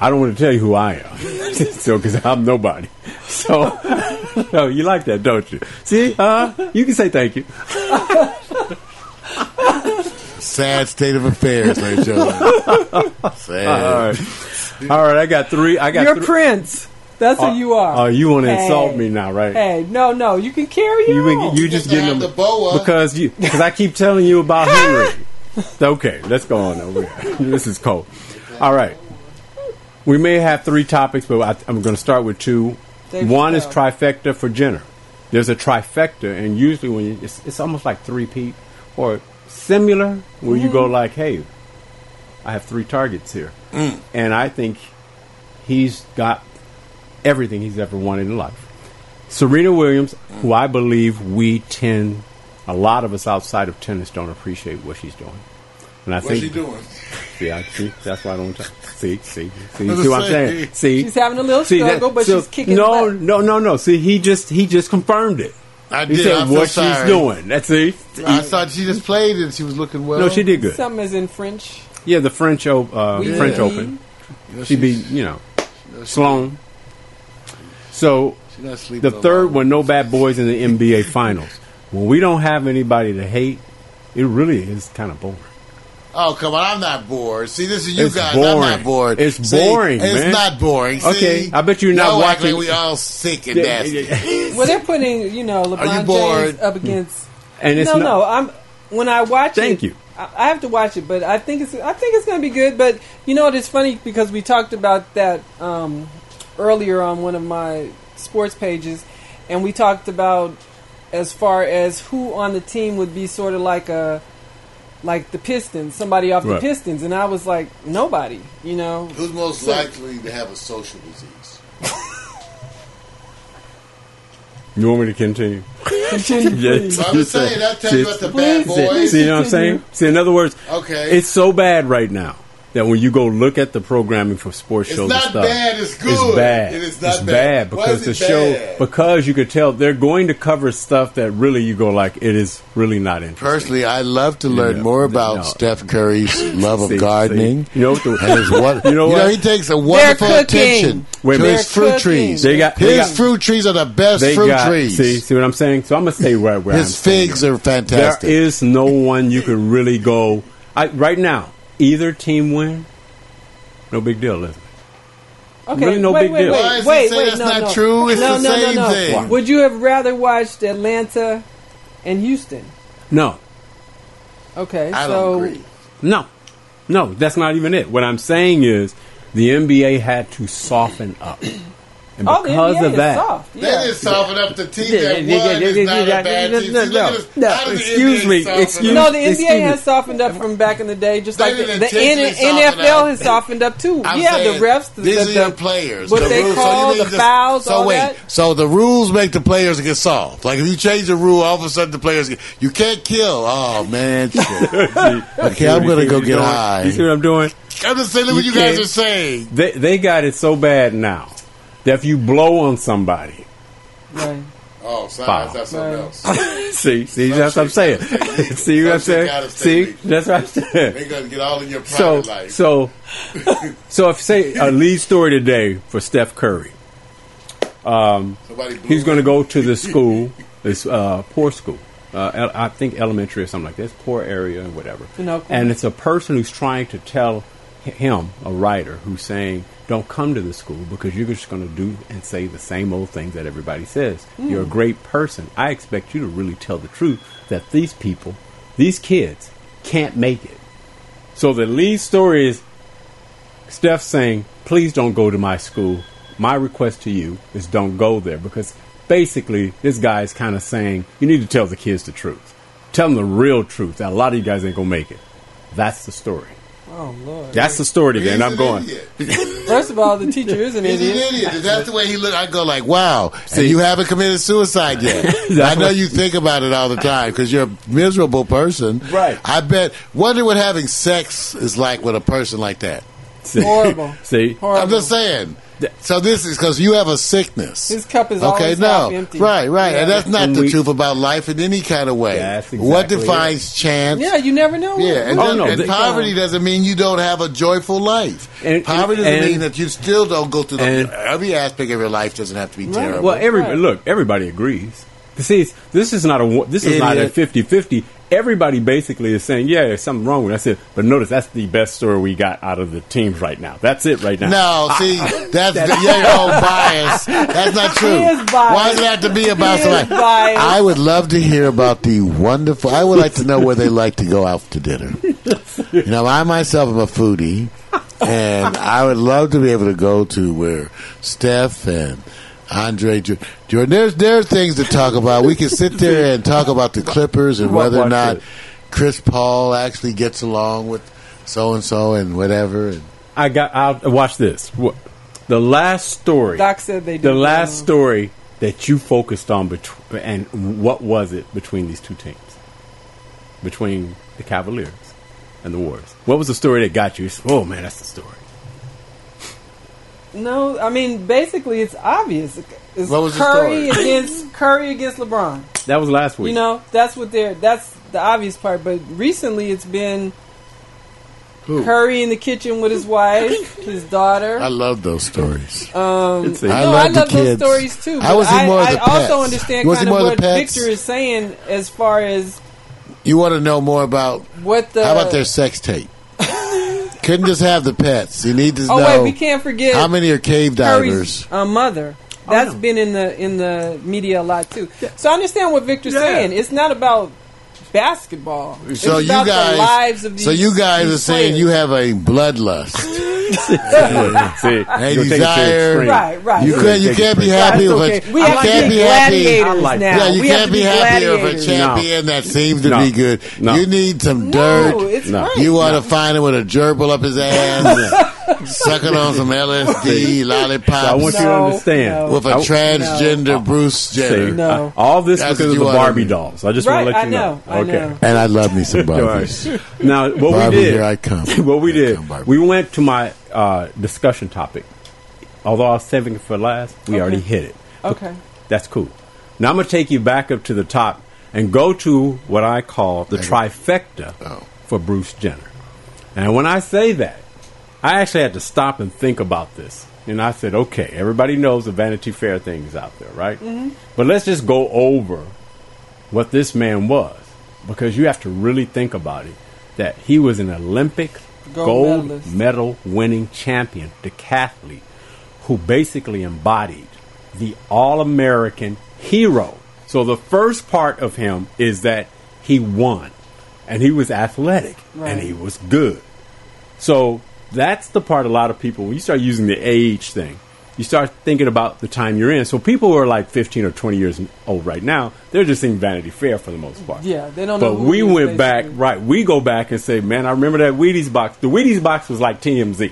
S7: I don't want to tell you who I am, [LAUGHS] so because I'm nobody. So, [LAUGHS] no, you like that, don't you? See, uh, you can say thank you.
S3: Sad state of affairs, ladies and gentlemen. Sad.
S7: All right, all right. I got three. I got.
S5: You're
S7: three.
S5: Prince. That's
S7: Oh,
S5: who you are.
S7: oh, you wanna
S5: Hey.
S7: insult me now, right?
S5: Hey, no, no, you can carry
S7: You
S5: you.
S7: been, you just getting them because you because I keep telling you about Henry. [LAUGHS] okay, let's go on over here. [LAUGHS] This is cold. All right, we may have three topics, but I, I'm going to start with two.
S13: Dave
S7: One is
S13: Chappelle.
S7: trifecta for Jenner. There's a trifecta, and usually when you, it's, it's almost like three peat or similar, where you go like, "Hey, I have three targets here," and I think he's got everything he's ever wanted in life. Serena Williams, who I believe we tend, a lot of us outside of tennis don't appreciate what she's doing. And I
S2: What's
S7: think
S2: she doing?
S7: Yeah, I- see, that's why I don't. See, see, see,
S2: That's
S7: see what I'm
S2: the
S7: saying?
S2: same.
S7: See,
S5: She's having a little
S7: see,
S5: struggle, but
S7: so-
S5: she's kicking
S7: No,
S5: butt.
S7: no, no, no. See, he just he just confirmed it.
S3: I
S7: he
S3: did.
S7: said
S3: I feel
S7: what she's
S3: sorry.
S7: doing. That's it.
S3: I thought she just played and she was looking well.
S7: No, she did good.
S5: Something is in French.
S7: Yeah, the French op- uh,
S5: We
S7: French
S5: believe.
S7: Open.
S3: You know,
S7: she be
S3: she's-
S7: you know
S3: knows she-
S7: Sloan. So
S3: She not sleeping
S7: the
S3: on
S7: third one, no bad boys in the NBA Finals. When we don't have anybody to hate, it really is kind of boring.
S3: Oh come on! I'm not bored. See, this is you
S7: It's
S3: guys.
S7: boring.
S3: I'm not bored.
S7: It's
S3: See,
S7: boring,
S3: It's
S7: man.
S3: not boring. See?
S7: Okay, I bet you're not
S3: Y'all act
S7: watching-
S3: Like we all sick and
S7: Yeah,
S3: nasty.
S5: Well, they're putting you know
S3: you
S5: LeBron
S3: bored?
S5: James up against.
S7: [LAUGHS] And it's
S5: no,
S7: not-
S5: no. I'm when I watch it.
S7: Thank you.
S5: I I have to watch it, but I think it's I think it's going to be good. But you know what? It's funny because we talked about that um, earlier on one of my sports pages, and we talked about as far as who on the team would be sort of like a like the Pistons, somebody off the
S2: Right.
S5: Pistons, and I was like nobody.
S7: [LAUGHS]
S5: You know [LAUGHS]
S2: Who's most
S5: So-
S2: likely to have a social disease?
S7: You want me to continue?
S5: Continue,
S2: please. Well, I was saying, that tells you what the bad
S7: see-
S2: boys-
S7: See, you know what I'm
S2: Continue.
S7: saying? See, in other words,
S2: Okay.
S7: it's so bad right now that when you go look at the programming for sports
S2: It's
S7: shows, and
S2: not
S7: stuff,
S2: bad, it's
S7: It's
S2: good.
S7: bad.
S2: It is not
S7: It's
S2: bad. Why
S7: because
S2: is
S7: the
S2: it
S7: show
S2: bad?
S7: because you could tell they're going to cover stuff that really you go like it is really not interesting.
S3: Personally, I love to learn more about Steph
S7: [LAUGHS]
S3: Curry's love
S7: See,
S3: of gardening.
S7: see. You know
S3: [LAUGHS]
S7: what the- [LAUGHS]
S3: and his what?
S7: You know what?
S3: he takes a
S7: They're
S3: wonderful
S7: cooking.
S3: attention
S7: Wait a
S3: to
S7: minute.
S3: his
S7: They're
S3: fruit
S7: cooking.
S3: trees.
S7: They got-
S3: his
S7: they got-
S3: fruit trees are the best
S7: They
S3: fruit
S7: got-
S3: trees.
S7: See, see what I'm saying? So I'm gonna stay right where
S3: His
S7: I'm staying.
S3: figs are fantastic.
S7: There is no one you could really go I, right now. Either team win, no big deal, is it?
S5: Okay,
S7: Really no
S5: wait,
S7: big
S5: wait,
S7: deal.
S5: Wait,
S7: Why is he
S5: wait,
S7: saying
S5: wait,
S7: that's
S5: no,
S7: not
S5: no.
S7: true? It's
S5: no,
S7: the
S5: no,
S7: same
S5: no, no.
S7: thing.
S5: Would you have rather watched Atlanta and Houston?
S7: No,
S5: Okay,
S7: I
S5: so
S7: don't no, no. That's not even it. What I'm saying is the NBA had to soften up, [CLEARS THROAT] and
S2: Oh, the
S7: because
S2: NBA
S7: of
S2: is
S7: that,
S2: soft, That is softening up the team that won. is not a bad team. See,
S7: No,
S2: look
S7: no,
S2: at us.
S7: no,
S2: How did the
S7: excuse
S2: NBA
S7: me,
S2: soften up?
S7: excuse-
S5: no, the NBA
S7: excuse me.
S5: has softened up from back in the day, just
S2: They
S5: like the,
S2: didn't
S5: the N-
S2: intentionally soften
S5: NFL
S2: up.
S5: has softened up too.
S2: I'm
S5: yeah,
S2: saying,
S5: the refs, the,
S2: these
S5: the,
S2: are your
S5: the-
S2: players.
S5: what
S2: The
S5: they
S2: rules. So
S5: call
S2: you need
S5: the
S2: to-
S5: fouls,
S2: so
S5: all
S3: [LAUGHS]
S2: wait.
S5: that.
S3: So the rules make the players get soft. Like if you change the rule, all of a sudden the players get you can't kill. Oh man,
S7: [LAUGHS]
S3: shit. okay, I'm gonna go get high.
S7: You see what I'm doing?
S2: I'm just saying, look what you guys are saying.
S7: They they got it so bad now that if you blow on somebody, [LAUGHS]
S2: Oh, signs,
S7: Foul.
S2: that's something else.
S7: see, see, that's what I'm saying. [LAUGHS] see what I'm saying? See, that's what I'm [LAUGHS] saying.
S2: They're going to get all in your
S7: [LAUGHS]
S2: private
S7: so,
S2: life.
S7: So, so if say a lead story today for Steph Curry, um,
S2: Somebody blew
S7: he's going to go to the school, this uh, poor school, uh, el- I think elementary or something like this, poor area and whatever.
S5: In Oakland.
S7: And it's a person who's trying to tell h- him, a writer, who's saying, "Don't come to the school because you're just going to do and say the same old things that everybody says. You're a
S13: Mm.
S7: great person. I expect you to really tell the truth that these people, these kids, can't make it." So the lead story is Steph saying, "Please don't go to my school. My request to you is don't go there because basically, this guy is kind of saying, you need to tell the kids the truth. Tell them the real truth. That a lot of you guys ain't going to make it. That's the story.
S5: Oh Lord.
S7: That's the story today, and I'm going.
S5: First of all, the teacher is an
S3: He's
S5: idiot.
S3: an idiot. Is that the way he looked? I go like, wow, and you haven't committed suicide
S5: [LAUGHS]
S3: yet. I
S7: That's
S3: know
S7: what-
S3: you think about it all the time because you're a miserable person. Right. I bet. Wonder what having sex is like with a person like that.
S5: Horrible.
S7: [LAUGHS] See,
S3: I'm just saying. So this is because you have a sickness.
S5: His cup is
S3: okay,
S5: always
S3: no,
S5: half empty.
S3: right, right, and
S5: Yeah.
S3: that's not the truth about life in any kind of way. what
S5: exactly
S3: defines chance?
S5: Yeah, you never know. Oh,
S3: Yeah, and,
S7: Oh,
S5: What-
S3: then-
S5: what-
S3: and poverty doesn't mean you don't have a joyful life. poverty doesn't
S7: and-
S3: mean that you still don't go through the, every aspect of your life doesn't have to be terrible.
S7: Well, every look, everybody agrees. See, it's- this is not a wa- this is not a
S3: Idiot.
S7: 50-50. Everybody basically is saying, yeah, there's something wrong with it. I said, but notice that's the best story we got out of the teams right now. That's it right now.
S3: No,
S1: [LAUGHS]
S3: see, that's the your own bias. That's not true.
S1: He is biased.
S3: Why does it have to be about
S1: He is
S3: somebody?
S1: biased.
S3: I would love to hear about the wonderful. I would like to know where they like to go out to
S1: [LAUGHS]
S3: dinner. You know, I myself am a foodie, and I would love to be able to go to where Steph and Andre Jor- Jordan. There's there are things to talk about. We can sit there and talk about the Clippers and whether or not Chris Paul actually gets along with so and so and whatever. And
S7: I got. I'll watch this. Wha- The last story.
S5: Doc said they
S7: The
S5: did.
S7: last story that you focused on, betw- and what was it between these two teams, between the Cavaliers and the Warriors? What was the story that got you? Oh man, that's the story.
S5: No, I mean basically it's obvious. It's
S7: What was the
S5: Curry
S7: story?
S5: against Curry against LeBron.
S7: That was last week.
S5: You know, that's what they're that's the obvious part. But recently it's been
S3: Who?
S5: Curry in the kitchen with his wife, his daughter.
S3: I love those stories.
S5: Um,
S3: It's a-
S5: no,
S3: I
S5: I love
S3: love the
S5: those
S3: kids.
S5: stories too.
S3: I
S5: but
S3: wanna see more of
S5: I
S3: the
S5: also
S3: pets.
S5: understand
S3: You wanna see
S5: kind of
S3: more of the
S5: what
S3: pets?
S5: Victor is saying as far as
S3: You want to know more about
S5: what the
S3: how about their sex tape? Couldn't just have the pets. You need to
S5: Oh
S3: know
S5: wait, we can't forget
S3: how many are cave divers.
S5: Curry's uh, mother. That's been in the in the media a lot too. So I understand what Victor's saying. It's not about basketball.
S3: So
S5: it's
S3: you
S5: about
S3: guys,
S5: the lives of these.
S3: so you guys
S5: these
S3: are saying
S5: players.
S3: you have a
S5: [LAUGHS]
S3: bloodlust,
S7: See,
S3: a
S7: you'll take it to
S3: desire.
S7: extreme.
S5: Right, right.
S3: You
S5: You'll
S3: can't,
S5: take
S3: you
S5: it
S3: can't
S5: to
S3: be
S5: extreme.
S3: happy
S5: That's
S3: with
S5: okay.
S3: it.
S5: We
S3: you
S5: have to
S3: can't
S5: be
S3: be happy.
S5: gladiators I like now.
S3: Yeah, you
S5: We have
S3: can't
S5: to
S3: be
S5: be
S3: happy of a
S5: gladiators.
S3: champion that seems to
S7: No.
S3: be good.
S7: No.
S3: You need some
S7: No,
S3: dirt.
S7: it's No. right.
S3: You want to find him with a gerbil up his
S5: [LAUGHS]
S3: ass, sucking on some LSD, lollipops.
S7: So I want you to No, understand. no.
S3: with a
S7: I-
S3: transgender
S7: No.
S3: Bruce Jenner.
S7: See, I- all this
S3: That's
S7: because
S3: what
S7: of
S3: you
S7: the
S3: wanna
S7: Barbie
S3: do.
S7: dolls. I just
S5: Right,
S7: want to
S5: I
S7: let you know.
S5: know, I
S7: okay.
S5: know.
S3: And I love me
S7: [LAUGHS]
S3: some
S7: All
S3: Barbies.
S7: right. Now, what
S3: Barbie,
S7: we did,
S3: here I come.
S7: [LAUGHS] what we did, we went to my uh, discussion topic. Although I was saving it for last, we already hit it.
S5: Okay.
S7: That's cool. Now I'm going to take you back up to the top and go to what I call the trifecta
S3: Oh.
S7: for Bruce Jenner. And when I say that, I actually had to stop and think about this. And I said, okay, everybody knows the Vanity Fair thing is out there, right?
S5: Mm-hmm.
S1: Mhm.
S7: But let's just go over what this man was because you have to really think about it that he was an Olympic
S5: Gold
S7: gold,
S5: medalist.
S7: medal winning champion decathlete who basically embodied the all American hero. So the first part of him is that he won and he was athletic and he was good. So that's the part a lot of people, when you start using the age thing, you start thinking about the time you're in. So people who are like 15 or 20 years old right now, they're just seeing Vanity Fair for the most part.
S5: Yeah, they don't know
S7: But
S5: who
S7: we
S5: he is,
S7: went back, right? We go back and say, man, I remember that Wheaties box. The Wheaties box was like TMZ.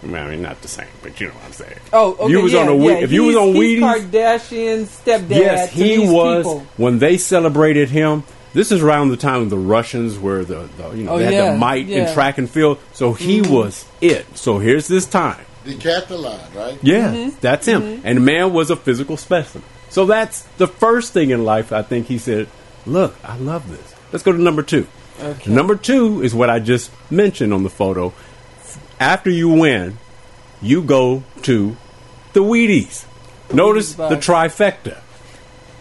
S7: I mean, not the same, but you know what I'm saying.
S5: Oh, okay,
S7: you was
S5: yeah,
S7: on a Whe-
S5: yeah.
S7: if you was
S5: He's-
S7: on
S5: he's
S7: Wheaties,
S5: Kardashian's stepdad.
S7: Yes,
S5: to
S7: he
S5: these
S7: was
S5: people.
S7: when they celebrated him. This is around the time the Russians were the, the you know
S5: Oh,
S7: they had
S5: yeah,
S7: the might
S5: yeah. Mm-hmm.
S7: in track and field. So he
S3: Mhm.
S7: was it. So here's this time.
S3: Decathlon, right?
S7: Yeah,
S5: Mm-hmm.
S7: that's him. And the man was a physical specimen. So that's the first thing in life. I think he said, "Look, I love this. Let's go to number two.
S5: Okay.
S7: Number two is what I just mentioned on the photo. After you win, you go to the Wheaties. Notice the
S5: box.
S7: trifecta.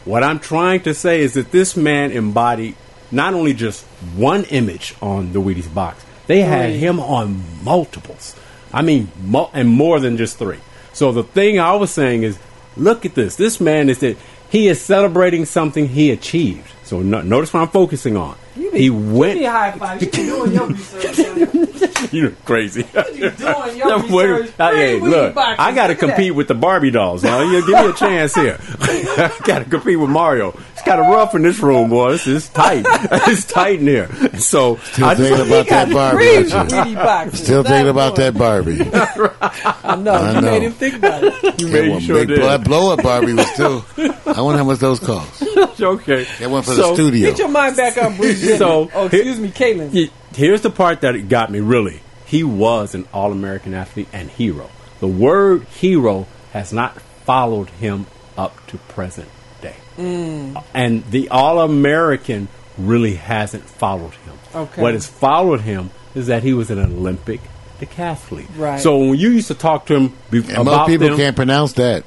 S7: What I'm trying to say is that this man embodied not only just one image on the Wheaties box, they had
S5: Three.
S7: him on multiples. I mean, mo- and more than just three. So the thing I was saying is, look at this. This man is that he is celebrating something he achieved. So no, notice what I'm focusing on. He
S5: Give me
S7: went.
S5: a high five. You been doing your research. son.
S7: [LAUGHS] You're crazy.
S5: You doing your
S7: No,
S5: research.
S7: wait a minute. Uh,
S5: Free
S7: hey,
S5: weed
S7: look,
S5: boxes.
S7: I got to
S5: Look at that.
S7: compete with the Barbie dolls. Now, you give me a chance here. [LAUGHS] I got to compete with Mario. It's kind of rough in this room, boy. It's, it's tight. [LAUGHS] it's tight in here. So
S3: Still thinking about that Barbie.
S5: three
S3: aren't you?
S5: Wheatie boxes.
S3: Still thinking about that
S7: [LAUGHS]
S3: Barbie.
S5: I know.
S3: I
S5: you
S3: know.
S5: made him think about it.
S3: Yeah, well, big blow-
S7: [LAUGHS]
S3: that blow up Barbie was still. I wonder how much those cost.
S7: okay.
S3: That one for the studio.
S5: Get your mind back on Bruce Jenner.
S7: So-
S5: oh, excuse me, Caitlin.
S7: He- here's the part that it got me really. He was an All American athlete and hero. The word hero has not followed him up to present day.
S5: Mm.
S7: And the All American really hasn't followed him.
S5: Okay.
S7: What has followed him is that he was an Olympic decathlete.
S5: Right.
S7: So when you used to talk to him be-
S3: And
S7: about
S3: most people
S7: them,
S3: can't pronounce that.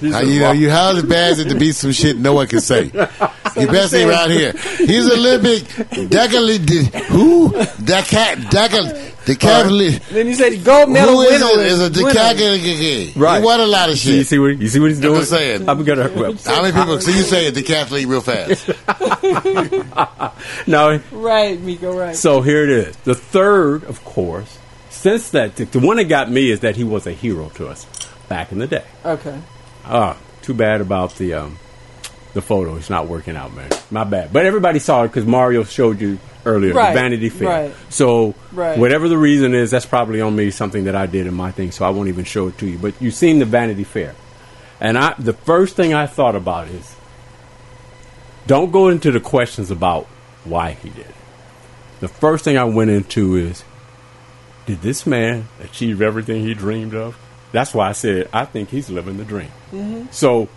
S7: these
S3: How,
S7: are
S3: you know,
S7: wrong.
S3: you how is it bad is it to be some shit no one can
S7: [LAUGHS]
S3: say? you best be around here. He's Olympic. Decali, who? Decat, decal, decathlete.
S5: Then you said gold medal
S3: Who is
S5: winner.
S3: it? Is a
S5: winner.
S3: decathlete.
S7: Right.
S3: He won a lot of
S7: See- You
S3: shit.
S7: see what you see what he's doing.
S3: just saying.
S7: I'm gonna. Well,
S3: How many people? So you say a decathlete real fast.
S7: no,
S5: Right, Miko, right.
S7: So here it is. The third, of course, since that, the, the one that got me is that he was a hero to us back in the day.
S5: okay.
S7: Ah, too bad about the um, the photo. It's not working out, man. My bad. But everybody saw it because Mario showed you earlier
S5: Right,
S7: the Vanity Fair.
S5: right.
S7: So
S5: Right.
S7: whatever the reason is, that's probably on me something that I did in my thing. So I won't even show it to you. But you've seen the Vanity Fair, and I the first thing I thought about is don't go into the questions about why he did. it. The first thing I went into is did this man achieve everything he dreamed of? That's why I said I think he's living the dream. So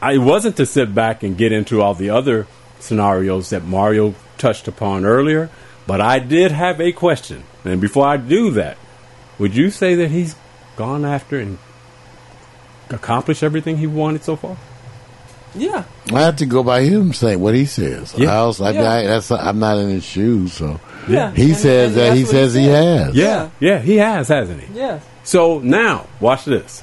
S7: I it wasn't to sit back and get into all the other scenarios that Mario touched upon earlier, but I did have a question. And before I do that, would you say that he's gone after and accomplished everything he wanted so far?
S5: Yeah.
S3: I have to go by him saying what he says.
S7: Yeah.
S3: I was, I,
S5: Yeah.
S3: I, that's, I'm not in his shoes, so
S5: Yeah.
S3: he
S5: And-
S3: says
S5: and
S3: that he
S5: that's what
S3: says he
S5: said.
S3: has.
S5: Yeah.
S7: Yeah, he has, hasn't he?
S5: Yeah.
S7: So now, watch this.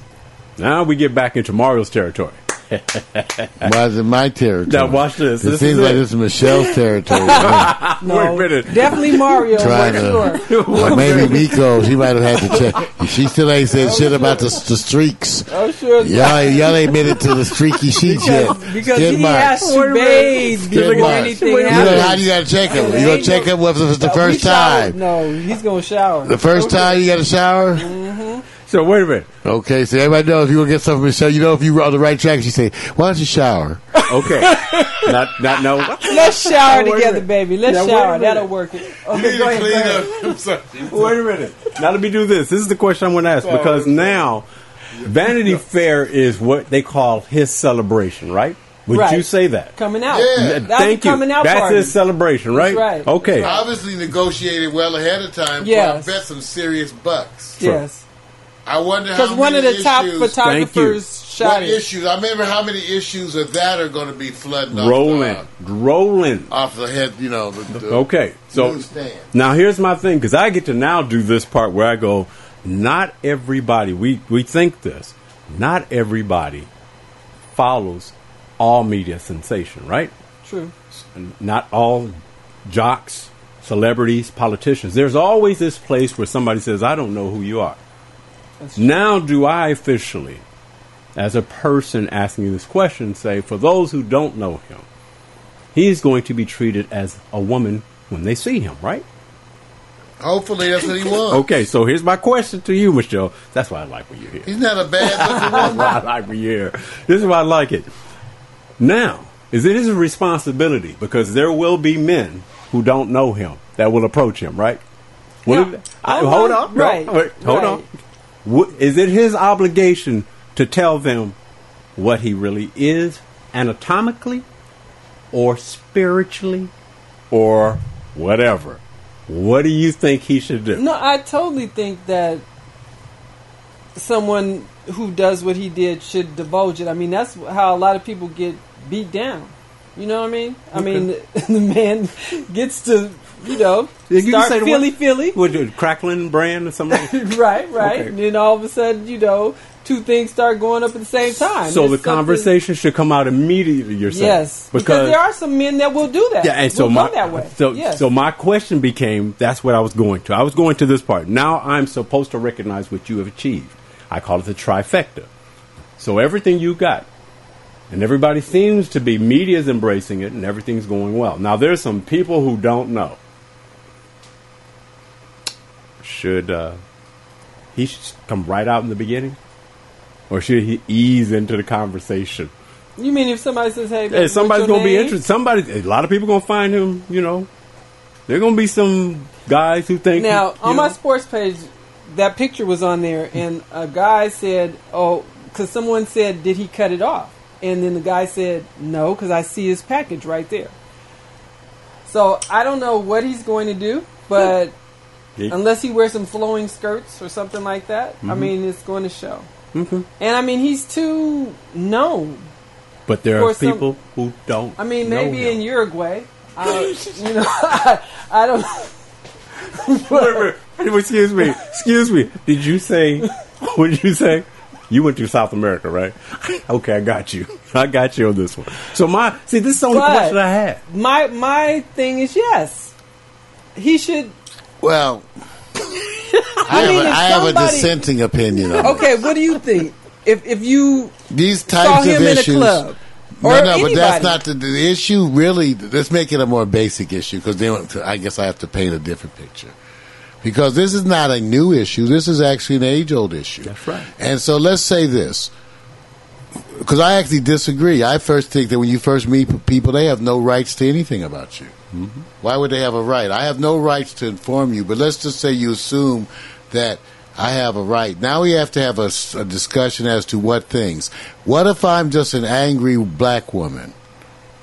S7: Now we get back into Mario's territory.
S3: Why is it my territory?
S7: Now watch this.
S3: It
S7: This
S3: seems
S7: is
S3: like
S7: it.
S3: this is Michelle's
S7: [LAUGHS]
S3: territory.
S5: No,
S7: Wait a minute.
S5: Definitely Mario.
S3: Trying
S5: for
S7: [LAUGHS]
S5: sure.
S3: to, Well, maybe Miko. She might have had to check. She still ain't said shit about the, the streaks.
S5: Oh, sure.
S3: Y'all, y'all ain't made it to the streaky sheets
S5: Because,
S3: yet.
S5: because
S3: Skid
S5: he
S3: marks.
S5: has to bathe
S3: Skid
S5: before
S3: marks.
S5: anything
S3: You know, how do
S5: happens.
S3: you gotta check him? You
S5: Ain't
S3: gonna
S5: no-
S3: check him if it's the
S5: No,
S3: first
S5: he showers.
S3: time?
S5: No, he's going to shower.
S3: [LAUGHS] The first time you got a shower?
S7: So wait a minute.
S3: Okay, so everybody knows if you want to get something from Michelle, you know if you're on the right track, she say, why don't you shower?
S5: [LAUGHS]
S7: Okay. not not no.
S5: Let's shower
S7: Now, wait a
S5: together,
S7: minute.
S5: baby. Let's
S7: Now, wait a
S5: shower.
S7: minute.
S5: That'll work it. Okay, go ahead. go ahead.
S7: Wait a minute. Now let me do this. This is the question I'm going to ask because now Vanity Fair is what they call his celebration, right? Would
S5: Right.
S7: you say that?
S5: Coming out.
S7: N-
S3: Yeah.
S5: That was
S7: Thank
S5: the
S7: you.
S5: coming out
S7: That's
S5: party.
S7: his uh, celebration, right?
S5: That's right.
S7: Okay.
S2: Obviously negotiated well ahead of time. Yeah, I
S5: Yes.
S2: bet some serious bucks.
S5: Yes.
S2: I wonder
S5: Because
S2: how
S5: one of
S2: many
S5: the top
S2: issues-
S5: photographers shot
S2: What
S5: it.
S2: issues? I remember how many issues of that are going to be flooding off the- uh,
S7: Rolling, rolling.
S2: off the head. You know, the, the
S7: Okay. So
S2: newsstand.
S7: now here's my thing because I get to now do this part where I go. Not everybody. We we think this. Not everybody follows all media sensation, right?
S5: True.
S7: not all jocks, celebrities, politicians. There's always this place where somebody says, I don't know who you are. Now, do I officially, as a person asking you this question, say, for those who don't know him, he is going to be treated as a woman when they see him, right?
S2: Hopefully, that's what he wants.
S7: Okay, so here's my question to you, Michelle. That's why I like when you're here.
S2: He's not a bad looking
S7: That's [LAUGHS] why I like when you're here. This is why I like it. Now, is it his responsibility because there will be men who don't know him that will approach him, right? Will
S5: Yeah.
S7: it- I-
S5: Oh,
S7: hold
S5: no.
S7: on, no,
S5: Right.
S7: wait, hold
S5: Right.
S7: on. Wh- Is it his obligation to tell them what he really is anatomically, or spiritually, or whatever? What do you think he should do?
S5: No, I totally think that someone who does what he did should divulge it. I mean, that's how a lot of people get beat down. You know what I mean? I mean, [LAUGHS] the man gets to, you know,
S7: You can
S5: start
S7: say the
S5: feely
S7: word-
S5: feely.
S7: Would it crackling brand or something?
S5: [LAUGHS] right, right.
S7: Okay.
S5: And then all of a sudden, you know, two things start going up at the same
S7: So
S5: time. It's
S7: the
S5: something-
S7: conversation should come out immediately. You're saying
S5: Yes, because, there are some men that will do that.
S7: yeah, and so
S5: will
S7: my
S5: go that way.
S7: so
S5: yes.
S7: so my question became that's what I was going to. I was going to this part. Now I'm supposed to recognize what you have achieved. I call it the trifecta. So everything you got, and everybody seems to be media's embracing it, and everything's going well. Now there's some people who don't know. Should uh, he should come right out in the beginning, or should he ease into the conversation?
S5: you mean if somebody says, "Hey, baby,
S7: Hey,
S5: what's
S7: somebody's
S5: your
S7: gonna be
S5: name?
S7: interested. Somebody, a lot of people gonna find him. You know, there gonna be some guys who think
S5: Now,
S7: you
S5: on
S7: know,
S5: my sports page, that picture was on there, and a guy said, "Oh, because someone said, did he cut it off?" And then the guy said, "No, because I see his package right there." So I don't know what he's going to do, but
S7: He-
S5: unless he wears some flowing skirts or something like that, I
S7: Mhm.
S5: mean, it's going to show.
S7: Mhm.
S5: And I mean, he's too known.
S7: but there
S5: for
S7: are
S5: some-
S7: people who don't.
S5: I mean,
S7: know
S5: maybe
S7: him.
S5: in Uruguay, I, you know, [LAUGHS] I, I don't.
S7: Wait, [LAUGHS] wait, wait, excuse me, excuse me. Did you say? [LAUGHS] What did you say? You went to South America, right? [LAUGHS] Okay, I got you. [LAUGHS] I got you on this one. So my see, this is the only
S5: But
S7: question I had.
S5: My my thing is yes, he should.
S3: [LAUGHS]
S5: [LAUGHS]
S3: Well, I, have,
S5: mean,
S3: a,
S5: if
S3: I have a
S5: somebody-
S3: dissenting opinion on it.
S5: Okay, what do you think? If if you
S3: these
S5: saw
S3: types
S5: him
S3: of
S5: in
S3: issues.
S5: a club,
S3: No,
S5: or
S3: no, but that's
S5: anybody.
S3: not the, the issue. Really, let's make it a more basic issue because then I guess I have to paint a different picture. Because this is not a new issue. This is actually an age-old issue. That's right. And so let's say this, because I actually disagree. I first think that when you first meet p- people, they have no rights to anything about you. Why would they have a right? I have no rights to inform you, but let's just say you assume that I have a right. Now we have to have a, s- a discussion as to what things. What if I'm just an angry black woman?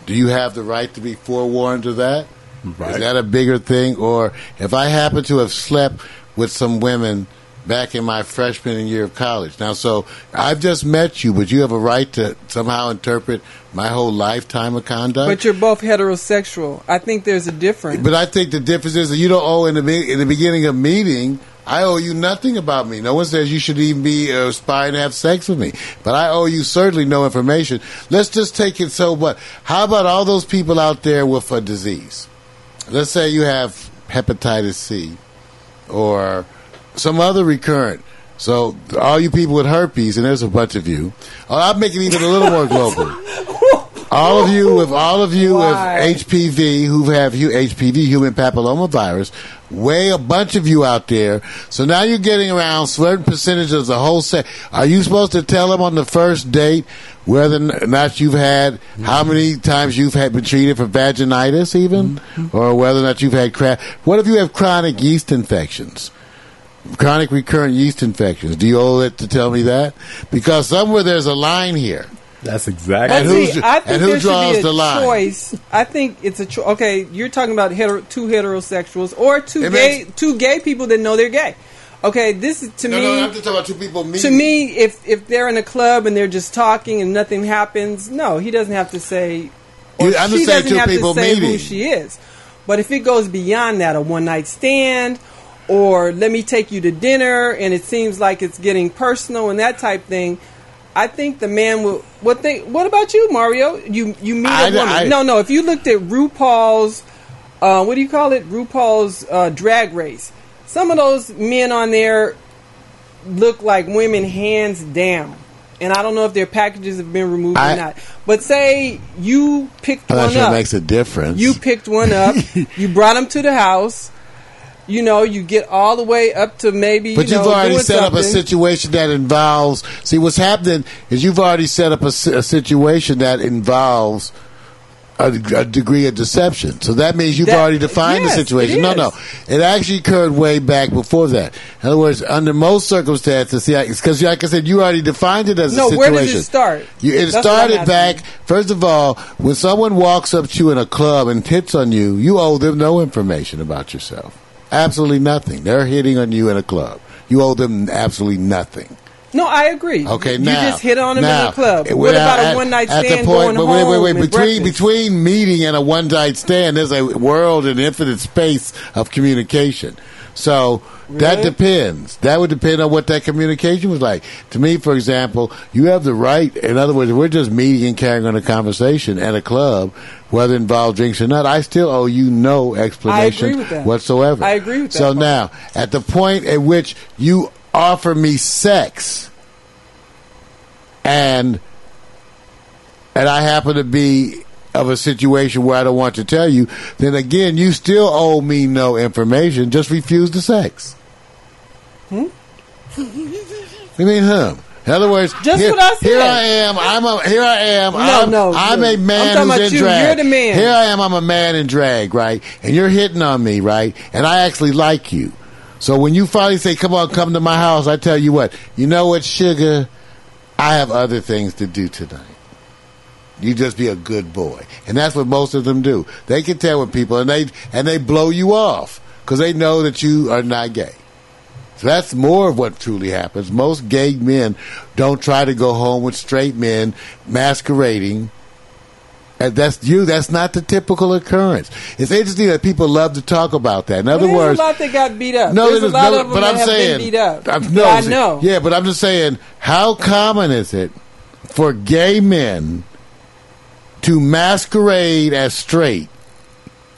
S3: Do you have the right to be forewarned of that? Is that a bigger thing? Or if I happen to have slept with some women back in my freshman year of college. Now, so I've just met you, but you have a right to somehow interpret my whole lifetime of conduct?
S5: but you're both heterosexual, I think there's a difference.
S3: But I think the difference is that you don't owe in the be- in the beginning of meeting. I owe you nothing about me. No one says you should even be a spy and have sex with me. But I owe you certainly no information. Let's just take it so what? How about all those people out there with a disease? Let's say you have hepatitis C or some other recurrent. So all you people with herpes, and there's a bunch of you. Oh, I'll make it even a little more global. All of you with all of you
S5: Why?
S3: with HPV who have hu- HPV human papillomavirus, way a bunch of you out there. So now you're getting around certain percentage of the whole set. Are you supposed to tell them on the first date whether or not you've had how many times you've had been treated for vaginitis even, or whether or not you've had crap? What if you have chronic yeast infections? Chronic recurrent yeast infections. Do you owe it to tell me that? Because somewhere there's a line here.
S7: That's exactly.
S3: And
S5: But
S3: who,
S5: see, I think
S3: and who
S5: there
S3: draws
S5: should be a
S3: the line?
S5: choice. I think it's a choice. Okay, you're talking about hetero- two heterosexuals or two
S3: It
S5: gay
S3: makes-
S5: two gay people that know they're gay. Okay, this is to
S3: No,
S5: me.
S3: no, I'm just talking about two people meeting.
S5: to me, if if they're in a club and they're just talking and nothing happens, no, he doesn't have to say. Or
S3: You- I'm
S5: she
S3: just saying
S5: doesn't
S3: two
S5: have
S3: people
S5: to say who
S3: meeting.
S5: she is. But if it goes beyond that, a one night stand, or let me take you to dinner, and it seems like it's getting personal and that type thing. I think the man will. What they? What about you, Mario? You you meet a
S3: I-
S5: woman?
S3: I-
S5: no, no. If you looked at RuPaul's, uh, what do you call it? RuPaul's uh, Drag Race. Some of those men on there look like women hands down. And I don't know if their packages have been removed
S3: I-
S5: or not. But say you picked
S3: I'm not
S5: one
S3: sure it
S5: up.
S3: makes a difference.
S5: You picked
S3: [LAUGHS]
S5: one up. you brought him to the house. You know, you get all the way up to maybe.
S3: but
S5: you
S3: you have
S5: know,
S3: already
S5: doing
S3: set up a
S5: something.
S3: situation that involves. See, what's happening is you've already set up a, si- a situation that involves a, a degree of deception. So that means you've
S13: That-
S3: already defined
S13: yes,
S3: the
S13: it
S3: situation. No,
S13: is.
S3: no, it actually occurred way back before that. In other words, under most circumstances, see, because like I said, you already defined it as
S5: No,
S3: a
S5: where
S3: situation.
S5: does it start?
S3: You, it
S5: That's what I'm
S3: started
S5: asking.
S3: back. First of all, when someone walks up to you in a club and hits on you, you owe them no information about yourself. Absolutely nothing. They're hitting on you in a club. You owe them absolutely nothing.
S5: No, I agree.
S3: Okay,
S5: you
S3: now
S5: just hit on him
S3: now,
S5: in the club.
S3: it-
S5: What
S3: now,
S5: about
S3: at-
S5: a one night
S3: at
S5: stand
S3: the point-
S5: going
S3: but
S5: home?
S3: wait, wait, wait,
S5: and
S3: Between
S5: breakfast?
S3: between meeting and a one night stand, there's a world and infinite space of communication. So That depends. That would depend on what that communication was like. To me, for example, you have the right. In other words, if we're just meeting and carrying on a conversation at a club, whether it involves drinks or not. I still owe you no explanation
S5: I agree with that.
S3: whatsoever.
S5: I agree with that
S3: So
S5: part.
S3: now, at the point at which you offer me sex, and and I happen to be of a situation where I don't want to tell you, then again, you still owe me no information. Just refuse the sex. You mean him? In other words,
S1: Just
S3: here,
S1: what I said.
S3: here I am. I'm a here I am.
S1: No,
S3: I'm,
S1: no,
S3: I'm
S1: no.
S3: a man
S1: I'm talking
S3: who's in
S1: about you.
S3: drag.
S1: You're the man.
S3: Here I am. I'm a man in drag, right? And you're hitting on me, right? And I actually like you. So when you finally say, "Come on, come to my house," I tell you what. You know what, sugar? I have other things to do tonight. You just be a good boy, and that's what most of them do. They can tell with people, and they and they blow you off because they know that you are not gay. So that's more of what truly happens. Most gay men don't try to go home with straight men masquerading. And that's you. That's not the typical occurrence. It's interesting that people love to talk about that. In other
S5: there's
S3: words,
S5: a lot that got beat up.
S3: no,
S5: Uh, there's a
S3: there's
S5: lot
S3: no-
S5: of them
S3: but
S5: that
S3: I'm
S5: have
S3: saying,
S5: been beat up.
S3: I'm, no,
S5: Yeah, I
S3: see-
S5: know.
S3: Yeah, but I'm just saying, how common is it for gay men to masquerade as straight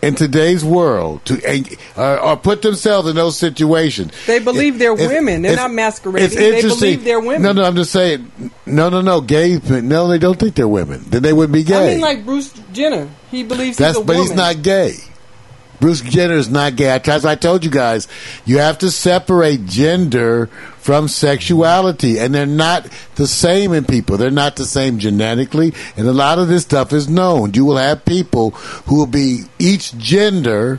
S3: in today's world to and- or, or put themselves in those situations?
S5: They believe they're
S3: It's-
S5: women. They're
S3: it's-
S5: not masquerading.
S3: It's
S5: They
S3: interesting.
S5: believe they're women.
S3: No, no, I'm just saying. No, no, no. Gay. men- No, they don't think they're women. Then they would be gay.
S5: I mean, like Bruce Jenner. He believes
S3: That's
S5: he's a
S3: but
S5: woman.
S3: he's not gay. Bruce Jenner is not gay. I- As I told you guys, you have to separate gender from sexuality, and they're not the same in people. They're not the same genetically, and a lot of this stuff is known. You will have people who will be each gender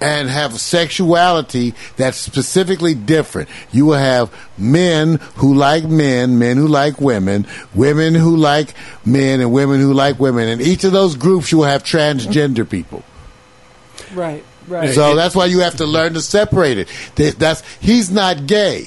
S3: and have sexuality that's specifically different. You will have men who like men, men who like women, women who like men, and women who like women. In each of those groups, you will have transgender people.
S5: Right, right.
S3: So that's why you have to learn to separate it. Th- That's he's not gay.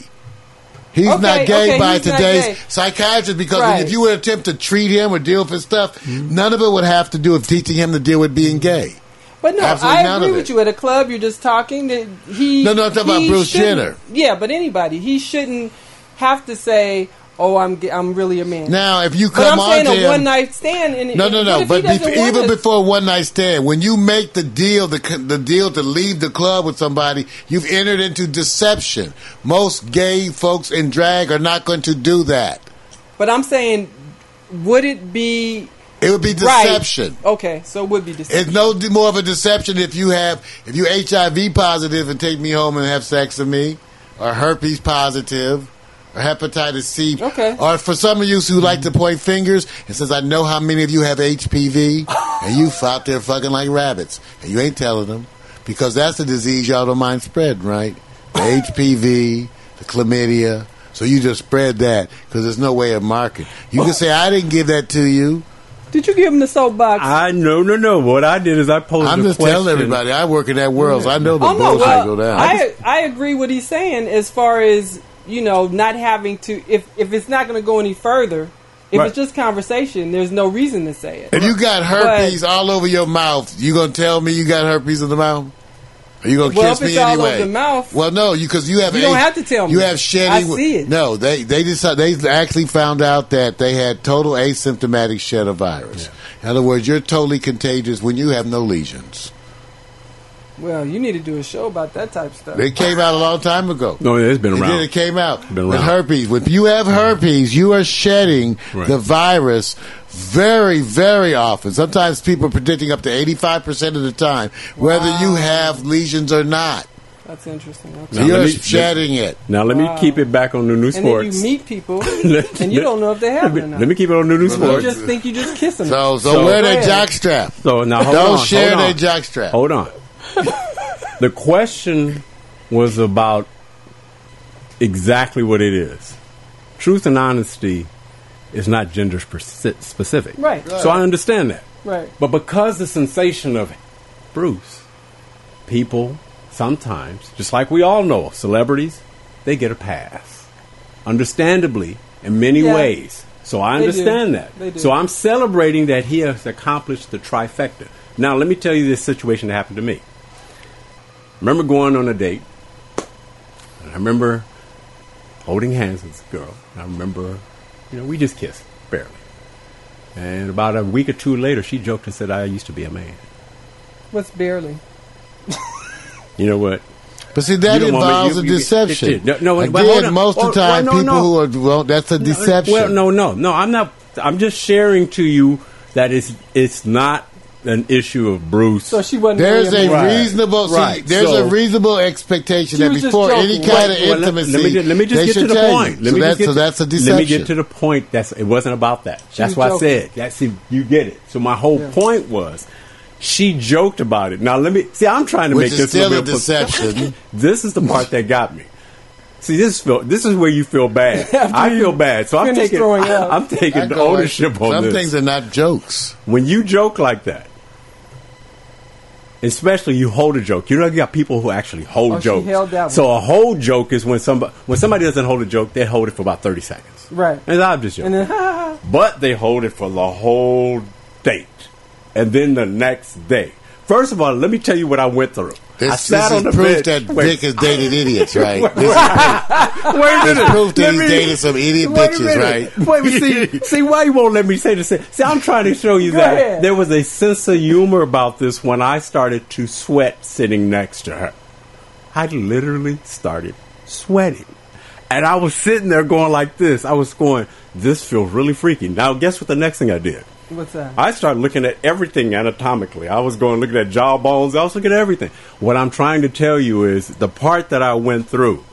S3: He's
S1: Okay,
S3: not gay
S1: okay,
S3: by
S1: he's not
S3: today's
S1: gay.
S3: psychiatrist because
S1: Right.
S3: if you would attempt to treat him or deal with his stuff,
S5: Mm-hmm.
S3: none of it would have to do with teaching him to deal with being gay.
S5: But no,
S3: Absolutely
S5: I
S3: none
S5: agree
S3: of it.
S5: with you. At a club, you're just talking. That he
S3: No, no, I'm talking
S5: he
S3: about Bruce
S5: shouldn't-
S3: Jenner.
S5: Yeah, but anybody, he shouldn't have to say, "Oh, I'm ga- I'm really a man."
S3: Now, if you
S5: But
S3: come
S5: I'm saying
S3: on to
S5: a
S3: him-
S5: one night stand. And
S3: No,
S5: and
S3: no,
S5: what
S3: no.
S5: if
S3: But
S5: he doesn't
S3: bef-
S5: want
S3: even
S5: to-
S3: before one night stand, when you make the deal, the c- the deal to leave the club with somebody, you've entered into deception. Most gay folks in drag are not going to do that.
S5: But I'm saying, would it be?
S3: It would be
S5: right-
S3: deception.
S5: Okay, so it would be deception.
S3: It's no d- more of a deception if you have if you HIV positive and take me home and have sex with me, or herpes positive, or hepatitis C. Okay. Or for some of you who like to point fingers, and since I know how many of you have HPV, and you out there fucking like rabbits, and you ain't telling them because that's the disease y'all don't mind spreading, right? The HPV, the chlamydia. So you just spread that because there's no way of marking. You can say I didn't give that to you.
S5: Did you give him the soapbox?
S7: I no no no. What I did is I posed.
S3: I'm
S7: a
S3: just
S7: question.
S3: telling everybody. I work in that world, so I know the
S5: Oh, no,
S3: bullshit
S5: well,
S3: go down.
S5: I I agree what he's saying as far as you know not having to if if it's not going to go any further. If
S3: Right.
S5: it's just conversation, there's no reason to say it.
S3: if you got herpes all over your mouth, you gonna tell me you got herpes in the mouth? Are you gonna
S5: Well,
S3: kiss
S5: if it's
S3: me
S5: all
S3: anyway?
S5: over the mouth,
S3: well, no, you because you have
S5: you don't
S3: a-
S5: have to tell me.
S3: You have shedding.
S5: I see it.
S3: No, they they decided they actually found out that they had total asymptomatic shed of virus. In other words, you're totally contagious when you have no lesions.
S5: Well, you need to do a show about that type of stuff.
S3: They came out a long time ago.
S7: No, it's been
S3: And
S7: around.
S3: then it came out
S7: Been
S3: with
S7: around. Mm-hmm.
S3: herpes. If you have herpes, you are shedding
S7: Right.
S3: the virus very, very often. Sometimes people are predicting up to 85% of the time whether you have lesions or not.
S5: That's interesting. Okay.
S3: So
S7: Now,
S3: you're
S7: let me-
S3: shedding it.
S7: Now let
S5: Wow.
S7: me keep it back on the new
S5: and then
S7: sports.
S5: you
S7: [LAUGHS]
S5: meet people, and you don't know if they have it or not.
S7: Let me keep it on the new
S5: you
S7: sports.
S5: just think you just kiss them.
S3: So, so, wear their jockstrap.
S7: So now hold
S3: Don't
S7: on,
S3: share
S7: hold
S3: their
S7: on.
S3: jockstrap.
S7: Hold on. the question was about exactly what it is. Truth and honesty is not gender speci- specific.
S5: Right.
S7: So I understand that.
S5: Right.
S7: But because the sensation of Bruce, people sometimes, just like we all know, celebrities, they get a pass. Understandably, in many
S6: Yeah.
S7: ways. So
S6: They
S7: I
S6: do.
S7: understand that.
S6: They do.
S7: So I'm celebrating that he has accomplished the trifecta. Now, let me tell you this situation that happened to me. Remember going on a date. And I remember holding hands with this girl. And I remember, you know, we just kissed barely. And about a week or two later, she joked and said, "I used to be a man."
S5: What's barely?
S7: You know what?
S3: But see, that
S7: You don't want me-
S3: involves
S7: you-
S3: a
S7: you-
S3: deception.
S7: it- it- no, no, but hold
S3: Again,
S7: on.
S3: most of the
S7: Oh, well,
S3: time,
S7: no,
S3: people
S7: no.
S3: who are well, that's a deception.
S7: Well, no, no, no. I'm not. I'm just sharing to you that it's it's not an issue of Bruce.
S5: So she wasn't.
S3: There's
S5: really
S3: a
S5: man.
S3: reasonable. See,
S7: Right.
S3: there's
S7: So-
S3: a reasonable expectation
S5: She
S3: that
S5: was just
S3: before any
S5: joking.
S3: kind of
S7: Well, let-
S3: intimacy,
S7: Let me just, let me just
S3: they
S7: get to
S3: should
S7: the
S3: tell you.
S7: point. Let
S3: so,
S7: me
S3: that's,
S7: just get
S3: so
S7: to,
S3: that's a
S7: Let me get to
S3: deception.
S7: the point. That's it wasn't about that. That's
S3: was
S7: why I
S3: joking.
S7: said. That's see, you get it. So my whole
S3: Yeah.
S7: point was. She joked about it. Now let me see. I'm trying to
S3: Which
S7: make
S3: is
S7: this little
S3: still
S7: bit
S3: a
S7: of-
S3: deception.
S7: [LAUGHS] this is the part that got me. See, this feel, this is where you
S3: [LAUGHS]
S7: feel bad. I feel bad, so I'm
S3: finish
S7: taking
S3: throwing up.
S7: [LAUGHS] I'm taking
S3: I
S7: the
S3: go like-
S7: ownership on
S3: some
S7: this.
S3: things are not jokes.
S7: When you joke like that, especially you hold a joke. You know, you got people who actually hold
S5: Oh, she
S7: jokes.
S5: held that one.
S7: So a hold joke is when somebody when somebody doesn't hold a joke, they hold it for about thirty seconds,
S5: Right.
S7: and I'm just joking.
S5: And [LAUGHS] then
S7: but they hold it for the whole date, and then the next day. First of all, let me tell you what I went through. I
S3: This,
S7: sat
S3: this
S7: on
S3: is
S7: the
S3: proof
S7: bench.
S3: that
S7: Wait.
S3: Dick has
S7: [LAUGHS]
S3: dated idiots, right?
S7: Wait,
S3: This
S7: wait. Wait a
S3: It's
S7: minute.
S3: proof that
S7: Let
S3: he's
S7: me-
S3: dating some idiot
S7: Wait a
S3: bitches,
S7: minute.
S3: right?
S7: Wait, but
S3: [LAUGHS]
S7: see, see why you won't let me say this? See, I'm trying to show you
S5: Go
S7: that
S5: ahead.
S7: there was a sense of humor about this when I started to sweat sitting next to her. I literally started sweating. And I was sitting there going like this. I was going, this feels really freaky. Now, guess what the next thing I did?
S5: what's that?
S7: I started looking at everything anatomically. I was going looking at jawbones. I was looking at everything. What I'm trying to tell you is the part that I went through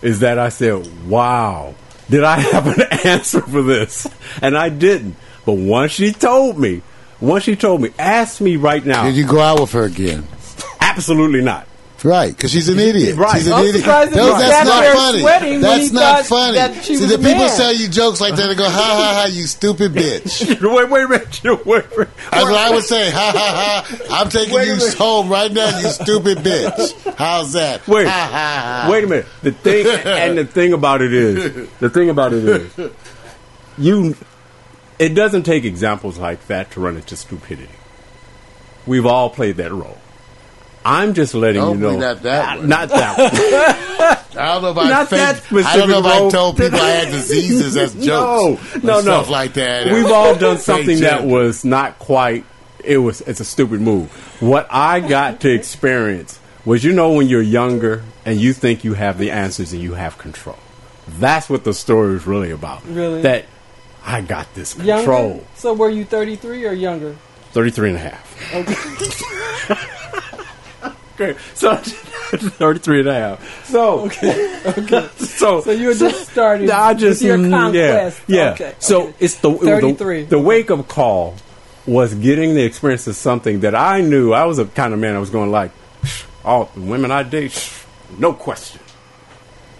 S7: is that I said, "Wow, did I [LAUGHS] have an answer for this?" And I didn't. But once she told me, once she told me, ask me right now.
S3: Did you go out with her again?
S7: Absolutely not. [LAUGHS]
S3: Right, because she's an idiot.
S7: Right.
S3: She's an
S7: I'm
S3: idiot.
S7: surprised that
S3: No,
S7: he
S3: that's
S7: sat
S3: not
S7: there
S3: funny.
S7: sweating when
S3: That's
S7: he
S3: not
S7: thought
S3: funny.
S7: that she
S3: See,
S7: was
S3: the
S7: a
S3: people
S7: man.
S3: tell you jokes like that and go, ha ha ha, you
S7: [LAUGHS]
S3: stupid bitch.
S7: wait, wait a minute. Wait, wait, wait.
S3: That's what I would say. Ha ha ha. I'm taking you home right now, you stupid bitch. How's that?
S7: Wait,
S3: Ha, ha, ha.
S7: wait a minute. The thing and the thing about it is, the thing about it is, you. It doesn't take examples like that to run into stupidity. We've all played that role. I'm just letting
S3: Hopefully
S7: you know.
S3: not that one.
S7: Not that one.
S3: I don't know if I
S7: Not
S3: faked-
S7: that
S3: I don't know if I
S7: specific
S3: told
S7: role.
S3: people I had diseases as
S7: [LAUGHS] No,
S3: jokes.
S7: no, no.
S3: and Stuff like that.
S7: We've all done
S3: Fake
S7: something that
S3: jokes.
S7: was not quite. It was. It's a stupid move. What I got to experience was, you know, when you're younger and you think you have the answers and you have control. That's what the story is really about.
S5: Really?
S7: That I got this
S5: Younger.
S7: control.
S5: So were you 33 or younger?
S7: 33 and a half.
S5: Okay.
S7: [LAUGHS] Great. So 33 and a half. So okay. [LAUGHS] So
S5: So you just started.
S7: I just
S5: with your
S7: mm,
S5: conquest.
S7: yeah, yeah.
S5: Okay.
S7: So it's the it was the-
S5: 33.
S7: The, wake up call was getting the experience of something that I knew. I was a kind of man. I was going like, "Psh, all the women I date, psh, no question.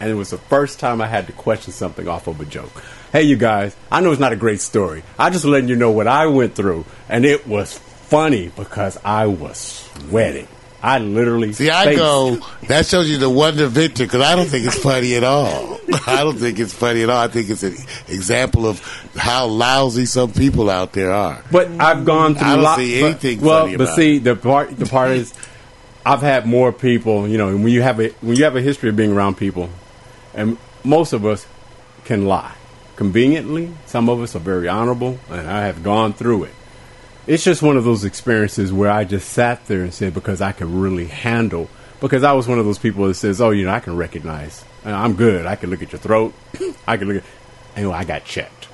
S7: And it was the first time I had to question something off of a joke. Hey, you guys, I know it's not a great story. I'm just letting you know what I went through, and it was funny because I was sweating. I literally
S3: See, I
S7: faced-
S3: go. That shows you the wonder of Victor because I don't think it's funny at all. [LAUGHS] I don't think it's funny at all. I think it's an example of how lousy some people out there are.
S7: But I've gone through.
S3: I don't
S7: lot-
S3: see
S7: but-
S3: anything
S7: Well,
S3: funny
S7: but
S3: about
S7: see, the part the part is, I've had more people. You know, and when you have a when you have a history of being around people, and most of us can lie conveniently. Some of us are very honorable, and I have gone through it. It's just one of those experiences where I just sat there and said because I could really handle. Because I was one of those people that says, "Oh, you know, I can recognize. Uh, I'm good. I can look at your throat. [COUGHS] I can look at." Anyway, I got checked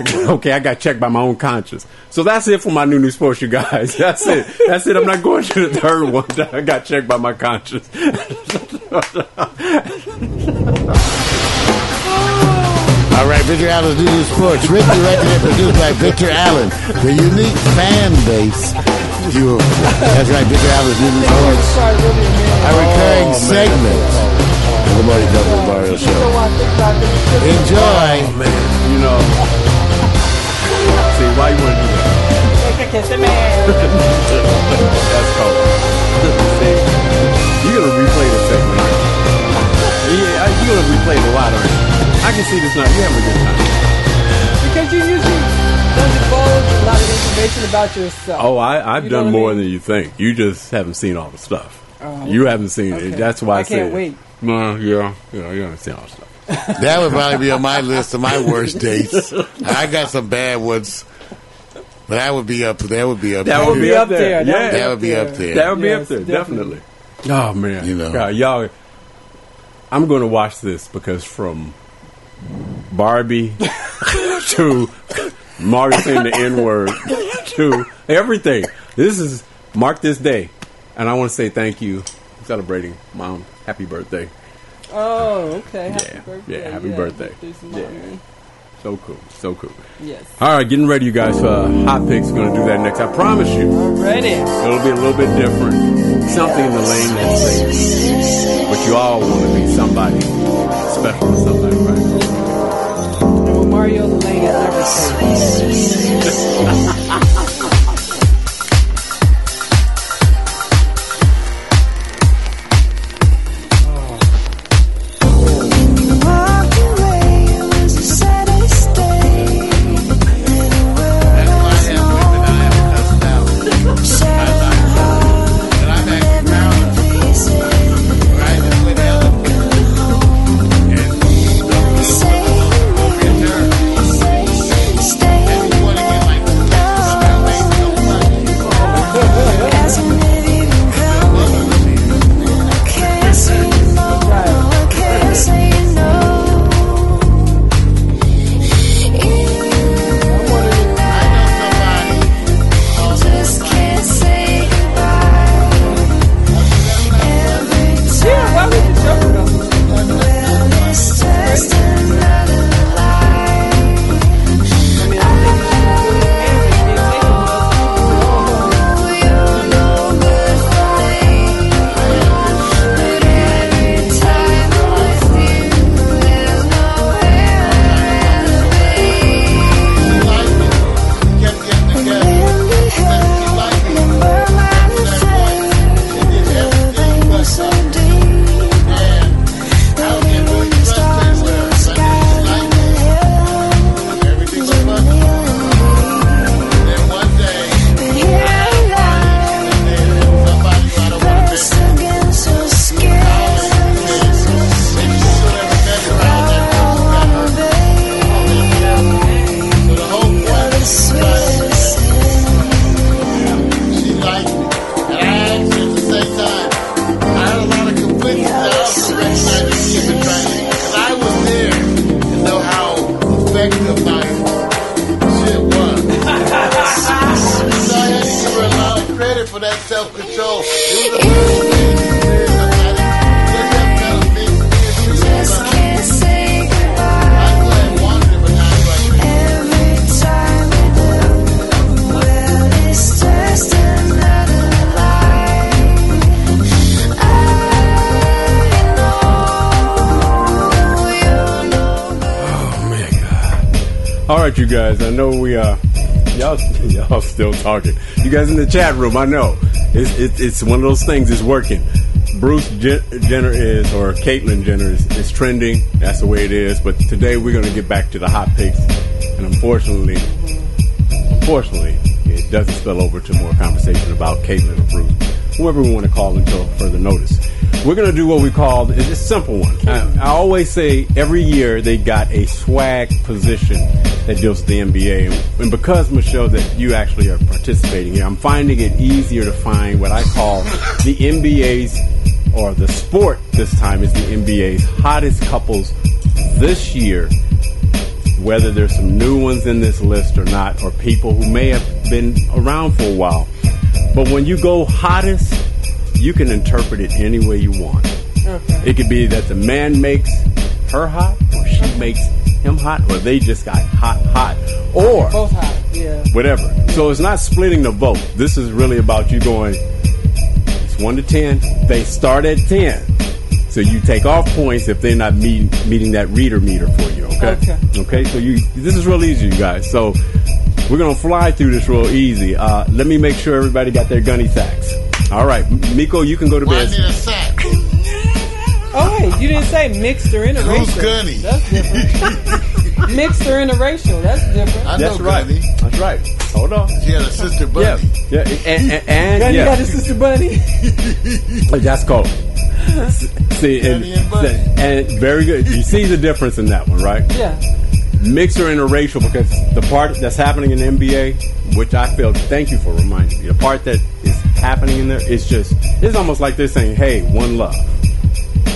S7: [LAUGHS] okay, I got checked by my own conscience. So that's it for my new new sports, you guys. [LAUGHS] That's it. That's it. I'm not going to the third one. [LAUGHS] I got checked by my conscience. [LAUGHS]
S3: All right, Victor Allen's New News Sports, written, directed, and produced by Victor Allen, the unique fan base. You, that's right, Victor Allen's New News Sports, a recurring segment of Oh, the Marty Dublin Mario Show. Enjoy.
S7: You know. See why you want to do [LAUGHS] that? You're gonna replay this segment. aren't you? Yeah, I- you're gonna replay it a lot. Aren't you? I can see this now. You're having a good time.
S5: Because you usually don't divulge a lot of information about yourself.
S7: Oh, I, I've
S5: You know what
S7: done
S5: I
S7: more
S5: mean?
S7: than you think. You just haven't seen all the stuff.
S5: Oh.
S7: you haven't seen it.
S5: Okay.
S7: That's why I,
S5: I can't
S7: said-
S5: wait.
S7: No, yeah, yeah, you understand all stuff.
S3: That would probably be on my list of my worst dates. I got some bad ones, but that would be up. That would be up.
S7: That would be up there.
S3: Yeah,
S7: Yeah.
S3: that would be up there.
S7: That would be up there, definitely. Oh man, you know, y'all. I'm going to watch this because from
S5: [LAUGHS]
S7: Barbie to Marty saying the N word to everything. This is mark this day, and I want to say thank you, celebrating mom. Happy birthday!
S5: Oh, okay. Happy
S7: Yeah,
S5: birthday.
S7: yeah, happy birthday.
S5: birthday's
S7: Yeah.
S5: mine.
S7: So cool, so cool.
S5: Yes.
S7: All right, getting ready, you guys. Uh, Hot picks going to do that next. I promise you.
S5: Ready.
S7: It'll be a little bit different. Something in the lane that's safe. But you all want to be somebody special to somebody, right?
S5: Well, Mario the lady never said
S2: Can't say no, I can't say no. Just can't say
S12: Oh,
S13: [LAUGHS]
S7: All right, you guys. I know we uh, y'all [LAUGHS] y'all still talking. You guys in the chat room. I know it's it's, it's one of those things. It's working. Bruce Jen- Jenner is or Caitlyn Jenner is, is trending. That's the way it is. But today we're gonna get back to the hot picks, and unfortunately, unfortunately, it doesn't spill over to more conversation about Caitlyn or Bruce, whoever we want to call until further notice. We're gonna do what we call it's a simple one. I, I always say every year they got a swag position that deals with the NBA, and because Michelle, that you actually are participating here, I'm finding it easier to find what I call the NBA's or the sport this time is the NBA's hottest couples this year whether there's some new ones in this list or not, or people who may have been around for a while. But when you go hottest, you can interpret it any way you want. It could be that the man makes her hot, or she makes him hot, or they just got hot, hot, or
S5: Both hot. Yeah.
S7: whatever. So it's not splitting the vote. This is really about you going. It's one to ten. They start at ten, so you take off points if they're not meet, meeting that reader meter for you. Okay.
S5: Okay.
S7: Okay. So you this is real easy, you guys. So we're gonna fly through this real easy. Uh, let me make sure everybody got their gunny sacks. All right, M- Miko, you can go to bed.
S5: Oh wait, you didn't say mixed or interracial.
S7: Who's Gunny?
S5: That's
S7: [LAUGHS]
S5: different. Mixed or interracial. That's different.
S7: That's right. That's right. Hold on.
S3: She had a sister bunny.
S7: Yeah, yeah. and, and, and
S5: Gunny
S7: yeah.
S5: got his sister Bunny. [LAUGHS]
S3: [LAUGHS]
S7: That's called. See, and, and, very good. You see the difference in that one, right?
S5: Yeah.
S7: Mixer interracial because the part that's happening in the NBA, which I feel, thank you for reminding me, the part that is happening in there is just, it's almost like they're saying, hey, one love.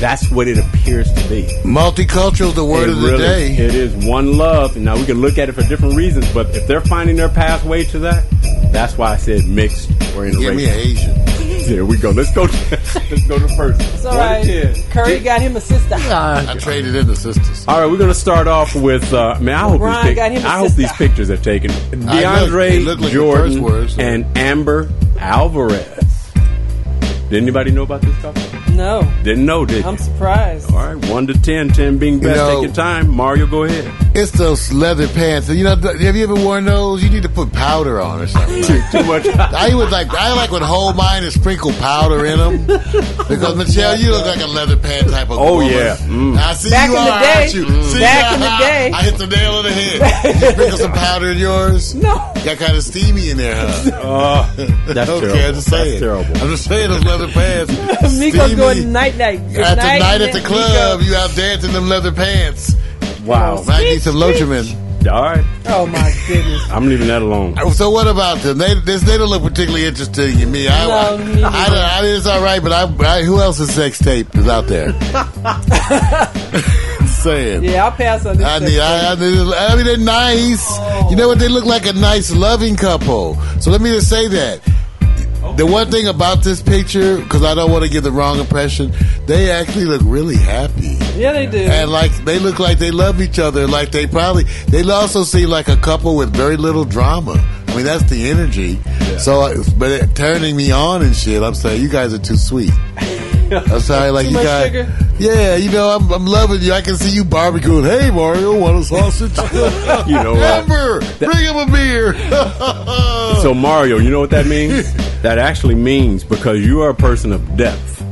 S7: That's what it appears to be.
S3: Multicultural is the word
S7: It
S3: of the
S7: really-
S3: day.
S7: It is one love. Now we can look at it for different reasons, but if they're finding their pathway to that, that's why I said mixed or interracial.
S3: Give me an Asian.
S7: There we go. Let's go. let's go to [LAUGHS] first.
S5: It's all right. Curry got him a sister.
S7: [LAUGHS]
S3: I traded in the sisters.
S7: All right, we're gonna start off with. Uh, man, I hope,
S5: Brian
S7: these, pic-
S5: got him a
S7: I hope
S5: sister.
S7: these pictures are taken.
S3: they
S7: DeAndre
S3: look like the first
S7: Jordan
S3: words.
S7: and Amber Alvarez. Did anybody know about this couple?
S5: No,
S7: Didn't know, did
S5: I'm
S7: you?
S5: surprised.
S7: All right, one to ten, ten being best.
S3: know-
S7: Take your time, Mario. Go ahead.
S3: It's those leather pants. You know, have you ever worn those? You need to put powder on or something.
S7: Too, too
S5: [LAUGHS]
S7: much.
S3: I would like. I like when whole mine and sprinkle powder in them. Because Michelle, you look like a leather pant type of
S7: Oh
S3: woman.
S7: yeah. Mm.
S3: I see
S5: Back
S3: you
S5: in
S3: are,
S5: the day. Mm.
S3: aren't you? See,
S5: Back
S3: I-
S5: in the
S3: I-
S5: day.
S3: I hit the nail on the head. You sprinkle some powder in yours.
S5: No.
S3: Got kind of steamy in there, huh?
S7: Uh, that's
S3: okay,
S7: terrible.
S3: I'm just saying.
S7: That's terrible.
S3: I'm just saying those leather pants.
S5: [LAUGHS] Miko's
S3: steamy.
S5: going night night.
S3: At the night at the club, you out dancing them leather pants.
S7: Wow.
S3: Might need some Lotrimin.
S7: All right,
S5: Oh my goodness.
S7: I'm leaving that alone.
S3: So what about them? They this, they don't look particularly interesting in me. I,
S5: No, me neither.
S3: I, I, don't- I mean, it's all right, but I, I who else's sex tape is out
S5: [LAUGHS]
S3: there? Saying.
S5: Yeah, I'll pass on this.
S3: I
S5: sex
S3: mean, I, I, mean, I mean, they're nice. You know what? They look like a nice, loving couple. So let me just say that. The one thing about this picture, because I don't want to give the wrong impression, they actually look really happy.
S5: tape. Yeah, they do.
S3: And like they look like they love each other. Like they probably they also seem like a couple with very little drama. I mean that's the energy. So, but it, turning me on and shit. I'm saying you guys are too sweet. I'm sorry, like
S5: Too
S3: you
S5: much
S3: guys.
S5: sugar?
S3: Yeah, you know I'm, I'm loving you. I can see you barbecuing. Hey Mario, want a
S7: [LAUGHS]
S3: sausage?
S7: You
S3: [LAUGHS]
S7: know what?
S3: Amber, bring him a beer.
S7: [LAUGHS] So Mario, you know what that means? that actually means because you are a person of depth,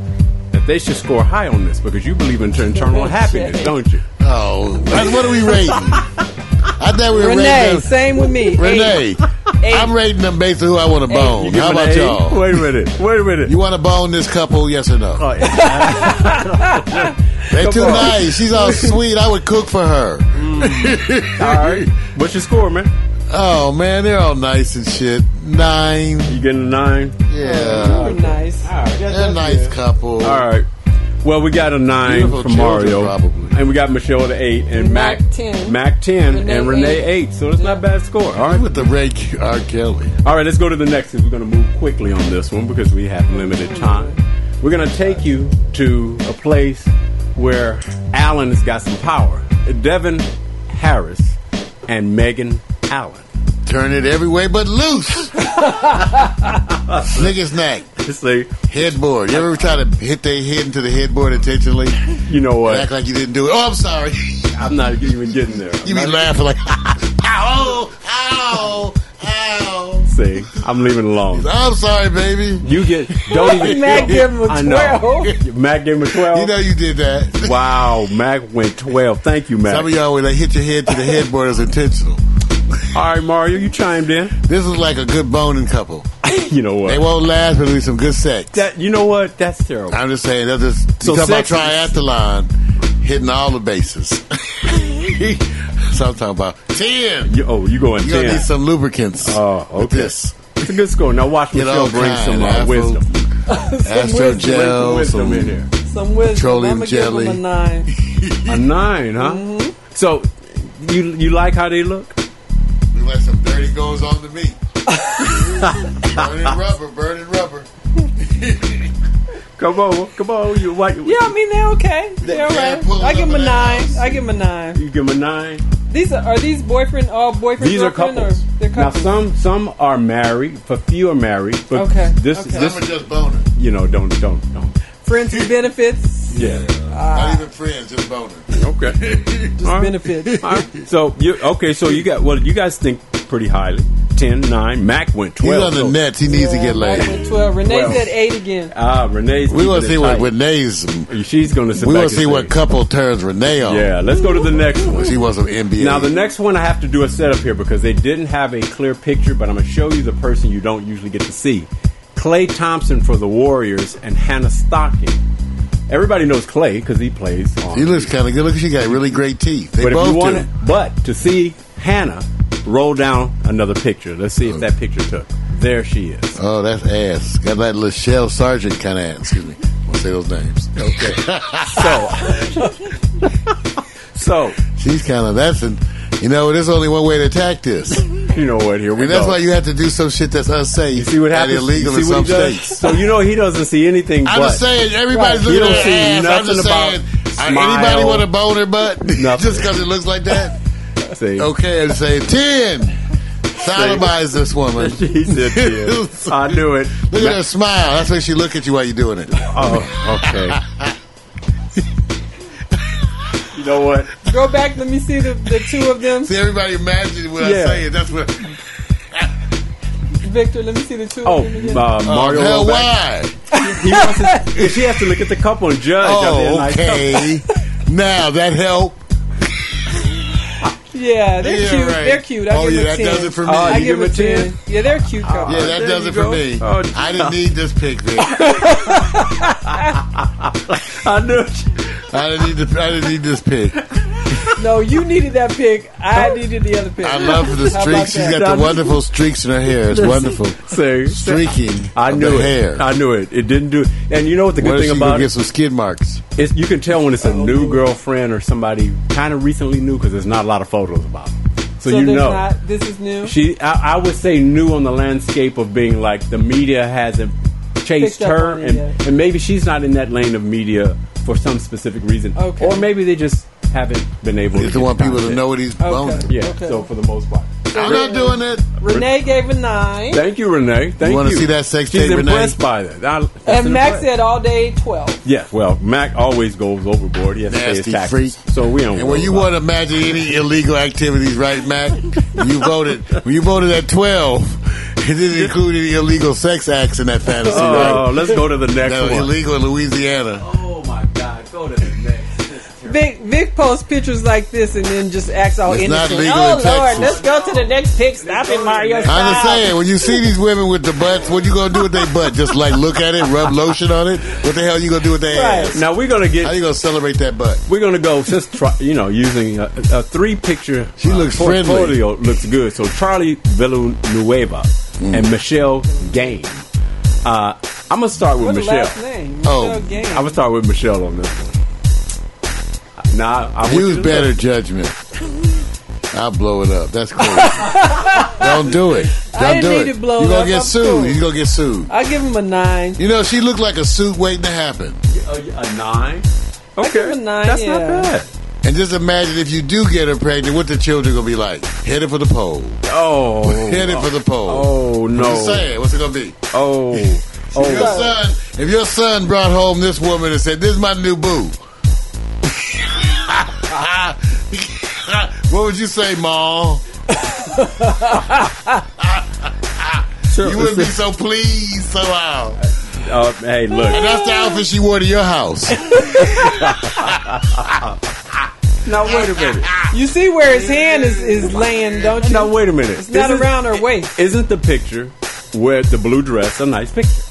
S7: that they should score high on this because you believe in internal happiness, don't you?
S3: oh, what are we rating? I thought we were
S5: Renee,
S3: rating. them-
S5: same with me.
S3: Renee,
S5: Eight.
S3: I'm rating them based on who I want to bone.
S7: Give
S3: How
S7: an
S3: about
S7: A?
S3: y'all?
S7: [LAUGHS] Wait a minute. Wait a minute.
S3: You want to bone this couple? Yes or no?
S7: Oh,
S3: [LAUGHS] They too
S7: on.
S3: nice. She's
S7: [LAUGHS]
S3: all sweet. I would cook for her.
S7: all right. What's your score, man?
S3: Oh man, they're all nice and shit. Nine.
S7: You getting a nine?
S5: Eight.
S3: Yeah,
S5: You're nice.
S7: All right.
S3: they're a nice couple.
S7: All right. Well, we got a nine
S3: Beautiful
S7: from
S3: children,
S7: Mario,
S3: probably.
S7: and we got Michelle at eight, and
S5: And
S7: Mac
S5: Mac 10.
S7: Mac ten,
S5: Renee
S7: and Renee eight. So that's not a bad score. All right.
S3: With the Ray K- R. Kelly.
S7: All right, let's go to the next because we're going to move quickly on this one because we have limited time. We're going to take you to a place where Allen has got some power. Devin Harris and Megan Allen.
S3: Turn it every way but
S7: [LAUGHS]
S3: loose. Niggas neck.
S7: It's like,
S3: Headboard. You ever try to hit their head into the headboard intentionally?
S7: you know
S3: Act
S7: what?
S3: like you didn't do it. Oh, I'm sorry. [LAUGHS]
S7: I'm not even getting there.
S3: You be laughing like, [LAUGHS] ow, ow, ow.
S7: See, I'm leaving alone.
S3: I'm sorry, baby.
S7: You get don't even.
S5: Mac gave him a
S7: I know.
S5: 12.
S7: Mac gave him a twelve.
S3: You know you did that.
S7: wow, Mac went twelve. Thank you, Mac.
S3: Some of y'all when they hit your head to the headboard is intentional.
S7: All right, Mario, you chimed in.
S3: This is like a good boning couple.
S7: You know
S3: They
S7: what?
S3: won't last, but it'll be some good sex.
S7: That you know what? That's terrible.
S3: I'm just saying, that's just,
S7: So
S3: you talk about
S7: sex is-
S3: triathlon, hitting all the bases. [LAUGHS] so I'm talking about 10.
S7: You, oh, you
S3: You're
S7: going
S3: going to
S7: ten?
S3: need some lubricants.
S7: Oh,
S3: with
S7: okay.
S3: This.
S7: It's a good score. Now watch
S3: Get
S7: Michelle
S3: all
S7: bring
S3: kind,
S7: some uh,
S3: Afro.
S7: wisdom.
S3: Astro gel,
S7: Bring some
S3: some
S7: wisdom in here.
S5: Some wisdom.
S3: Petroleum
S5: I'm gonna give
S3: jelly.
S5: him a nine.
S7: A nine, huh?
S3: Mm-hmm.
S7: So you you like how they look?
S3: Look like some dirty goes on to
S7: [LAUGHS]
S3: me. burning rubber, burning rubber.
S7: Come on, come on. You white.
S5: Yeah, I mean they're okay. They're all
S3: Yeah,
S5: right.
S3: pull
S5: I give him
S3: them
S5: a
S3: in that
S5: nine.
S3: house.
S5: I give him a nine.
S7: You give them a nine.
S5: These are, are these boyfriend all boyfriend
S7: These are
S5: girlfriend,
S7: couples.
S5: Or they're
S7: Now
S5: couples.
S7: some some are married, but few are married. But
S5: Okay,
S7: This
S5: okay.
S7: this
S3: Some are just boning.
S7: you know don't don't don't.
S5: friends with benefits.
S7: Yeah. Ah.
S3: Not even friends, just boning.
S7: Okay.
S5: [LAUGHS] Just
S7: All right.
S5: benefits.
S3: [LAUGHS]
S7: All right. So you okay? So you got well. You guys think pretty highly. 10, 9. Mac went 12.
S3: He's on the Nets. He needs to get laid.
S5: Well, Renee
S7: Well.
S5: said eight again.
S7: Ah, Renee's.
S3: We wanna see what
S7: Renee's. She's going to sit
S3: We want
S7: back and
S3: to see
S7: say-
S3: what couple turns Renee on.
S7: Yeah, let's go to the next one.
S3: She was an NBA.
S7: Now the next one I have to do a setup here because they didn't have a clear picture, but I'm gonna show you the person you don't usually get to see. Clay Thompson for the Warriors and Hannah Stocking. Everybody knows Clay because he plays. On
S3: He looks kind of good. Look, she got really great teeth. They
S7: but
S3: both
S7: if you want
S3: do.
S7: it, but to see Hannah, roll down another picture. Let's see if that picture took. There she is.
S3: Oh, that's ass. Got that Lachelle Sargent kind of ass. Excuse me. Won't say those names. Okay.
S7: so,
S3: [LAUGHS]
S7: so
S3: [LAUGHS] she's kind of that's an. You know, there's only one way to attack this. You
S7: know what? Here we
S3: and that's
S7: go.
S3: why you have to do some shit that's unsafe. You see
S7: what happens?
S3: And illegal
S7: You see
S3: in some
S7: what he does?
S3: states.
S7: So you know he doesn't
S3: [LAUGHS]
S7: see anything.
S3: I'm
S7: but-
S3: just saying, everybody's
S7: He
S3: looking
S7: don't
S3: at
S7: see
S3: their ass. I'm just
S7: nothing
S3: saying,
S7: about
S3: anybody
S7: smile.
S3: want to bone her butt [LAUGHS] just because it looks like that?
S7: See.
S3: Okay, and say ten. Sodomize this
S7: [LAUGHS]
S3: woman. [LAUGHS]
S7: She said Uh, 10. I knew it.
S3: Look at her smile. That's why she look at you while you're doing it.
S7: Oh, okay. you know what?
S5: Go back. Let me see the, the two of
S3: [LAUGHS] [LAUGHS]
S5: them.
S3: See, everybody imagine what
S5: Yeah.
S3: I'm saying. That's what. uh,
S5: Victor, let me see the two
S7: Oh,
S5: of them again.
S7: uh, Mario.
S3: hell,
S7: Lopez. He wants to, she has to look at the couple and judge.
S3: Oh, okay. now that help.
S5: Yeah, they're
S3: Yeah,
S5: cute.
S3: right.
S5: They're cute. I
S3: Oh,
S5: give
S3: yeah,
S5: them
S3: that
S5: 10.
S3: does it for me.
S5: I
S3: You
S5: give
S3: give
S5: them
S3: a 10?
S5: 10. Yeah, they're cute couple.
S7: Oh,
S3: yeah, that does it for me. I didn't need this pick, man.
S7: [LAUGHS] I knew.
S3: I didn't need. The, I didn't need this pick.
S7: [LAUGHS]
S5: No, you needed that pick. I needed the other pick.
S3: I love the
S5: How about
S3: streaks. She's
S5: that?
S3: got the wonderful streaks in her hair. It's wonderful.
S7: So
S3: Streaking.
S7: I
S3: of
S7: knew
S3: the
S7: it.
S3: hair.
S7: I knew it. It didn't do. And you know what the
S3: What
S7: good
S3: if
S7: thing
S3: she
S7: about
S3: gonna
S7: it?
S3: get some skid marks?
S7: It's, you can tell when it's a new girlfriend or somebody kind of recently new because there's not a lot of photos about. It. So, you
S5: there's
S7: know.
S5: Not, this is new.
S7: She, I, I would say, new on the landscape of being like the media hasn't chased
S5: Picked up
S7: her,
S5: on it
S7: and,
S5: yet.
S7: and maybe she's not in that lane of media for some specific reason,
S5: Okay.
S7: or maybe they just haven't been able.
S3: They
S7: to get
S3: want people to
S7: content.
S3: know what he's boning.
S7: Yeah.
S5: Okay.
S7: So for the most part,
S3: I'm not doing it.
S5: Renee gave a nine.
S7: thank you, Renee. Thank
S3: You
S7: you.
S3: wanna see that sex
S7: She's
S3: tape, Renee?
S7: impressed by that. I- that's
S5: and
S7: an
S5: Max
S7: impress-
S5: said all day 12.
S7: Yeah, well, Mac always goes overboard. He has to pay
S3: Nasty
S7: his taxes.
S3: freak.
S7: So we don't.
S3: And
S7: worry
S3: when you want
S7: about
S3: to imagine any illegal activities, right, Mac? You voted. When you voted at twelve, it didn't include any illegal sex acts in that fantasy.
S7: Oh,
S3: right?
S7: let's go to the next
S3: That was
S7: one.
S3: Illegal in Louisiana.
S7: Oh my God! Go to the next.
S5: Vic Vic posts pictures like this and then just acts all
S3: It's not
S5: innocent.
S3: legal
S5: oh
S3: in
S5: Lord,
S3: Texas.
S5: let's go to the next pick. Stop it, Mario.
S3: I'm just
S5: Stop.
S3: saying, when you see these women with the butts, what you gonna do with their butt? Just like look at it, rub lotion on it. What the hell you gonna do with their
S5: Right.
S3: ass?
S7: Now we're gonna get.
S3: How you gonna celebrate that butt?
S7: We're gonna go since tri- you know using a, a three picture. She
S3: looks friendly.
S7: portfolio looks good. So Charlie Villanueva
S3: Mm.
S7: and Michelle Gain. Uh, I'm gonna start with
S5: What's the
S7: Michelle.
S5: last name?
S3: Oh.
S5: Michelle Gaines.
S7: I'm gonna start with Michelle on this one. Now I want you
S3: Use
S7: to
S3: better
S7: look.
S3: judgment. I'll blow it up. That's
S5: [LAUGHS]
S3: cool. Don't do it. Don't
S5: I didn't
S3: do
S5: need
S3: it.
S5: to blow
S3: You're
S5: it
S3: gonna
S5: up.
S3: get
S5: I'm
S3: sued.
S5: cool.
S3: You're gonna get sued.
S5: I give him a nine.
S3: You know, she looked like a suit waiting to happen.
S7: a, a nine.
S5: I give
S7: Okay,
S5: him a nine.
S7: that's
S5: yeah.
S7: not bad.
S3: And just imagine if you do get her pregnant, what the children gonna be like? Headed for the pole.
S7: Oh,
S3: Headed for the pole.
S7: oh
S3: I'm just
S7: no.
S3: saying, what's it gonna be?
S7: Oh,
S3: If your
S7: oh.
S3: son, if your son brought home this woman and said, "This is my new boo," [LAUGHS] what would you say, Ma? You wouldn't be so pleased somehow.
S7: Uh, hey,
S3: And
S7: look.
S3: that's the outfit she wore to your house.
S7: Now wait a minute.
S5: You see where his hand is, is laying, don't you?
S7: Now wait a minute.
S5: it's not
S7: This is-
S5: around her waist.
S7: Isn't the picture with the blue dress a nice picture?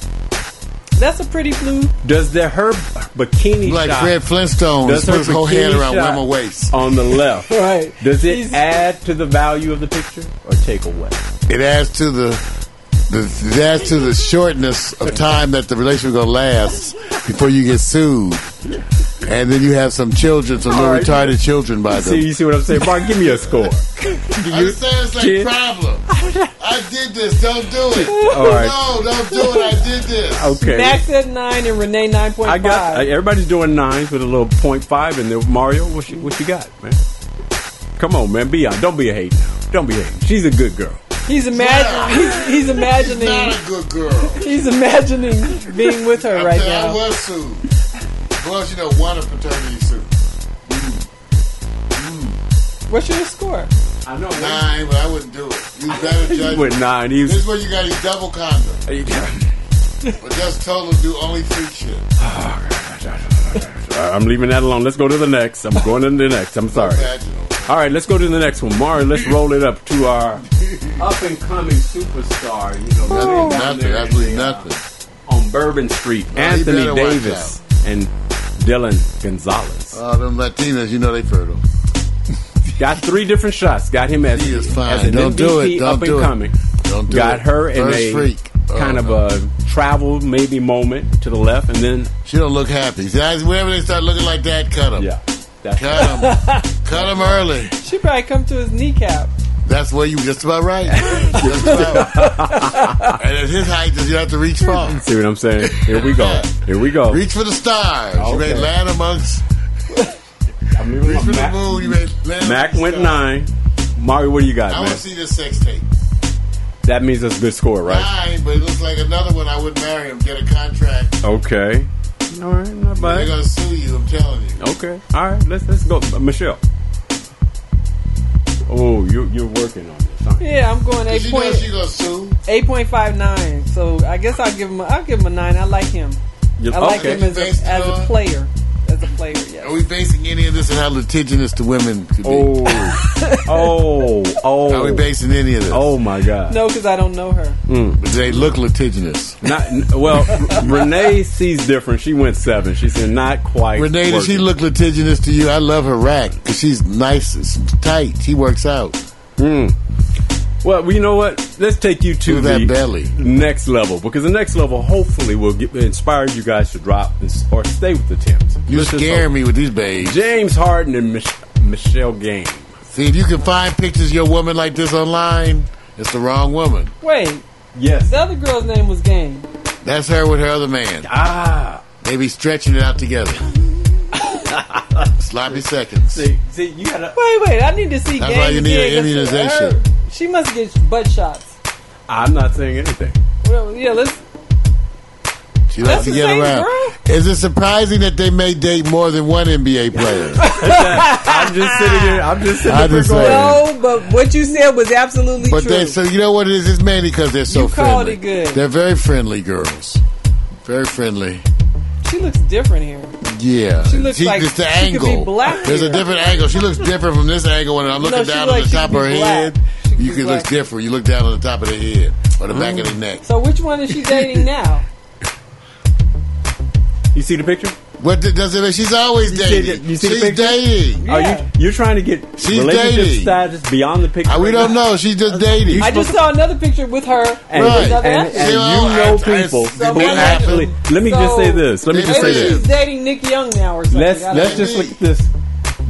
S5: That's a pretty blue.
S7: Does the her bikini
S3: Like
S7: shot
S3: Fred Flintstone,
S7: That's her
S3: puts her hand
S7: bikini
S3: around
S7: shot.
S3: woman's waist.
S7: on the left? [LAUGHS]
S5: Right.
S7: Does it
S5: He's-
S7: add to the value of the picture or take away?
S3: It adds to the, the it adds to the shortness of time that the relationship gonna last before you get sued, and then you have some children, some little
S7: All right.
S3: retarded children by
S7: See,
S3: them.
S7: you see what I'm saying, Mark? Give me a score. [LAUGHS] Do
S3: I'm
S7: you-
S3: saying it's
S7: Kid.
S3: a problem. I did this. Don't do it.
S7: All right.
S3: No, don't do it. I did this.
S7: [LAUGHS] okay.
S5: Max at nine and Renee nine point
S7: I
S5: five.
S7: got uh, everybody's doing nines with a little point five in there. Mario, what you what you got, man? Come on, man. Be on. Don't be a hater. Don't be a hater. She's a good girl.
S5: he's imagining. He's, he's imagining.
S3: Not a good girl.
S5: He's imagining being with her right
S3: Yeah, I
S5: now.
S3: was sued. Well, you know, one a paternity suit.
S5: What's your score?
S7: I know.
S2: Nine, but I wouldn't do it.
S7: [LAUGHS]
S2: You better judge.
S7: With nine, he was-
S2: This is where you got his double condom.
S7: Hey,
S2: but just told him do only freak shit.
S7: Uh, [LAUGHS] I'm leaving that alone. Let's go to the next. I'm going to the next. I'm sorry. All right, let's go to the next one. Mario, let's roll it up to our up and coming superstar. You know,
S2: That's nothing. That's really nothing.
S7: on Bourbon Street,
S2: No, he
S7: Anthony
S2: better watch
S7: Davis and Dylan Gonzalez.
S3: Oh, them Latinas, you know they fertile.
S7: Got three different shots. Got him as, he is
S3: fine.
S7: as an
S3: Don't
S7: MVP
S3: do it. Don't
S7: up
S3: do
S7: and
S3: it.
S7: coming.
S3: Don't do
S7: Got
S3: it.
S7: her in
S3: First
S7: a
S3: freak. Oh,
S7: kind of a travel maybe moment to the left, and then
S3: she don't look happy. Guys, whenever they start looking like that, cut them.
S7: Yeah,
S3: cut them.
S7: [LAUGHS]
S3: cut them early.
S5: She probably come to his kneecap.
S3: That's where you just about
S7: [LAUGHS]
S3: right. just about. and at his height, you have to reach far.
S7: See what I'm saying? Here we go. Here we go.
S3: Reach for the stars. You may
S7: Okay.
S3: land amongst. reach for the moon. You may land.
S7: Mac
S3: amongst
S7: went
S3: stars.
S7: nine. Mario, what do you got,
S2: I want
S7: man?
S2: to see this sex tape.
S7: That means that's a good score, right?
S2: Nine, but it looks like another one. I would marry him, get a contract.
S7: Okay. All right, not bad.
S2: They're gonna sue you. I'm telling you.
S7: Okay. All right. Let's let's go, Uh, Michelle. Oh, you you're working on this. Huh?
S5: Yeah, I'm going eight
S2: she
S5: point.
S2: knows she gonna sue.
S5: Eight point five nine. So I guess I'll give him. A, I'll give him a nine. I like him.
S7: You-
S5: I like
S7: okay.
S5: him as a, as a player. As a player, yes.
S3: Are we basing any of this on how litigious the women could be?
S7: Oh, oh, oh!
S3: Are we basing any of this?
S7: Oh my God!
S5: No, because I don't know her.
S3: But They look litigious.
S7: Not n- well. Renee sees different. She went seven. She said not quite.
S3: Renee, does she
S7: working.
S3: look litigious to you? I love her rack because she's nice, and tight. She works out.
S7: Mm. Well, you know what? Let's take you to
S3: Look at
S7: the
S3: that belly.
S7: next level because the next level hopefully will get, inspire you guys to drop and, s- or stay with the Temps.
S3: You
S7: Let's just
S3: scare
S7: hope.
S3: me with these babes.
S7: James Harden and Mich- Michelle Game.
S3: See, if you can find pictures of your woman like this online, it's the wrong woman.
S5: Wait,
S7: Yes.
S5: the other girl's name was Game.
S3: That's her with her other man.
S7: Ah.
S3: They be stretching it out
S7: [LAUGHS]
S3: together. Sloppy seconds.
S7: See, see, you gotta.
S5: Wait, wait. I need to see
S3: That's
S5: Game.
S3: why you need
S5: again
S3: an
S5: 'cause
S3: immunization.
S5: her- She must get butt shots.
S7: I'm not saying anything.
S5: Well, yeah, let's.
S3: She likes
S5: That's
S3: to
S5: the
S3: get
S5: same
S3: around. Is it surprising that they may date more than one NBA
S7: [LAUGHS]
S3: player?
S7: I'm just sitting here. I'm just
S3: [LAUGHS]
S7: sitting
S3: I
S7: here
S3: just
S7: going,
S3: said-
S5: No, but what you said was absolutely
S3: But
S5: true.
S3: they, so you know what it is? It's mainly because they're so
S5: You called
S3: friendly.
S5: it good.
S3: They're very friendly girls. Very friendly.
S5: she looks different here.
S3: Yeah.
S5: She looks like
S3: it's the
S5: she could
S3: angle.
S5: be black
S3: There's a
S5: here.
S3: different angle. She looks different from this angle when I'm looking
S5: No, she
S3: down
S5: like
S3: on the
S5: she
S3: top of
S5: could
S3: her
S5: be black.
S3: head.
S5: She could
S3: You
S5: be
S3: can look
S5: black. Mm.
S3: different. You look down on the top of the head or the back of the neck.
S5: So which one is she dating now?
S7: You see the picture?
S3: What th- does it mean? She's always
S7: You see the-
S3: dating.
S7: you see the
S3: She's
S7: picture?
S3: dating.
S7: Are
S5: Yeah.
S7: you you're trying to get
S3: She's
S7: relationship
S3: dating.
S7: status beyond the picture?
S3: Uh, we
S7: right
S3: don't
S7: now?
S3: know. She's just dating.
S5: I just saw another picture with her.
S7: And,
S3: Right.
S5: Another
S7: and, and
S5: athlete.
S3: You know,
S7: you know
S3: I- I-
S7: people
S3: so
S7: who
S5: maybe-
S7: actually. Let me just
S5: so-
S7: say this. Let me just say
S5: Maybe
S7: this.
S5: she's dating Nick Young now or something.
S7: Let's
S5: I don't
S7: let's
S5: know.
S7: just look at this.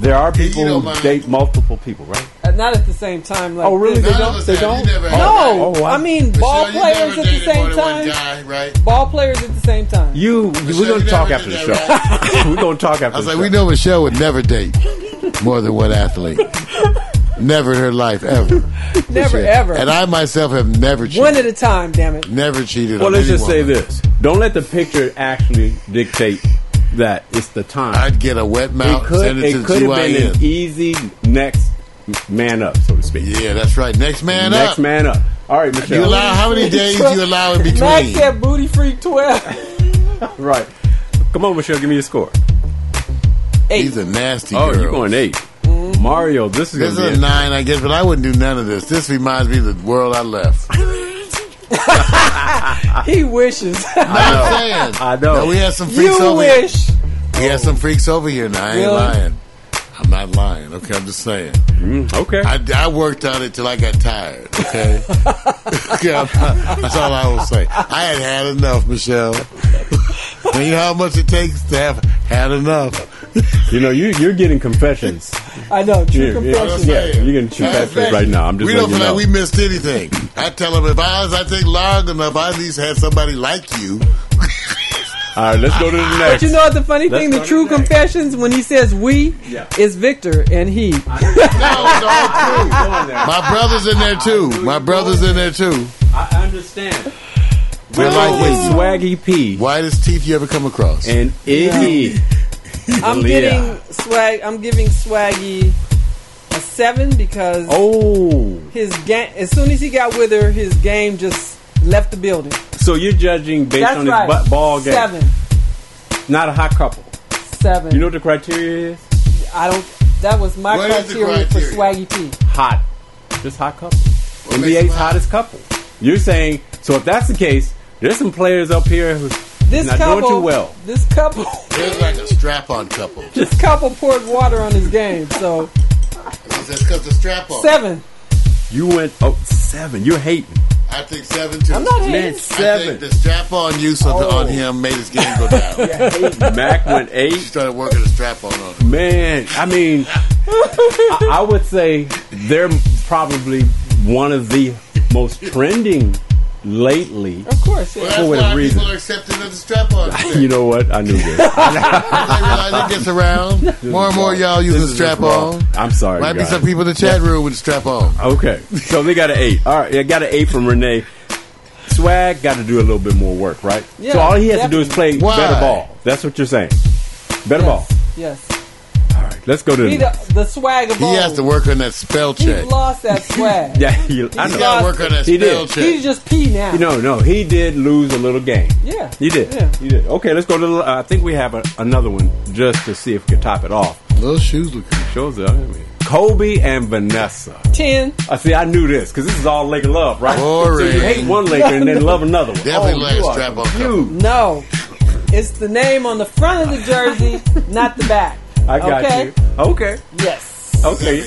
S7: There are
S2: you
S7: people
S2: don't
S7: who
S2: mind.
S7: date multiple people, right?
S5: Uh, not at the same time. Like
S7: Oh, really?
S5: this.
S7: They
S2: None
S7: don't.
S2: of us
S7: They
S2: have.
S7: don't.
S2: You never have.
S5: No,
S7: Oh, wow.
S5: I mean ball
S2: Michelle, you never
S5: players at the
S2: dated more
S5: same
S2: than one
S5: time.
S2: guy, right?
S5: Ball players at the same time.
S7: You.
S2: Michelle,
S7: we're gonna
S2: you
S7: talk
S2: never
S7: after the
S2: did
S7: show. [LAUGHS] we're gonna talk after.
S3: I was
S7: the
S3: like,
S7: show.
S3: we know Michelle would never date more than one
S7: [LAUGHS]
S3: athlete. never in her life, ever.
S5: never
S3: Shit.
S5: ever.
S3: And I myself have never cheated.
S5: one at a time. Damn it.
S3: never cheated
S7: Well,
S3: on
S7: let's
S3: any
S7: just say
S3: woman.
S7: this. Don't let the picture actually dictate that it's the time.
S3: I'd get a wet mouth,
S7: it could,
S3: send it,
S7: it
S3: to
S7: could
S3: the
S7: have been an e-
S3: GYN.
S7: easy next man up, so to speak.
S3: Yeah, that's right. Next man
S7: next
S3: up.
S7: man up. All right,
S3: You
S7: Michelle.
S3: allow how
S7: [LAUGHS]
S3: many days you allow in
S5: Max
S3: between?
S5: said booty freak
S7: [LAUGHS]
S5: twelve.
S7: right. Come on, Michelle. Give me your score.
S5: Eight.
S3: He's a nasty
S7: Oh,
S3: girl.
S7: you're going 8 Mario, this is
S3: This is
S7: going
S3: a
S7: to be.
S3: nine, I guess, but I wouldn't do none of this. This reminds me of the world I left.
S5: He wishes.
S3: I'm saying.
S7: [LAUGHS] I know.
S3: Now, we had some freaks
S5: [LAUGHS] you
S3: over here.
S5: wish.
S3: We had some freaks over here. Now I ain't
S5: Really?
S3: lying. I'm not lying. Okay, I'm just saying.
S7: Mm, okay.
S3: I, I worked on it till I got tired. Okay, [LAUGHS] Okay, I'm not- that's all I will say. I had had enough, Michelle. and you know how much it takes to have had enough.
S7: you know, you, you're getting confessions.
S5: I know. True
S7: Yeah, yeah.
S5: confession.
S7: Yeah, you're getting confessions right now. I'm just
S3: we don't
S7: letting you
S3: feel
S7: know.
S3: like we missed anything. I tell them if I was, I think long enough, I at least had somebody like you.
S7: All right, let's go to the next.
S5: But you know what the funny
S7: Let's
S5: thing?
S7: go
S5: The
S7: to
S5: true
S7: the next.
S5: confessions when he says we
S7: Yeah.
S5: is Victor and he.
S3: No, it's all true. My brother's in there too. My brother's in there too.
S7: I understand. We're like with Swaggy P
S3: Whitest teeth you ever come across.
S7: and Iggy.
S5: I'm
S7: Leah.
S5: getting swag. I'm giving Swaggy a seven because
S7: oh,
S5: his game. As soon as he got with her, his game just left the building.
S7: so you're judging based
S5: That's
S7: on
S5: right.
S7: his bu- ball game,
S5: Seven,
S7: not a hot couple.
S5: seven.
S7: You know what the criteria is?
S5: I don't. That was my
S7: What is the
S5: criteria, for
S7: criteria?
S5: Swaggy P.
S7: Hot, just hot couple. NBA's hottest couple. You're saying so? If that's the case, there's some players up here who's
S5: This
S7: not
S5: couple,
S7: doing too well.
S5: This couple,
S3: There's like a strap-on couple.
S5: this couple poured water on his game. So
S3: That's because the strap-on.
S5: seven.
S7: You went oh seven. You're hating.
S3: I think seven too.
S5: I'm not hating.
S7: Man,
S3: I
S7: seven.
S3: think the strap-on use of the, on him made his game go down.
S7: Mac went eight.
S3: She started working the strap-on on him.
S7: Man, I mean, I, I would say they're probably one of the most trending lately.
S5: Of course,
S7: For
S5: yeah.
S3: Well, that's
S7: whatever
S3: why
S7: reason.
S3: people are accepting of the strap-on.
S7: You know what? I knew this.
S3: As it gets around, more and more y'all
S7: This
S3: using
S7: is just wrong.
S3: strap-on.
S7: I'm sorry.
S3: Might be
S7: guys.
S3: some people in the chat room with strap-on.
S7: Okay, so they got an eight. All right, I got an eight from Renee. Swag got to do a little bit more work, right?
S5: Yeah,
S7: so all he has to do is play
S5: definitely.
S7: better
S5: Why?
S7: ball. That's what you're saying. Better ball.
S5: Yes,
S7: Let's go to
S5: he
S7: the.
S5: the, the swag of all.
S3: work on that spell
S5: He lost
S7: [LAUGHS]
S5: that swag.
S7: Yeah, he, I
S5: He's
S7: know.
S5: gotta work on
S3: that
S7: He
S3: spell
S7: did.
S3: check.
S5: He's just P now.
S7: You know, no, he did lose a little game.
S5: Yeah.
S7: He did.
S5: Yeah.
S7: He did. Okay, let's go to. the- I think we have a, another one just to see if we can top it off.
S3: Little shoes look
S7: shows up. I mean, Kobe and Vanessa.
S5: Ten.
S7: I see. I knew this because this is all Laker love, right?
S3: Boring.
S7: So you hate one Laker and then love another one.
S3: Definitely
S7: Oh,
S3: like
S7: you
S3: a
S7: are
S3: strap-on couple.
S7: confused.
S5: No, it's the name on the front of the
S7: [LAUGHS]
S5: jersey, not the back.
S7: I got
S5: okay?
S7: you. Okay.
S5: Yes.
S7: Okay.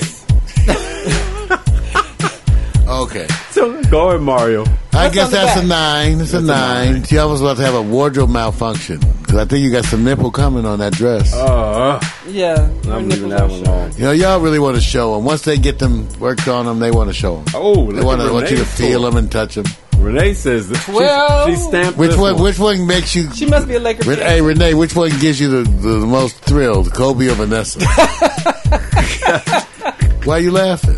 S3: Okay.
S7: So go ahead, Mario.
S3: I
S5: What's
S3: guess
S5: on the
S3: that's a
S5: back?
S3: nine. It's a nine. She almost about to have a wardrobe malfunction because I think you got some nipple coming on that dress.
S7: Uh,
S5: Yeah. your
S7: I'm leaving
S5: nipples
S7: that
S5: are
S7: one
S5: short.
S7: alone.
S3: You know, y'all really want to show them. Once they get them worked on them, they want to show them.
S7: Oh, look
S3: they
S7: at
S3: want to want you to
S7: Renee's
S3: feel them and touch them.
S7: Renee says that she-
S5: Twelve.
S7: She, stamped
S3: Which
S7: this
S3: one? Which one makes you?
S5: She must be a Laker
S3: Ren-
S5: fan.
S3: hey, Renee, which one gives you the, the, the most thrill, Kobe or
S5: [LAUGHS]
S3: Vanessa? Why you laughing?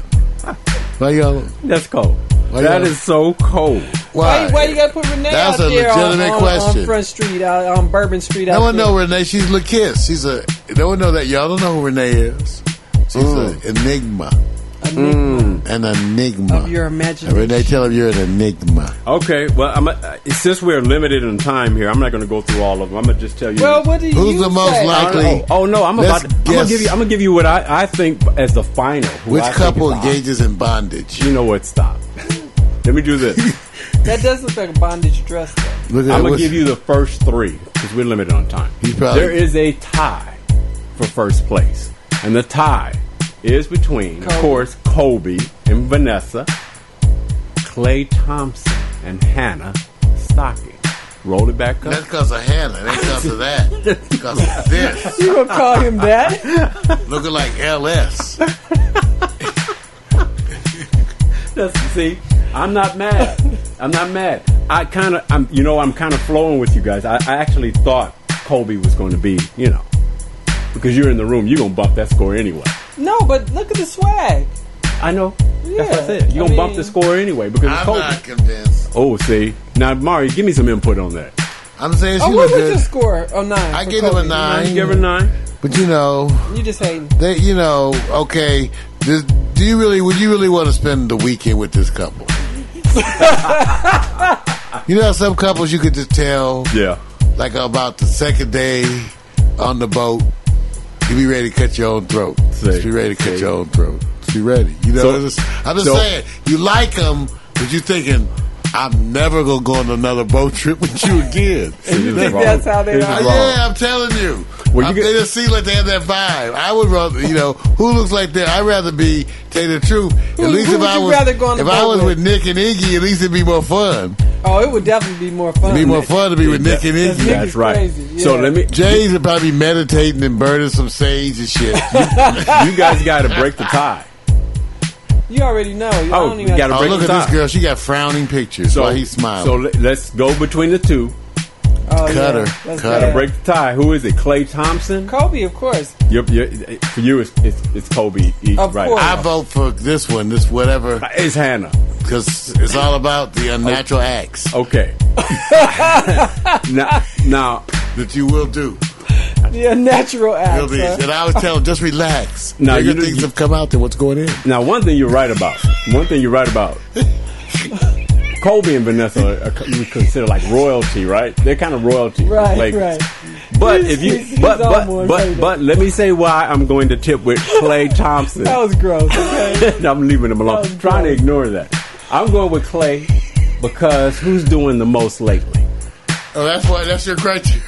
S3: Why y'all?
S7: That's cold.
S3: Why
S7: That
S3: y'all-
S7: is so cold.
S5: Why,
S3: Why?
S5: why you gotta put Renee
S3: That's
S5: out
S3: a
S5: there on,
S3: legitimate
S5: on,
S3: question.
S5: on Front Street, out, on Bourbon Street?
S3: No
S5: out
S3: one
S5: there?
S3: know Renee. She's La Kiss. She's a. No one know that. Y'all don't know who Renee is. She's an enigma. An enigma.
S7: Mm.
S5: of your
S3: And
S5: imagination.
S3: Renee, tell him you're an enigma.
S7: Okay, well, I'm, uh, since we're limited in time here, I'm not going to go through all of them. I'm going to just tell you.
S5: Well, what do
S3: Who's
S5: you
S3: the most
S5: say?
S3: likely-
S7: Oh, oh, no, I'm
S3: Let's
S7: about. I'm gonna
S3: guess.
S7: give you. I'm gonna give you what I, I think as the final. who
S3: Which
S7: I think
S3: couple
S7: is the
S3: engages in bondage?
S7: hot- You know
S3: [LAUGHS]
S7: what? Stop. Let me do this.
S5: That does look like a bondage dress. Though.
S3: Look
S7: I'm gonna
S3: what's-
S7: give [LAUGHS] you the first three because we're limited on time.
S3: You probably-
S7: there is a tie for first place, and the tie is between,
S5: Kobe.
S7: of course, Kobe and Vanessa, Clay Thompson and Hannah Stocking. Roll it back
S3: That's
S7: up.
S3: because of Hannah. It ain't because of that. Because of this.
S5: You gonna call him that?
S3: Looking like LS.
S7: That's, see, I'm not mad. I'm not mad. I kind of, I'm, you know, I'm kind of flowing with you guys. I, I actually thought Kobe was going to be, you know, because you're in the room, you're gonna bump that score anyway.
S5: [LAUGHS] No, but look at the swag.
S7: I know. That's what I
S5: Yeah,
S7: said. You're
S5: I
S7: gonna bump
S5: mean-
S7: the score anyway because it's
S3: I'm
S7: Kobe.
S3: not convinced.
S7: Oh, see. Now, Mari, give me some input on that.
S3: I'm saying she
S5: Oh,
S3: was
S5: what would
S3: good.
S5: you score? Oh, nine.
S3: I
S5: for
S3: gave him a
S5: Kobe.
S3: nine.
S7: You give her nine?
S3: But you know,
S5: You just hating.
S3: they, you know, okay. This, do you really? Would you really want to spend the weekend with this
S7: [LAUGHS]
S3: couple? you know, how some couples you could just tell,
S7: Yeah.
S3: like about the second day on the boat, you be ready to cut your own throat.
S7: See.
S3: Just be ready to cut
S7: See.
S3: your own throat. Just be ready. You know,
S7: So-
S3: it's just- I'm just
S7: so-
S3: saying, you like them, but you thinking, I'm never gonna go on another boat trip with you again.
S7: you
S5: think that's how they are?
S3: Uh, yeah, I'm telling you.
S7: Well, you
S3: I'm-
S7: get-
S3: they just seem like they have that vibe. I would rather, you know, who looks like that? I'd rather be tell you the truth.
S5: Who-
S3: at least
S5: who
S3: if
S5: would
S3: I
S5: you
S3: was,
S5: rather go on the
S3: if I
S5: boat
S3: was
S5: with?
S3: with Nick and Iggy, at least it'd be more fun.
S5: Oh, it would definitely be more fun.
S3: It'd be more fun to be with Nick and
S5: That's
S3: Iggy.
S5: Nick.
S7: That's right.
S5: crazy,
S7: So
S5: yeah.
S7: let me.
S3: Jay's would probably be meditating and burning some sage and
S7: [LAUGHS]
S3: shit.
S7: You guys got to break
S3: [LAUGHS]
S7: the tie.
S5: You already know. I
S7: Oh,
S5: don't even
S7: gotta
S5: have
S3: oh,
S7: break
S3: look
S7: the
S3: at this
S7: tie.
S3: girl. She got frowning pictures
S7: So
S3: while he's smiling.
S7: So let, let's go between the two.
S5: to oh,
S3: cut her.
S5: That's
S3: Cut her.
S5: bad.
S7: Break the tie. Who is it? Clay Thompson.
S5: Kobe, of course.
S7: You're, you're, for you, it's, it's, it's Kobe. E-
S5: Of
S7: right. Ah,
S5: course.
S3: I vote for this one, this whatever,
S7: It's Hannah.
S3: because it's all about the unnatural acts
S7: Okay. [LAUGHS] now, now,
S3: that you will do.
S5: Yeah, natural act.
S3: You'll be-
S5: huh?
S3: and I always tell them, just relax.
S7: Now,
S3: Bigger
S7: you know-
S3: things have come out than what's going in.
S7: Now, one thing you're right about. One thing you're right about. Colby and Vanessa are, are you consider like royalty, right? They're kind of royalty.
S5: Right,
S7: Like,
S5: right.
S7: But if you, but but but but let me say why I'm going to tip with
S5: [LAUGHS]
S7: Clay Thompson.
S5: That was gross. Okay.
S7: [LAUGHS] I'm leaving him alone. Trying to ignore that. I'm going with Clay because who's doing the most lately?
S2: Oh, that's why. That's your criteria.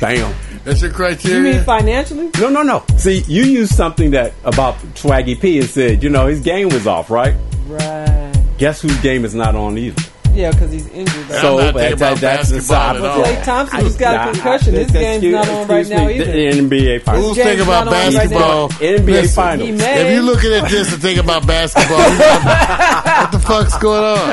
S7: Bam.
S2: That's your criteria.
S3: [LAUGHS]
S5: financially?
S7: No, no, no. See, you used something that about Swaggy P and said, you know, his game was off, right?
S5: Right.
S7: Guess whose game is not on either.
S5: Yeah, because he's injured.
S7: So, I'm not thinking that- about that's the basketball side at all.
S5: Clay Thompson, who's
S7: Nah,
S5: oh, got a concussion.
S7: I-
S5: His game's
S7: excuse-
S5: not on right
S7: excuse
S5: now
S7: me,
S5: either.
S7: The NBA finals.
S5: Who's thinking about basketball?
S7: NBA
S3: Listen,
S7: finals.
S3: If you're looking
S7: [LAUGHS]
S3: at this and thinking about basketball, you what the fuck's going on?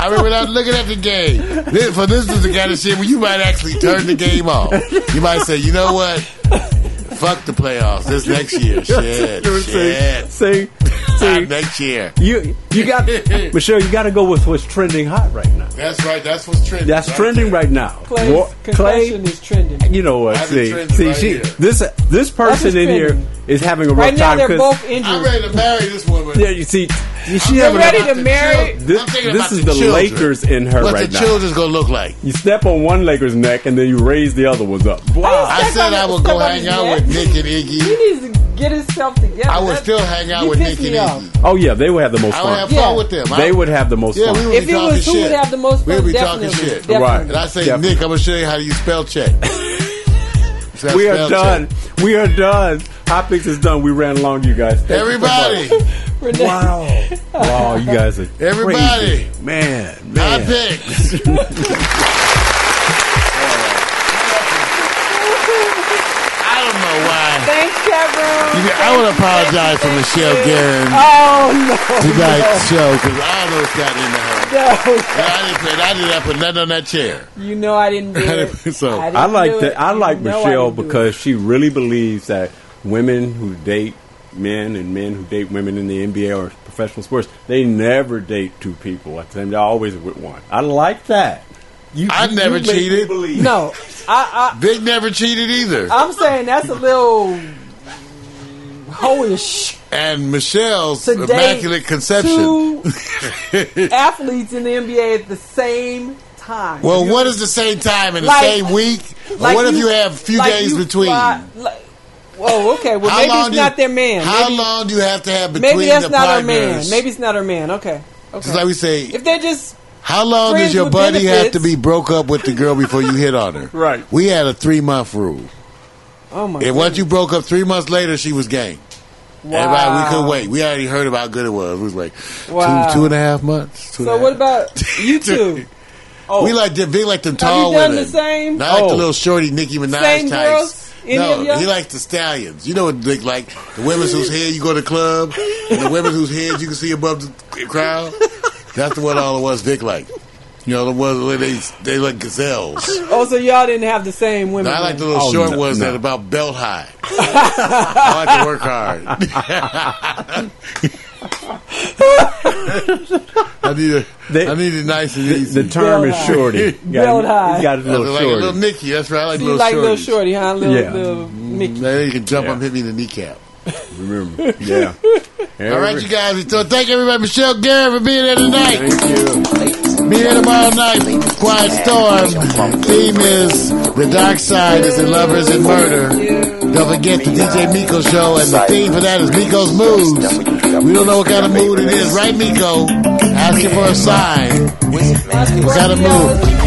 S3: I remember not looking at the game. This, for this is the kind of shit where you might actually turn the game off. You might say, you know what? Fuck the playoffs. This next
S7: [LAUGHS]
S3: year. Shit.
S7: See,
S3: shit.
S7: See,
S2: [LAUGHS]
S7: see,
S3: next year.
S7: You, you got Michelle. You got to go with what's trending hot right now.
S2: That's right. That's what's trending.
S7: That's
S2: right
S7: trending
S2: there.
S7: right now.
S2: Clay's
S7: Wa-
S5: concussion is trending.
S7: You know what?
S2: I've been
S7: See,
S2: trending
S7: see,
S2: right
S7: she,
S2: here.
S7: this this person in here
S2: trending.
S7: is having a rough
S5: Right now,
S7: time
S5: they're
S7: because
S5: both injured.
S2: I'm ready to marry this woman.
S7: yeah, you see, you she
S5: I'm
S7: having
S5: ready
S7: a,
S5: to marry.
S7: this, this is the, Lakers in her
S3: What's
S7: right
S3: the
S7: now.
S3: children's gonna look like?
S7: You step on one Laker's neck and then you raise the other ones up. Wow.
S3: I said I would go
S5: step on
S3: hang
S5: his
S3: out
S5: neck?
S3: with Nick and Iggy.
S5: He needs to get himself together.
S3: I would
S5: That-
S3: still hang out
S5: you
S3: with
S5: pissed
S3: Nick and
S5: me
S3: Iggy.
S5: off.
S7: Oh yeah, they would have the most
S3: I
S7: fun.
S3: would have
S5: Yeah.
S3: fun with them.
S7: They
S3: I-
S7: would have the most
S3: Yeah,
S7: fun.
S3: we would
S5: If
S3: be
S5: it
S3: talking
S5: was who
S3: shit.
S5: would have the most
S3: we
S5: fun,
S3: would be talking
S5: definitely,
S3: shit.
S5: definitely. Right.
S3: And I say,
S7: Definitely.
S3: Nick, I'm gonna show you how to use spell check.
S7: [LAUGHS]
S3: Spell-
S7: we are
S3: spell
S7: done.
S3: check.
S7: We are done. Topics is done. We ran long, you guys. Thank you so
S3: Everybody,
S7: much.
S5: Renee.
S3: [LAUGHS]
S7: Wow. Wow, you guys are
S3: Everybody.
S7: crazy. man,
S3: hot
S7: man.
S3: picks.
S7: [LAUGHS]
S3: I don't know why.
S5: Thanks, Kevin.
S3: You know, I want to apologize for Michelle Guerin
S5: Oh no.
S3: tonight's show because I almost got into her.
S5: [LAUGHS] No.
S3: And I didn't put, I did not put nothing on that chair.
S5: You know
S3: [LAUGHS]
S5: I didn't do it.
S3: So,
S5: I, didn't
S7: I
S5: do
S7: like
S5: it.
S7: that. I
S5: You
S7: like
S5: know I
S7: Michelle
S5: didn't do it.
S7: because she really believes that women who date men and men who date women in the NBA or professional sports, they never date two people at the same. They always with one. I like that. You,
S3: I
S7: you-
S3: never
S7: you make me
S3: cheated.
S7: believe.
S5: No, I,
S3: Big never cheated either.
S5: I I'm saying that's a little hoish.
S3: And Michelle's
S5: Today,
S3: immaculate conception.
S5: Two [LAUGHS] athletes in the NBA at the same time.
S3: Well, what is the same time in the
S5: Like-
S3: same week? Or
S5: Like
S3: what if you have a few
S5: like
S3: days
S5: you
S3: between?
S5: fly- like- whoa, okay. Well, maybe it's
S3: do
S5: not
S3: you,
S5: their man.
S3: How
S5: maybe,
S3: long do you have to have between
S5: maybe that's
S3: the
S5: not her man.
S3: partners?
S5: Maybe it's not her man. Okay. Okay.
S3: Just like we say,
S5: if they're just
S3: how long
S5: friends
S3: does your
S5: with
S3: buddy have to be
S5: benefits-
S3: broke up with the girl before you hit on her?
S7: Right.
S3: We had a three month rule.
S5: oh my,
S3: And once you broke up, three months later, she was game.
S5: Wow.
S3: Everybody, we couldn't wait. We already heard about how good it was. It was like
S5: Wow.
S3: two, two and a half months. two
S5: so
S3: and a
S5: what
S3: half.
S5: about
S3: [LAUGHS]
S5: you two? Oh,
S3: We like them big, like them
S5: have
S3: tall
S5: you done
S3: women.
S5: the same?
S3: Not like
S7: Oh.
S3: the little shorty Nicki Minaj
S5: Same
S3: types.
S5: girls? Any
S3: no,
S5: of y'all?
S3: he likes the stallions. You know what Nick like? The women whose head you go to the club, and the women whose heads you can see above the crowd. That's the one all of us Vic like. You know the ones where they they like gazelles.
S5: Oh, so y'all didn't have the same women.
S3: No, I like the
S5: then.
S3: little
S7: Oh,
S3: short
S7: no,
S3: ones
S7: no.
S3: that about belt high. [LAUGHS] I like to work hard. [LAUGHS] I need a,
S7: They-
S3: I need it nice and easy.
S7: The term is
S5: high.
S7: shorty. You
S5: Belt high.
S7: You got a
S3: I
S7: little
S3: like a little
S7: shorty.
S3: Nicky. That's right. I like
S5: you
S3: little
S5: like
S3: shorties.
S5: little shorty, huh? Little,
S7: Yeah.
S5: little Mickey.
S3: Now you can jump
S7: Yeah.
S3: up, hit me in the kneecap.
S7: Remember?
S3: [LAUGHS]
S7: Yeah.
S3: All right, you guys. So thank everybody, Michelle Garrett, for being here tonight. Thank you. Be here tomorrow night. Quiet Storm. Theme is The Dark Side is in Lovers and Murder. Don't forget the DJ Miko show, and the theme for that is Miko's Moods. We don't know what kind of mood it is, right, Miko? Ask you for a sign. What kind of mood?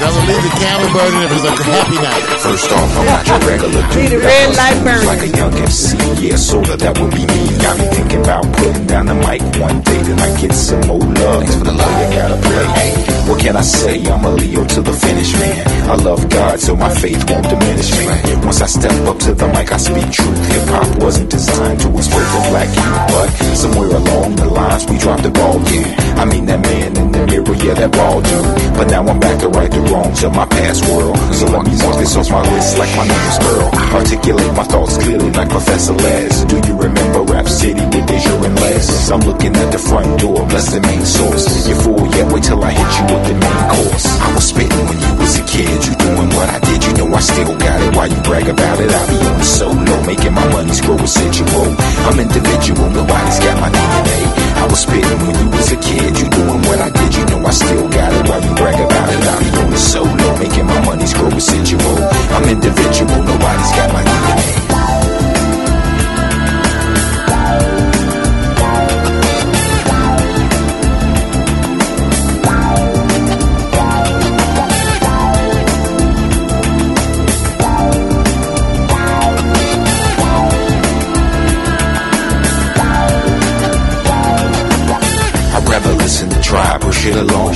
S3: Brother, leave the candle burning if it's a happy night.
S13: First off, I'm not your regular dude.
S5: See the red light burning.
S13: Like a young MC, yeah, soda, that would be me. Got me thinking about putting down the mic one day, then I get some more love. Thanks for the love. I gotta pray. Hey, what can I say? I'm a Leo to the finish, man. I love God, so my faith won't diminish me. Once I step up to the mic, I speak truth. Hip hop wasn't designed to exploit the black youth, but somewhere along the lines, we dropped the ball, yeah. I mean, that man in the mirror, yeah, that ball, dude. But now I'm back to right the wrongs of my past world. So let me mark this off my list like my name is Pearl. Articulate my thoughts clearly like Professor Les. Do you remember Rap City with Azure and Les? I'm looking at the front door, bless the main source. You fool, yeah, wait till I hit you with the main course. I was spitting when you was a kid. You doing what I did, you know I I still got it. Why you brag about it? I be on solo, making my money grow residual. I'm individual, nobody's got my DNA. I was spitting when you was a kid. You doing what I did, you know I still got it. Why you brag about it? I be on solo, making my money grow residual. I'm individual, nobody's got my DNA. I'd rather listen to tribe or shit alone.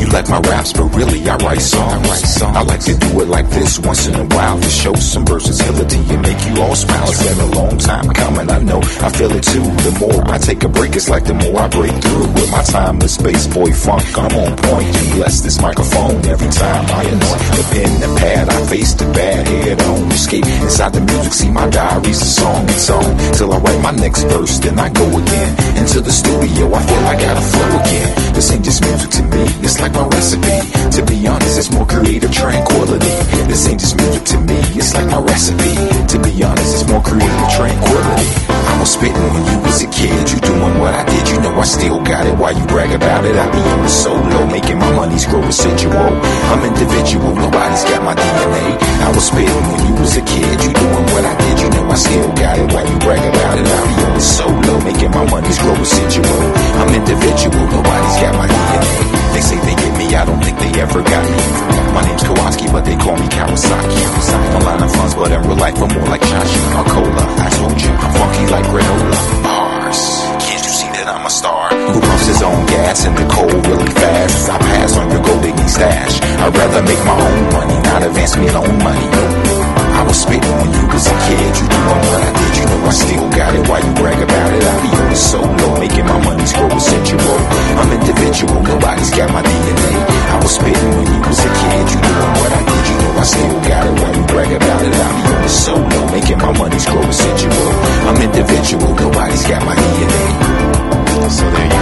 S13: You like my raps, but really I write songs. I, like to do it like this once in a while to show some versatility and make you all smile. It's been a long time coming, I know. I feel it too. The more I take a break, it's like the more I break through. With my time, the space boy funk, I'm on point. You bless this microphone every time I anoint. The pen, the pad, I face the bad head on. Escape inside the music, see my diary's a song. It's on till I write my next verse, then I go again into the studio. I feel I gotta flow again. This ain't just music to me, it's like my recipe. To be honest, it's more creative tranquility. This ain't just music to me, it's like my recipe. To be honest, it's more creative tranquility. I was spitting when you was a kid, you doing what I did, you know I still got it. Why you brag about it? I be on the solo, making my money's grow residual. I'm individual, nobody's got my DNA. I was spitting when you was a kid, you doing what I did, you know I still got it. Why you brag about it? I be on the solo, making my money's grow residual. I'm individual, nobody's got my DNA. They say they get me, I don't think they ever got me. My name's Kowalski, but they call me Kawasaki. Online I'm funds, but in real life I'm more like Chachi or Cola. I told you, I'm funky like granola. Bars. Can't you see that I'm a star? Who pumps his own gas in the cold really fast? I pass on your gold digging stash. I'd rather make my own money, not advance me loan money. I was spitting when you was a kid. You doing what I did, you know I still got it. Why you brag about it? I be on the solo, making my money's grow residual. I'm individual, nobody's got my DNA. I was spitting when you was a kid. You doing what I did, you know I still got it. Why you brag about it? I be on the solo, making my money's grow residual. I'm individual, nobody's got my DNA. So there you